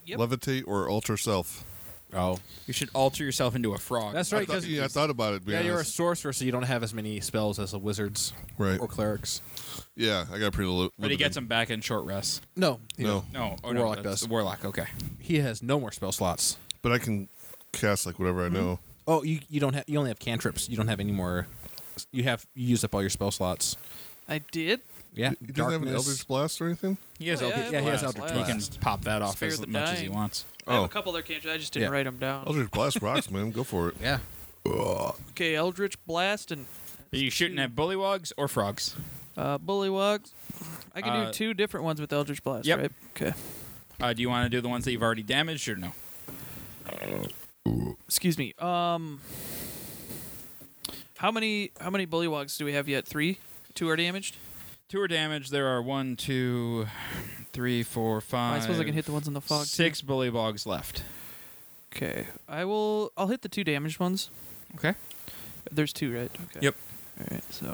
Speaker 2: Yep.
Speaker 4: levitate or alter self.
Speaker 3: Oh,
Speaker 1: you should alter yourself into a frog.
Speaker 3: that's
Speaker 4: I
Speaker 3: right.
Speaker 4: thought-
Speaker 3: Because
Speaker 4: yeah, I thought about it. to be
Speaker 3: yeah, you're a
Speaker 4: honest.
Speaker 3: sorcerer, so you don't have as many spells as the wizards
Speaker 4: Right.
Speaker 3: or clerics.
Speaker 4: Yeah, I got pretty little.
Speaker 1: but he gets them back in short rest.
Speaker 3: No, you
Speaker 4: No.
Speaker 3: don't.
Speaker 1: No, oh
Speaker 3: The
Speaker 1: no,
Speaker 3: warlock
Speaker 1: that's
Speaker 3: does.
Speaker 1: the warlock. Okay.
Speaker 3: he has no more spell slots.
Speaker 4: But I can cast like whatever I know.
Speaker 3: Oh, you you don't have you only have cantrips. You don't have any more. You have you used up all your spell slots.
Speaker 2: I did.
Speaker 3: Yeah,
Speaker 4: He doesn't have an Eldritch Blast or anything.
Speaker 1: He has
Speaker 2: Oh,
Speaker 1: Eldritch
Speaker 2: yeah,
Speaker 3: yeah, he has
Speaker 1: Blast.
Speaker 3: Eldritch
Speaker 1: He can
Speaker 3: Blast.
Speaker 1: pop that off
Speaker 2: Spare
Speaker 1: as
Speaker 2: the
Speaker 1: much as he
Speaker 2: dying.
Speaker 1: wants.
Speaker 2: I have
Speaker 4: Oh.
Speaker 2: a couple other cantrips. I just didn't
Speaker 3: Yeah.
Speaker 2: write them down.
Speaker 4: Eldritch Blast rocks, man. Go for it.
Speaker 3: Yeah,
Speaker 2: Okay, Eldritch Blast and
Speaker 1: Are you shooting at bullywogs or frogs?
Speaker 2: uh, Bullywugs. I can
Speaker 1: Uh,
Speaker 2: do two different ones with Eldritch Blast,
Speaker 1: yep.
Speaker 2: right? Okay.
Speaker 1: Uh, do you want to do the ones that you've already damaged or no?
Speaker 2: Excuse me. Um, how many how many Bullywugs do we have yet? Three. Two are damaged.
Speaker 1: Two are damaged. There are one, two, three, four, five.
Speaker 2: I suppose I can hit the ones in the fog. too.
Speaker 1: Six bully bogs left.
Speaker 2: Okay. I will. I'll hit the two damaged ones.
Speaker 1: Okay.
Speaker 2: There's two, right? Okay.
Speaker 1: Yep.
Speaker 2: All right. So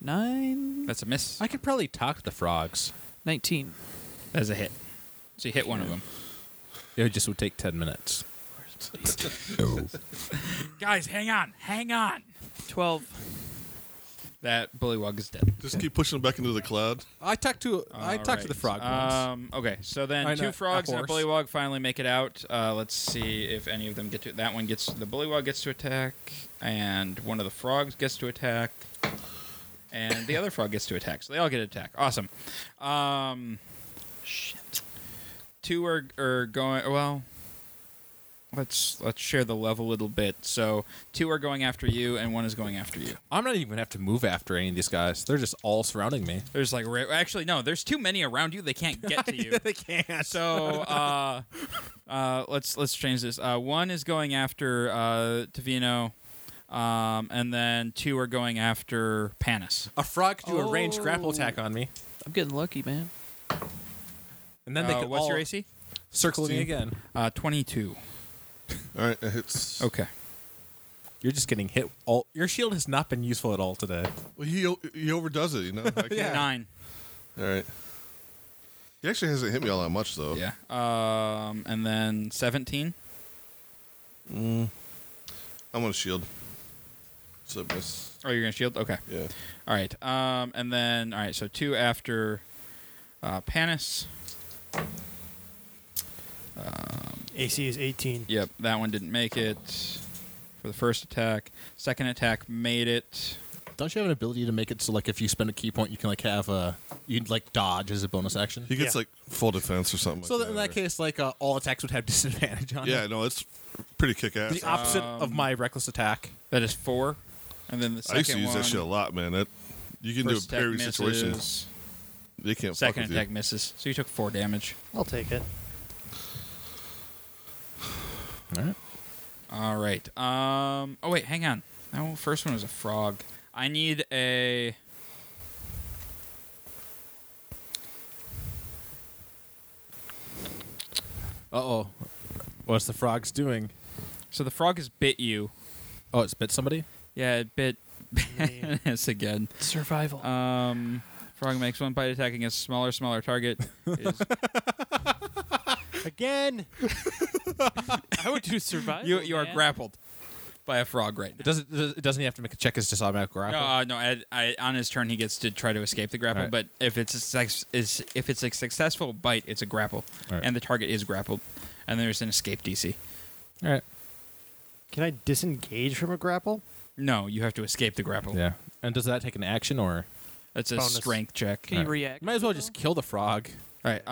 Speaker 2: nine,
Speaker 1: That's a miss.
Speaker 3: I could probably talk to the frogs.
Speaker 2: nineteen.
Speaker 1: That's a hit. So you hit one of them.
Speaker 3: It just would take ten minutes.
Speaker 7: Oh.
Speaker 1: Guys, hang on, hang on.
Speaker 2: Twelve.
Speaker 1: That bullywog is dead.
Speaker 4: Just keep pushing them back into the cloud.
Speaker 3: I talked to I
Speaker 1: All
Speaker 3: talked to the
Speaker 1: right.
Speaker 3: frog once.
Speaker 1: Um, okay, so then
Speaker 3: I know,
Speaker 1: two
Speaker 3: a
Speaker 1: frogs and a
Speaker 3: horse.
Speaker 1: bullywog finally make it out. Uh, let's see if any of them get to. That one gets the bullywog gets to attack, and one of the frogs gets to attack, and the other frog gets to attack. So they all get attack. Awesome. Um,
Speaker 2: Shit.
Speaker 1: two are are going well let's let's share the love a little bit so two are going after you and one is going after you
Speaker 3: I'm not even gonna have to move after any of these guys. They're just all surrounding me.
Speaker 1: there's like ra- actually no there's too many around you they can't get to you
Speaker 3: they can't.
Speaker 1: so uh uh let's let's change this uh one is going after uh Tavino um and then two are going after Panis
Speaker 3: a frog could do a ranged grapple
Speaker 2: Oh.
Speaker 3: attack on me,
Speaker 2: I'm getting lucky, man.
Speaker 3: and then they
Speaker 1: Uh,
Speaker 3: could
Speaker 1: what's
Speaker 3: all
Speaker 1: your AC
Speaker 3: circle me
Speaker 4: 16.
Speaker 3: again.
Speaker 1: uh 22
Speaker 4: All right, it hits.
Speaker 1: okay
Speaker 3: You're just getting hit. All your shield has not been useful at all today.
Speaker 4: Well, he o- he overdoes it, you know. I can't-
Speaker 1: nine
Speaker 4: All right. He actually hasn't hit me all that much though.
Speaker 1: yeah um and then 17
Speaker 4: I'm on a shield. So I miss.
Speaker 1: oh you're gonna shield okay
Speaker 4: Yeah.
Speaker 1: All right. Um, and then all right. So two after uh, Panis.
Speaker 5: AC is 18.
Speaker 1: Yep, that one didn't make it. For for the first attack. Second attack made it.
Speaker 7: Don't you have an ability to make it so like if you spend a key point, you can like have a you'd like dodge as a bonus action?
Speaker 4: He gets
Speaker 5: Yeah.
Speaker 4: like full defense or something.
Speaker 3: So
Speaker 4: like
Speaker 3: that in that
Speaker 4: or-
Speaker 3: case, like uh, all attacks would have disadvantage on
Speaker 4: yeah,
Speaker 3: it.
Speaker 4: no, it's pretty kick ass.
Speaker 3: The opposite
Speaker 1: Um,
Speaker 3: of my reckless attack.
Speaker 1: That is four. And then the second
Speaker 4: I used to use
Speaker 1: one,
Speaker 4: that shit a lot, man. That you can
Speaker 1: first
Speaker 4: do a
Speaker 1: attack
Speaker 4: parry situation.
Speaker 1: misses,
Speaker 4: They can't
Speaker 1: Second
Speaker 4: fuck with
Speaker 1: attack
Speaker 4: you.
Speaker 1: misses. So you took four damage.
Speaker 5: I'll take it.
Speaker 7: All right.
Speaker 1: All right. Um. Oh wait, hang on. No, first one was a frog. I need a.
Speaker 3: Uh oh. What's the frogs doing?
Speaker 1: So the frog has bit you.
Speaker 3: Oh, it's bit somebody.
Speaker 1: Yeah, it bit Bannis again.
Speaker 2: Survival.
Speaker 5: Uh,
Speaker 1: Um, frog makes one bite attack against smaller, smaller target. It is-
Speaker 5: Again.
Speaker 2: I would do survival.
Speaker 1: you you are
Speaker 2: man.
Speaker 1: grappled by a frog right
Speaker 3: It
Speaker 1: now.
Speaker 3: doesn't. It doesn't have to make a check. It's just automatic grapple.
Speaker 1: No, uh, no. I, I, on his turn, he gets to try to escape the grapple.
Speaker 3: Alright.
Speaker 1: But if it's a sex, is if it's a successful bite, it's a grapple,
Speaker 3: Alright.
Speaker 1: and the target is grappled, and there's an escape DC.
Speaker 3: All right.
Speaker 5: Can I disengage from a grapple?
Speaker 1: No, you have to escape the grapple.
Speaker 3: Yeah. And does that take an action or?
Speaker 1: That's a
Speaker 5: Bonus.
Speaker 1: strength check.
Speaker 2: Can you react?
Speaker 3: Might as well just kill the frog.
Speaker 1: All right.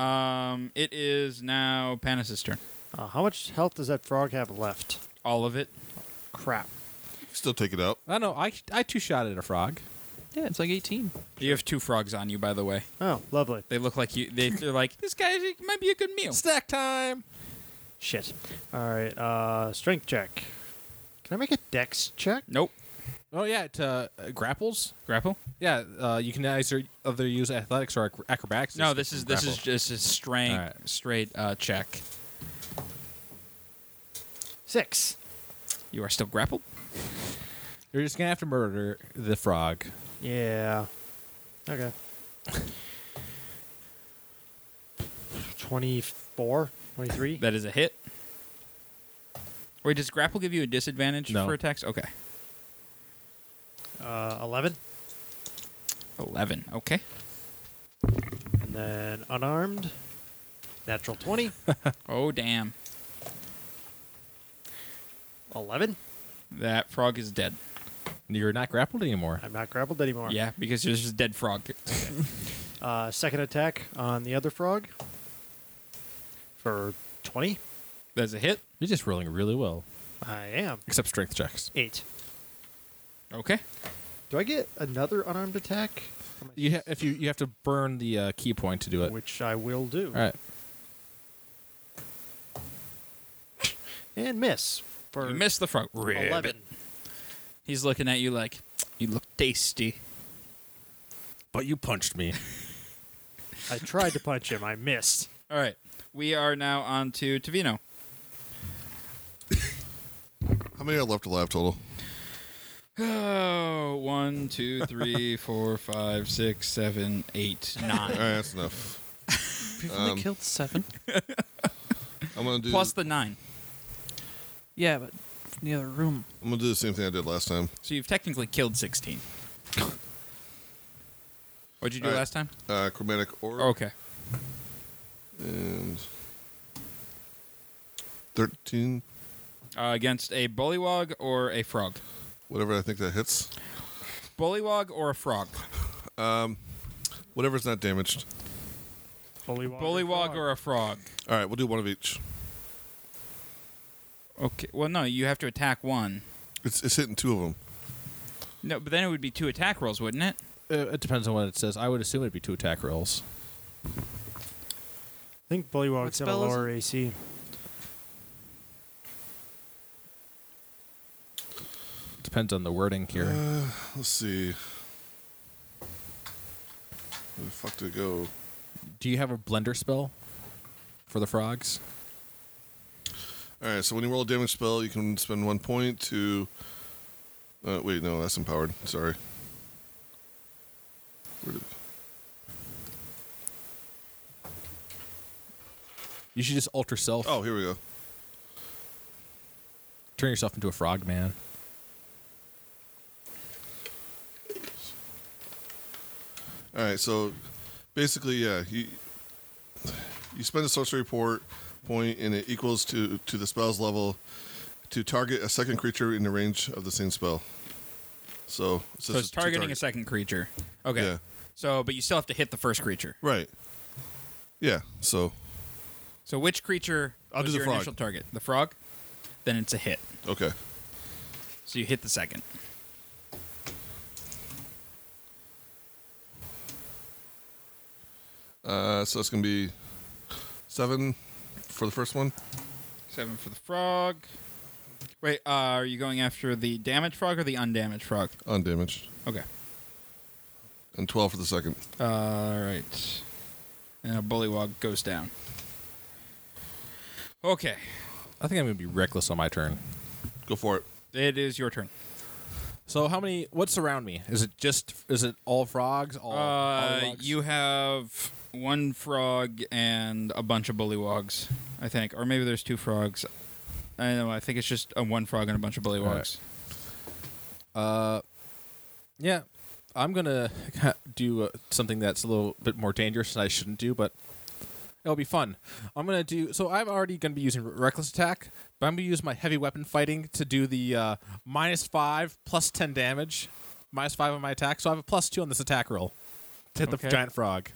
Speaker 1: Um, it is now Panis' turn.
Speaker 5: Uh, how much health does that frog have left?
Speaker 1: All of it.
Speaker 5: Crap.
Speaker 4: Still take it out.
Speaker 3: I don't know. I I two shot at a frog.
Speaker 2: Yeah, it's like 18.
Speaker 1: You have two frogs on you, by the way.
Speaker 5: Oh, lovely.
Speaker 1: They look like you. They, they're like this guy might be a good meal.
Speaker 3: Snack time.
Speaker 5: Shit. All right. Uh, strength check. Can I make a dex check?
Speaker 1: Nope.
Speaker 3: Oh yeah, it uh, grapples.
Speaker 1: Grapple?
Speaker 3: Yeah, uh, you can either either use athletics or ac- acrobatics.
Speaker 1: No, this is this is
Speaker 3: Grapple.
Speaker 1: just a straight
Speaker 3: Alright.
Speaker 1: straight uh, check.
Speaker 5: Six.
Speaker 1: You are still grappled.
Speaker 3: You're just gonna have to murder the frog.
Speaker 5: Yeah. Okay. Twenty-four. Twenty-three.
Speaker 1: That is a hit. Wait, does grapple give you a disadvantage
Speaker 3: No.
Speaker 1: for attacks? Okay,
Speaker 5: Uh, Eleven.
Speaker 1: eleven. Okay,
Speaker 5: And then unarmed. Natural twenty.
Speaker 1: oh damn,
Speaker 5: Eleven.
Speaker 1: that frog is dead.
Speaker 3: You're not grappled anymore.
Speaker 5: I'm not grappled anymore.
Speaker 1: Yeah, because there's just a dead frog.
Speaker 5: Uh, second attack on the other frog. For twenty.
Speaker 1: That's a hit.
Speaker 3: You're just rolling really well,
Speaker 5: I am
Speaker 3: except strength checks.
Speaker 5: eight.
Speaker 1: Okay,
Speaker 5: Do I get another unarmed attack?
Speaker 3: You ha- if you you have to burn the uh, key point to do it.
Speaker 5: Which I will do.
Speaker 3: All right.
Speaker 5: And miss. For
Speaker 1: you missed the frog. Ribbit.
Speaker 5: 11.
Speaker 1: He's looking at you like you look tasty.
Speaker 3: But you punched me.
Speaker 5: I tried to punch him. I missed.
Speaker 1: All right, we are now on to Tavino.
Speaker 4: How many are left alive total?
Speaker 1: Oh, one, two, three, four, five, six, seven, eight,
Speaker 4: All right,
Speaker 1: nine.
Speaker 4: that's enough.
Speaker 2: We've only killed seven.
Speaker 4: I'm gonna do.
Speaker 1: Plus the nine.
Speaker 2: Yeah, but from the other room.
Speaker 4: I'm gonna do the same thing I did last time.
Speaker 1: So you've technically killed 16. What'd you do
Speaker 4: Alright.
Speaker 1: last time?
Speaker 4: Uh, chromatic orb.
Speaker 1: Okay. Oh.
Speaker 4: And thirteen,
Speaker 1: Uh, against a bullywog or a frog?
Speaker 4: whatever I think that hits.
Speaker 1: Bullywog or a frog?
Speaker 4: Whatever's not damaged.
Speaker 5: Bullywog.
Speaker 1: Bullywog or a frog?
Speaker 4: All right, we'll do one of each.
Speaker 1: Okay. Well, no, you have to attack one.
Speaker 4: It's it's hitting two of them.
Speaker 1: No, but then it would be two attack rolls, wouldn't it?
Speaker 3: Uh, it depends on what it says. I would assume it'd be two attack rolls.
Speaker 5: I think
Speaker 2: What
Speaker 5: Bullywog's gonna
Speaker 2: spell is
Speaker 5: lower AC.
Speaker 3: Depends on the wording here.
Speaker 4: Let's see. Where the fuck did it go?
Speaker 3: Do you have a blender spell for the frogs?
Speaker 4: All right, so when you roll a damage spell, you can spend one point to. Uh, wait, no, that's empowered. Sorry. Where did
Speaker 3: You should just alter self.
Speaker 4: Oh, here we go.
Speaker 3: Turn yourself into a frog man.
Speaker 4: All right, so basically, yeah, you you spend a sorcery port point, and it equals to to the spell's level. to target a second creature in the range of the same spell. So, it's
Speaker 1: So
Speaker 4: just
Speaker 1: it's
Speaker 4: to target.
Speaker 1: targeting a second creature. Okay.
Speaker 4: Yeah.
Speaker 1: So, but you still have to hit the first creature.
Speaker 4: Right. Yeah. So
Speaker 1: So which creature
Speaker 4: I'll
Speaker 1: was
Speaker 4: do
Speaker 1: your
Speaker 4: the frog.
Speaker 1: initial target? The frog. Then it's a hit.
Speaker 4: okay.
Speaker 1: So you hit the second.
Speaker 4: Uh, so it's gonna be seven for the first one.
Speaker 1: Seven for the frog. Wait, uh, are you going after the damaged frog or the undamaged frog?
Speaker 4: Undamaged.
Speaker 1: Okay.
Speaker 4: And twelve for the second.
Speaker 1: All right. And a bullywog goes down. Okay.
Speaker 3: I think I'm gonna be reckless on my turn.
Speaker 4: Go for it.
Speaker 1: It is your turn.
Speaker 3: So how many? What's around me? Is it just? Is it all frogs? All, all
Speaker 1: Uh,
Speaker 3: frogs?
Speaker 1: you have one frog and a bunch of bullywogs, I think, or maybe there's two frogs. I don't know. I think it's just a one frog and a bunch of bullywogs.
Speaker 3: Alright. Yeah, I'm gonna do uh, something that's a little bit more dangerous than I shouldn't do, but it'll be fun. I'm gonna do. So I'm already gonna be using re- reckless attack, but I'm gonna use my heavy weapon fighting to do the uh, minus five plus ten damage, minus five on my attack. So I have a plus two on this attack roll to hit
Speaker 1: Okay.
Speaker 3: the giant frog.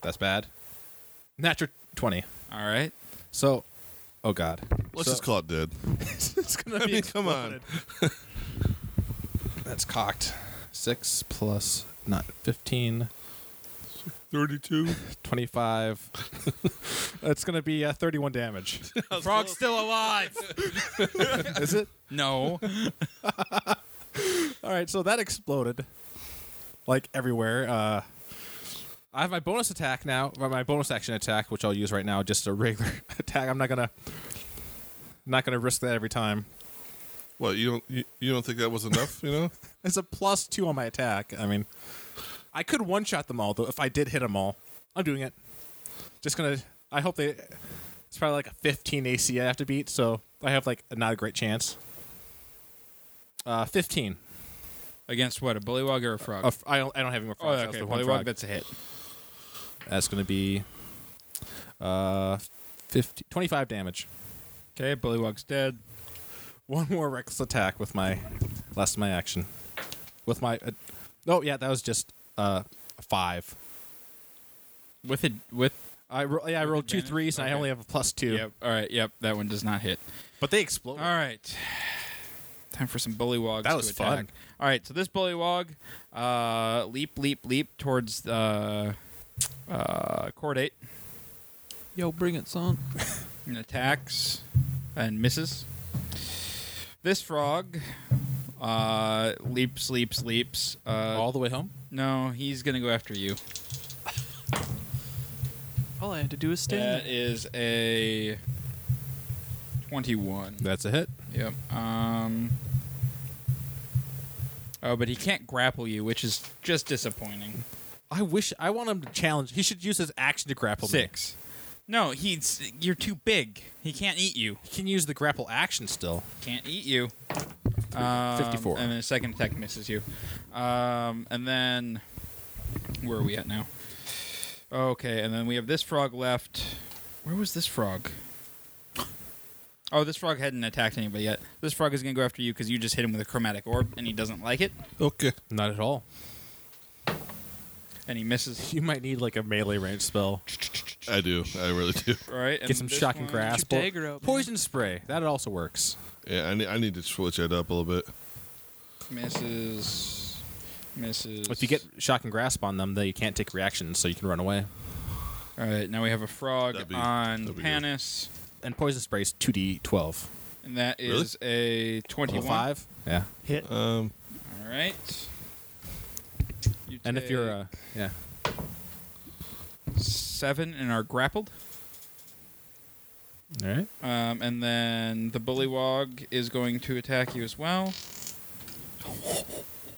Speaker 3: That's bad. Natural twenty.
Speaker 1: All right.
Speaker 3: So, oh god,
Speaker 4: Let's
Speaker 3: So-
Speaker 4: just call it dead.
Speaker 3: it's gonna
Speaker 4: I
Speaker 3: be
Speaker 4: mean, come on.
Speaker 3: That's cocked. 6 plus not 15,
Speaker 4: Thirty-two.
Speaker 3: 25. That's going to be uh, 31 damage.
Speaker 1: Frog's still alive.
Speaker 3: Is it?
Speaker 1: no.
Speaker 3: All right, so that exploded like everywhere. Uh I have my bonus attack now, or my bonus action attack, which I'll use right now, just a regular attack. I'm not going to not going to risk that every time.
Speaker 4: What you don't you, you don't think that was enough? You know.
Speaker 3: It's a plus 2 on my attack. I mean, I could one-shot them all though if I did hit them all. I'm doing it. Just going to I hope they it's probably like a 15 AC I have to beat, so I have like not a great chance. Uh 15.
Speaker 1: Against what? A bullywog or a frog?
Speaker 3: I f- I don't, I don't have any more
Speaker 1: oh,
Speaker 3: frogs. that was
Speaker 1: okay.
Speaker 3: the one
Speaker 1: Bullywog.
Speaker 3: frog.
Speaker 1: That's a hit.
Speaker 3: That's going to be uh, 50, 25 damage.
Speaker 1: Okay. Bullywog's dead.
Speaker 3: One more reckless attack with my last of my action. With my uh, oh yeah, that was just uh five.
Speaker 1: With it. With.
Speaker 3: I ro- yeah, I rolled two
Speaker 1: advantage?
Speaker 3: threes and
Speaker 1: Okay.
Speaker 3: I only have a plus two.
Speaker 1: Yep. All right. Yep. That one does not hit.
Speaker 3: But they explode.
Speaker 1: All right. Time for some bullywogs.
Speaker 3: That was
Speaker 1: to attack.
Speaker 3: fun.
Speaker 1: All right, so this bullywog uh, leap, leap, leap towards the uh, chordate
Speaker 2: Yo, bring it, son.
Speaker 1: and attacks and misses. This frog uh, leaps, leaps, leaps. Uh,
Speaker 3: All the way home.
Speaker 1: no, he's gonna go after you.
Speaker 2: All I had to do is stand.
Speaker 1: That is a twenty-one.
Speaker 3: That's a hit.
Speaker 1: Yep. Um. Oh, but he can't grapple you, which is just disappointing.
Speaker 3: I wish I want him to challenge. He should use his action to grapple me.
Speaker 1: Six. No, he's you're too big. He can't eat you.
Speaker 3: He can use the grapple action still.
Speaker 1: Can't eat you. Um,
Speaker 3: 54.
Speaker 1: And then the second attack misses you. Um, and then where are we at now? Okay, and then we have this frog left. Where was this frog? Oh, this frog hadn't attacked anybody yet. This frog is gonna go after you because you just hit him with a chromatic orb, and he doesn't like it,
Speaker 4: Okay.
Speaker 3: Not at all.
Speaker 1: and he misses.
Speaker 3: You might need like a melee range spell.
Speaker 4: I do. I really do.
Speaker 1: All Right.
Speaker 3: Get some shocking
Speaker 1: grass.
Speaker 3: grasp.
Speaker 2: Get your dagger out, man.
Speaker 3: Poison spray. That also works.
Speaker 4: Yeah. I need, I need to switch it up a little bit.
Speaker 1: Misses. Misses.
Speaker 3: If you get shock and grasp on them, then you can't take reactions, so you can run away.
Speaker 1: All right, now we have a frog
Speaker 4: That'd be-
Speaker 1: on
Speaker 4: that'd be good.
Speaker 1: Panis,
Speaker 3: And poison spray is two d twelve.
Speaker 1: and that
Speaker 4: Really?
Speaker 1: is a 21.
Speaker 3: Five. Yeah.
Speaker 5: Hit.
Speaker 4: Um.
Speaker 1: All right. You
Speaker 3: And if you're
Speaker 1: take
Speaker 3: uh, yeah,
Speaker 1: seven and are grappled,
Speaker 3: all right.
Speaker 1: um, and then the bullywog is going to attack you as well.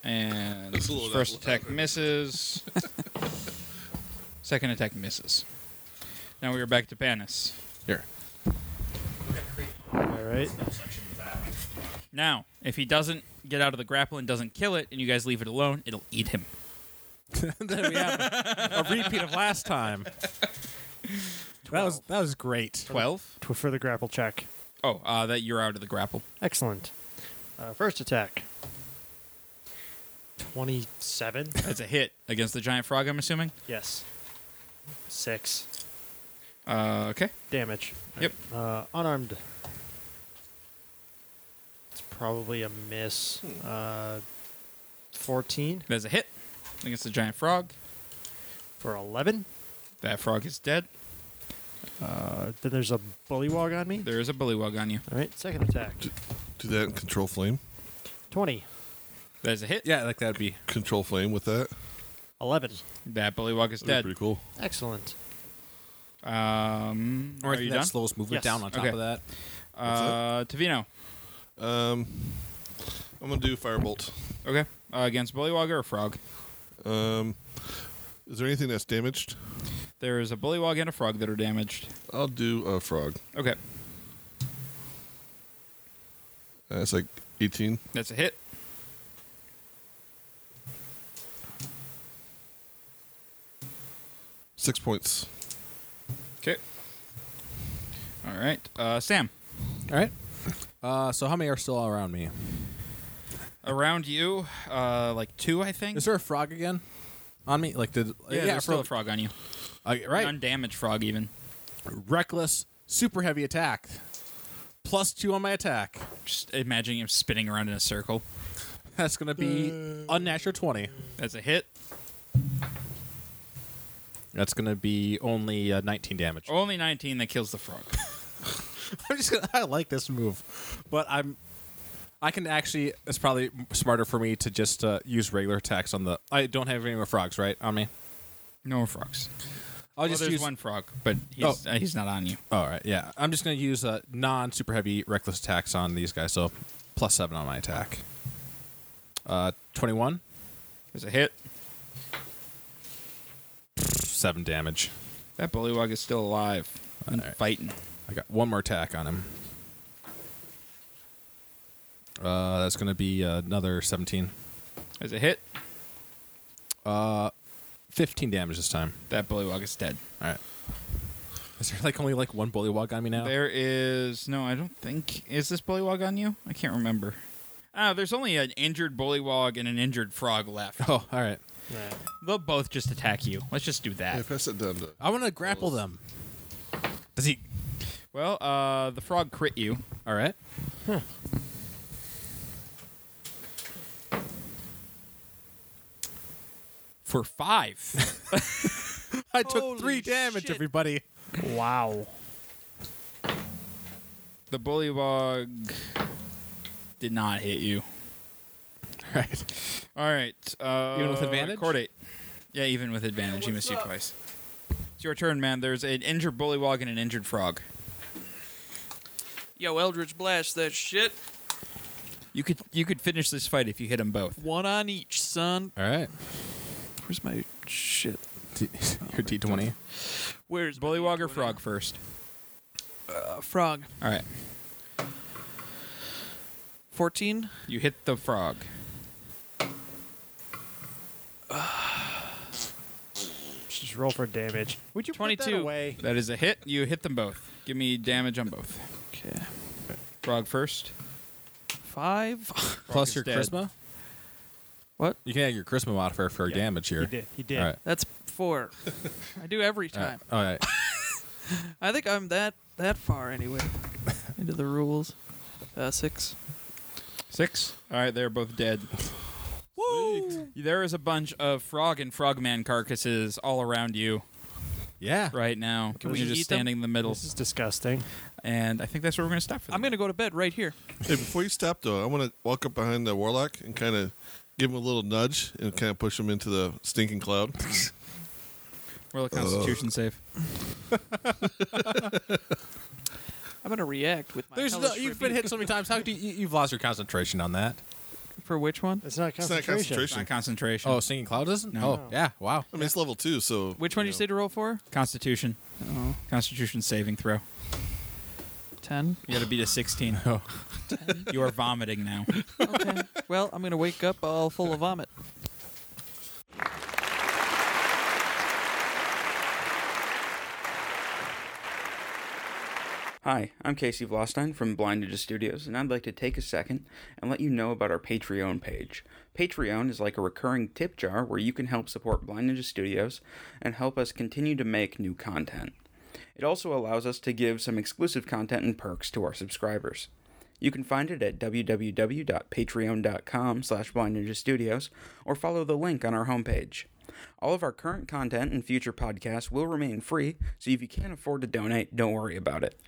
Speaker 1: And
Speaker 4: That's a little-
Speaker 1: first
Speaker 4: that's a little
Speaker 1: attack misses. Second attack misses. Now we are back to Panis.
Speaker 3: Here.
Speaker 5: All right.
Speaker 1: Now, if he doesn't get out of the grapple and doesn't kill it, and you guys leave it alone, it'll eat him.
Speaker 3: then we have a repeat of last time. That was that was great.
Speaker 1: Twelve.
Speaker 5: To a further grapple check.
Speaker 1: Oh, uh, that you're out of the grapple.
Speaker 5: Excellent. Uh, first attack. 27?
Speaker 1: That's a hit against the giant frog. I'm assuming.
Speaker 5: yes. 6
Speaker 1: Uh, okay.
Speaker 5: damage.
Speaker 1: Yep.
Speaker 5: Uh, unarmed. It's probably a miss. Uh, 14
Speaker 1: That's a hit against the giant frog.
Speaker 5: for 11.
Speaker 1: That frog is dead.
Speaker 5: Uh, then there's a bullywog on me.
Speaker 1: There is a bullywug on you.
Speaker 5: All right, second attack.
Speaker 4: Do that and control flame.
Speaker 5: 20,
Speaker 1: That's a hit.
Speaker 3: Yeah, like that'd be.
Speaker 4: Control flame with that.
Speaker 5: 11.
Speaker 1: That bullywug is
Speaker 4: That'd be
Speaker 1: dead.
Speaker 4: pretty cool.
Speaker 5: Excellent.
Speaker 1: Um,
Speaker 3: Or I
Speaker 1: are
Speaker 3: think
Speaker 1: you
Speaker 3: that
Speaker 1: done?
Speaker 3: slows movement
Speaker 5: Yes.
Speaker 3: down on top
Speaker 1: Okay.
Speaker 3: of that.
Speaker 1: Uh, Tavino.
Speaker 4: Um, I'm gonna do firebolt.
Speaker 1: Okay. Uh, against bullywug or a frog.
Speaker 4: Um, is there anything that's damaged?
Speaker 1: There is a bullywug and a frog that are damaged.
Speaker 4: I'll do a frog.
Speaker 1: Okay.
Speaker 4: That's Uh, like 18.
Speaker 1: That's a hit.
Speaker 4: Six points.
Speaker 1: Okay. All right. Uh, Sam.
Speaker 3: All right. Uh, so how many are still around me?
Speaker 1: Around you, uh, like two, I think.
Speaker 3: Is there a frog again on me? Like did
Speaker 1: yeah,
Speaker 3: yeah
Speaker 1: there's still a frog on you.
Speaker 3: Okay, right.
Speaker 1: Undamaged frog, even.
Speaker 3: Reckless, super heavy attack. Plus two on my attack.
Speaker 1: Just imagine him spinning around in a circle.
Speaker 3: That's gonna be
Speaker 1: Uh.
Speaker 3: unnatural twenty.
Speaker 1: That's a hit.
Speaker 3: That's gonna be only uh, nineteen damage.
Speaker 1: Only 19 that kills the frog.
Speaker 3: I'm just gonna, I like this move, but I'm I can actually. It's probably smarter for me to just uh, use regular attacks on the. I don't have any more frogs right on me.
Speaker 1: No more frogs.
Speaker 3: I'll
Speaker 1: Oh,
Speaker 3: just
Speaker 1: there's
Speaker 3: use Oh.
Speaker 1: one frog, but he's, uh, he's not on you.
Speaker 3: All right, yeah. I'm just gonna use uh, non super heavy reckless attacks on these guys. So plus seven on my attack. Uh, twenty one,
Speaker 1: There's a hit.
Speaker 3: seven damage.
Speaker 1: That bullywug is still alive and
Speaker 3: All right.
Speaker 1: fighting.
Speaker 3: I got one more attack on him. Uh, that's gonna be uh, another 17.
Speaker 1: There's a hit.
Speaker 3: 15 damage this time.
Speaker 1: That bullywug is dead.
Speaker 3: All right. Is there like only like one bullywog on me now?
Speaker 1: There is no. I don't think is this bullywog on you. I can't remember. Oh, there's only an injured bullywog and an injured frog left.
Speaker 3: Oh, all right.
Speaker 5: Right.
Speaker 1: They'll both just attack you. Let's just do
Speaker 4: Yeah,
Speaker 1: that.
Speaker 4: pass it down to.
Speaker 3: I want to grapple them. Does he?
Speaker 1: Well, uh, the frog crit you.
Speaker 3: All right.
Speaker 1: for five.
Speaker 3: I took
Speaker 2: Holy
Speaker 3: three damage,
Speaker 2: shit.
Speaker 3: everybody.
Speaker 5: Wow.
Speaker 1: the bullywog did not hit you.
Speaker 3: All right.
Speaker 1: All right. Uh,
Speaker 3: Even with advantage?
Speaker 1: Chordate. Yeah, even with advantage, he missed you twice. It's your turn, man. There's an injured bullywog and an injured frog.
Speaker 2: Yo, Eldritch Blast that shit.
Speaker 1: You could you could finish this fight if you hit them both.
Speaker 2: One on each, son.
Speaker 3: All right.
Speaker 2: Where's my shit?
Speaker 3: D- your d20.
Speaker 2: Where's my
Speaker 1: Bullywog or
Speaker 2: D20?
Speaker 1: frog first.
Speaker 2: Uh, frog.
Speaker 1: All right.
Speaker 2: 14.
Speaker 1: You hit the frog.
Speaker 5: Let's just roll for damage. Would you put that
Speaker 2: 22.
Speaker 5: away?
Speaker 1: That is a hit. You hit them both. Give me damage on both.
Speaker 2: Okay.
Speaker 1: Frog first.
Speaker 2: Five.
Speaker 1: Frog
Speaker 3: Plus
Speaker 1: is
Speaker 3: your
Speaker 1: dead.
Speaker 3: charisma.
Speaker 2: What?
Speaker 3: You can add your charisma modifier for
Speaker 5: Yeah,
Speaker 3: damage here.
Speaker 5: He did. He did.
Speaker 3: All right.
Speaker 2: That's four. I do every
Speaker 3: All right.
Speaker 2: time.
Speaker 3: All right.
Speaker 2: I think I'm that that far anyway into the rules. Uh, six.
Speaker 1: Six. All right, they're both dead.
Speaker 2: Woo!
Speaker 1: There is a bunch of frog and frogman carcasses all around you
Speaker 3: yeah.
Speaker 1: right now.
Speaker 2: Can we
Speaker 1: You're just
Speaker 2: eat them?
Speaker 1: standing in the middle,
Speaker 5: This is disgusting.
Speaker 1: and I think that's where we're gonna stop for.
Speaker 2: I'm
Speaker 1: the
Speaker 2: gonna go to bed right here.
Speaker 4: Hey, before you stop though, I want to walk up behind the warlock and kind of give him a little nudge and kind of push him into the stinking cloud.
Speaker 1: night. roll a Constitution save.
Speaker 2: I'm gonna react with my.
Speaker 3: There's no,
Speaker 2: hellish
Speaker 3: you've been
Speaker 2: rebuke.
Speaker 3: hit so many times. How do you, you've lost your concentration on that?
Speaker 2: for which one?
Speaker 5: It's not
Speaker 4: It's not
Speaker 5: concentration.
Speaker 1: It's
Speaker 4: concentration.
Speaker 1: not concentration.
Speaker 3: Oh, singing cloud doesn't.
Speaker 1: No.
Speaker 3: Oh, yeah. Wow.
Speaker 4: I mean, it's level two, so
Speaker 2: Which one did you say to roll for?
Speaker 1: Constitution.
Speaker 2: Oh,
Speaker 1: Constitution saving throw.
Speaker 2: ten.
Speaker 1: You gotta beat a 16.
Speaker 3: Oh.
Speaker 2: Oh.
Speaker 1: You are vomiting now.
Speaker 2: Okay. well, I'm gonna wake up all full of vomit.
Speaker 8: Hi, I'm Casey Vlostein from Blind Ninja Studios, and I'd like to take a second and let you know about our Patreon page. Patreon is like a recurring tip jar where you can help support Blind Ninja Studios and help us continue to make new content. It also allows us to give some exclusive content and perks to our subscribers. You can find it at www.patreon.com slash Blind Ninja Studios or follow the link on our homepage. All of our current content and future podcasts will remain free, so if you can't afford to donate, don't worry about it.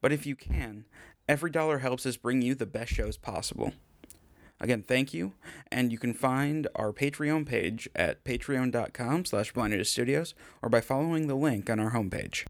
Speaker 8: But if you can, every dollar helps us bring you the best shows possible. Again, thank you, and you can find our Patreon page at patreon.com slash Blind Ninja Studios or by following the link on our homepage.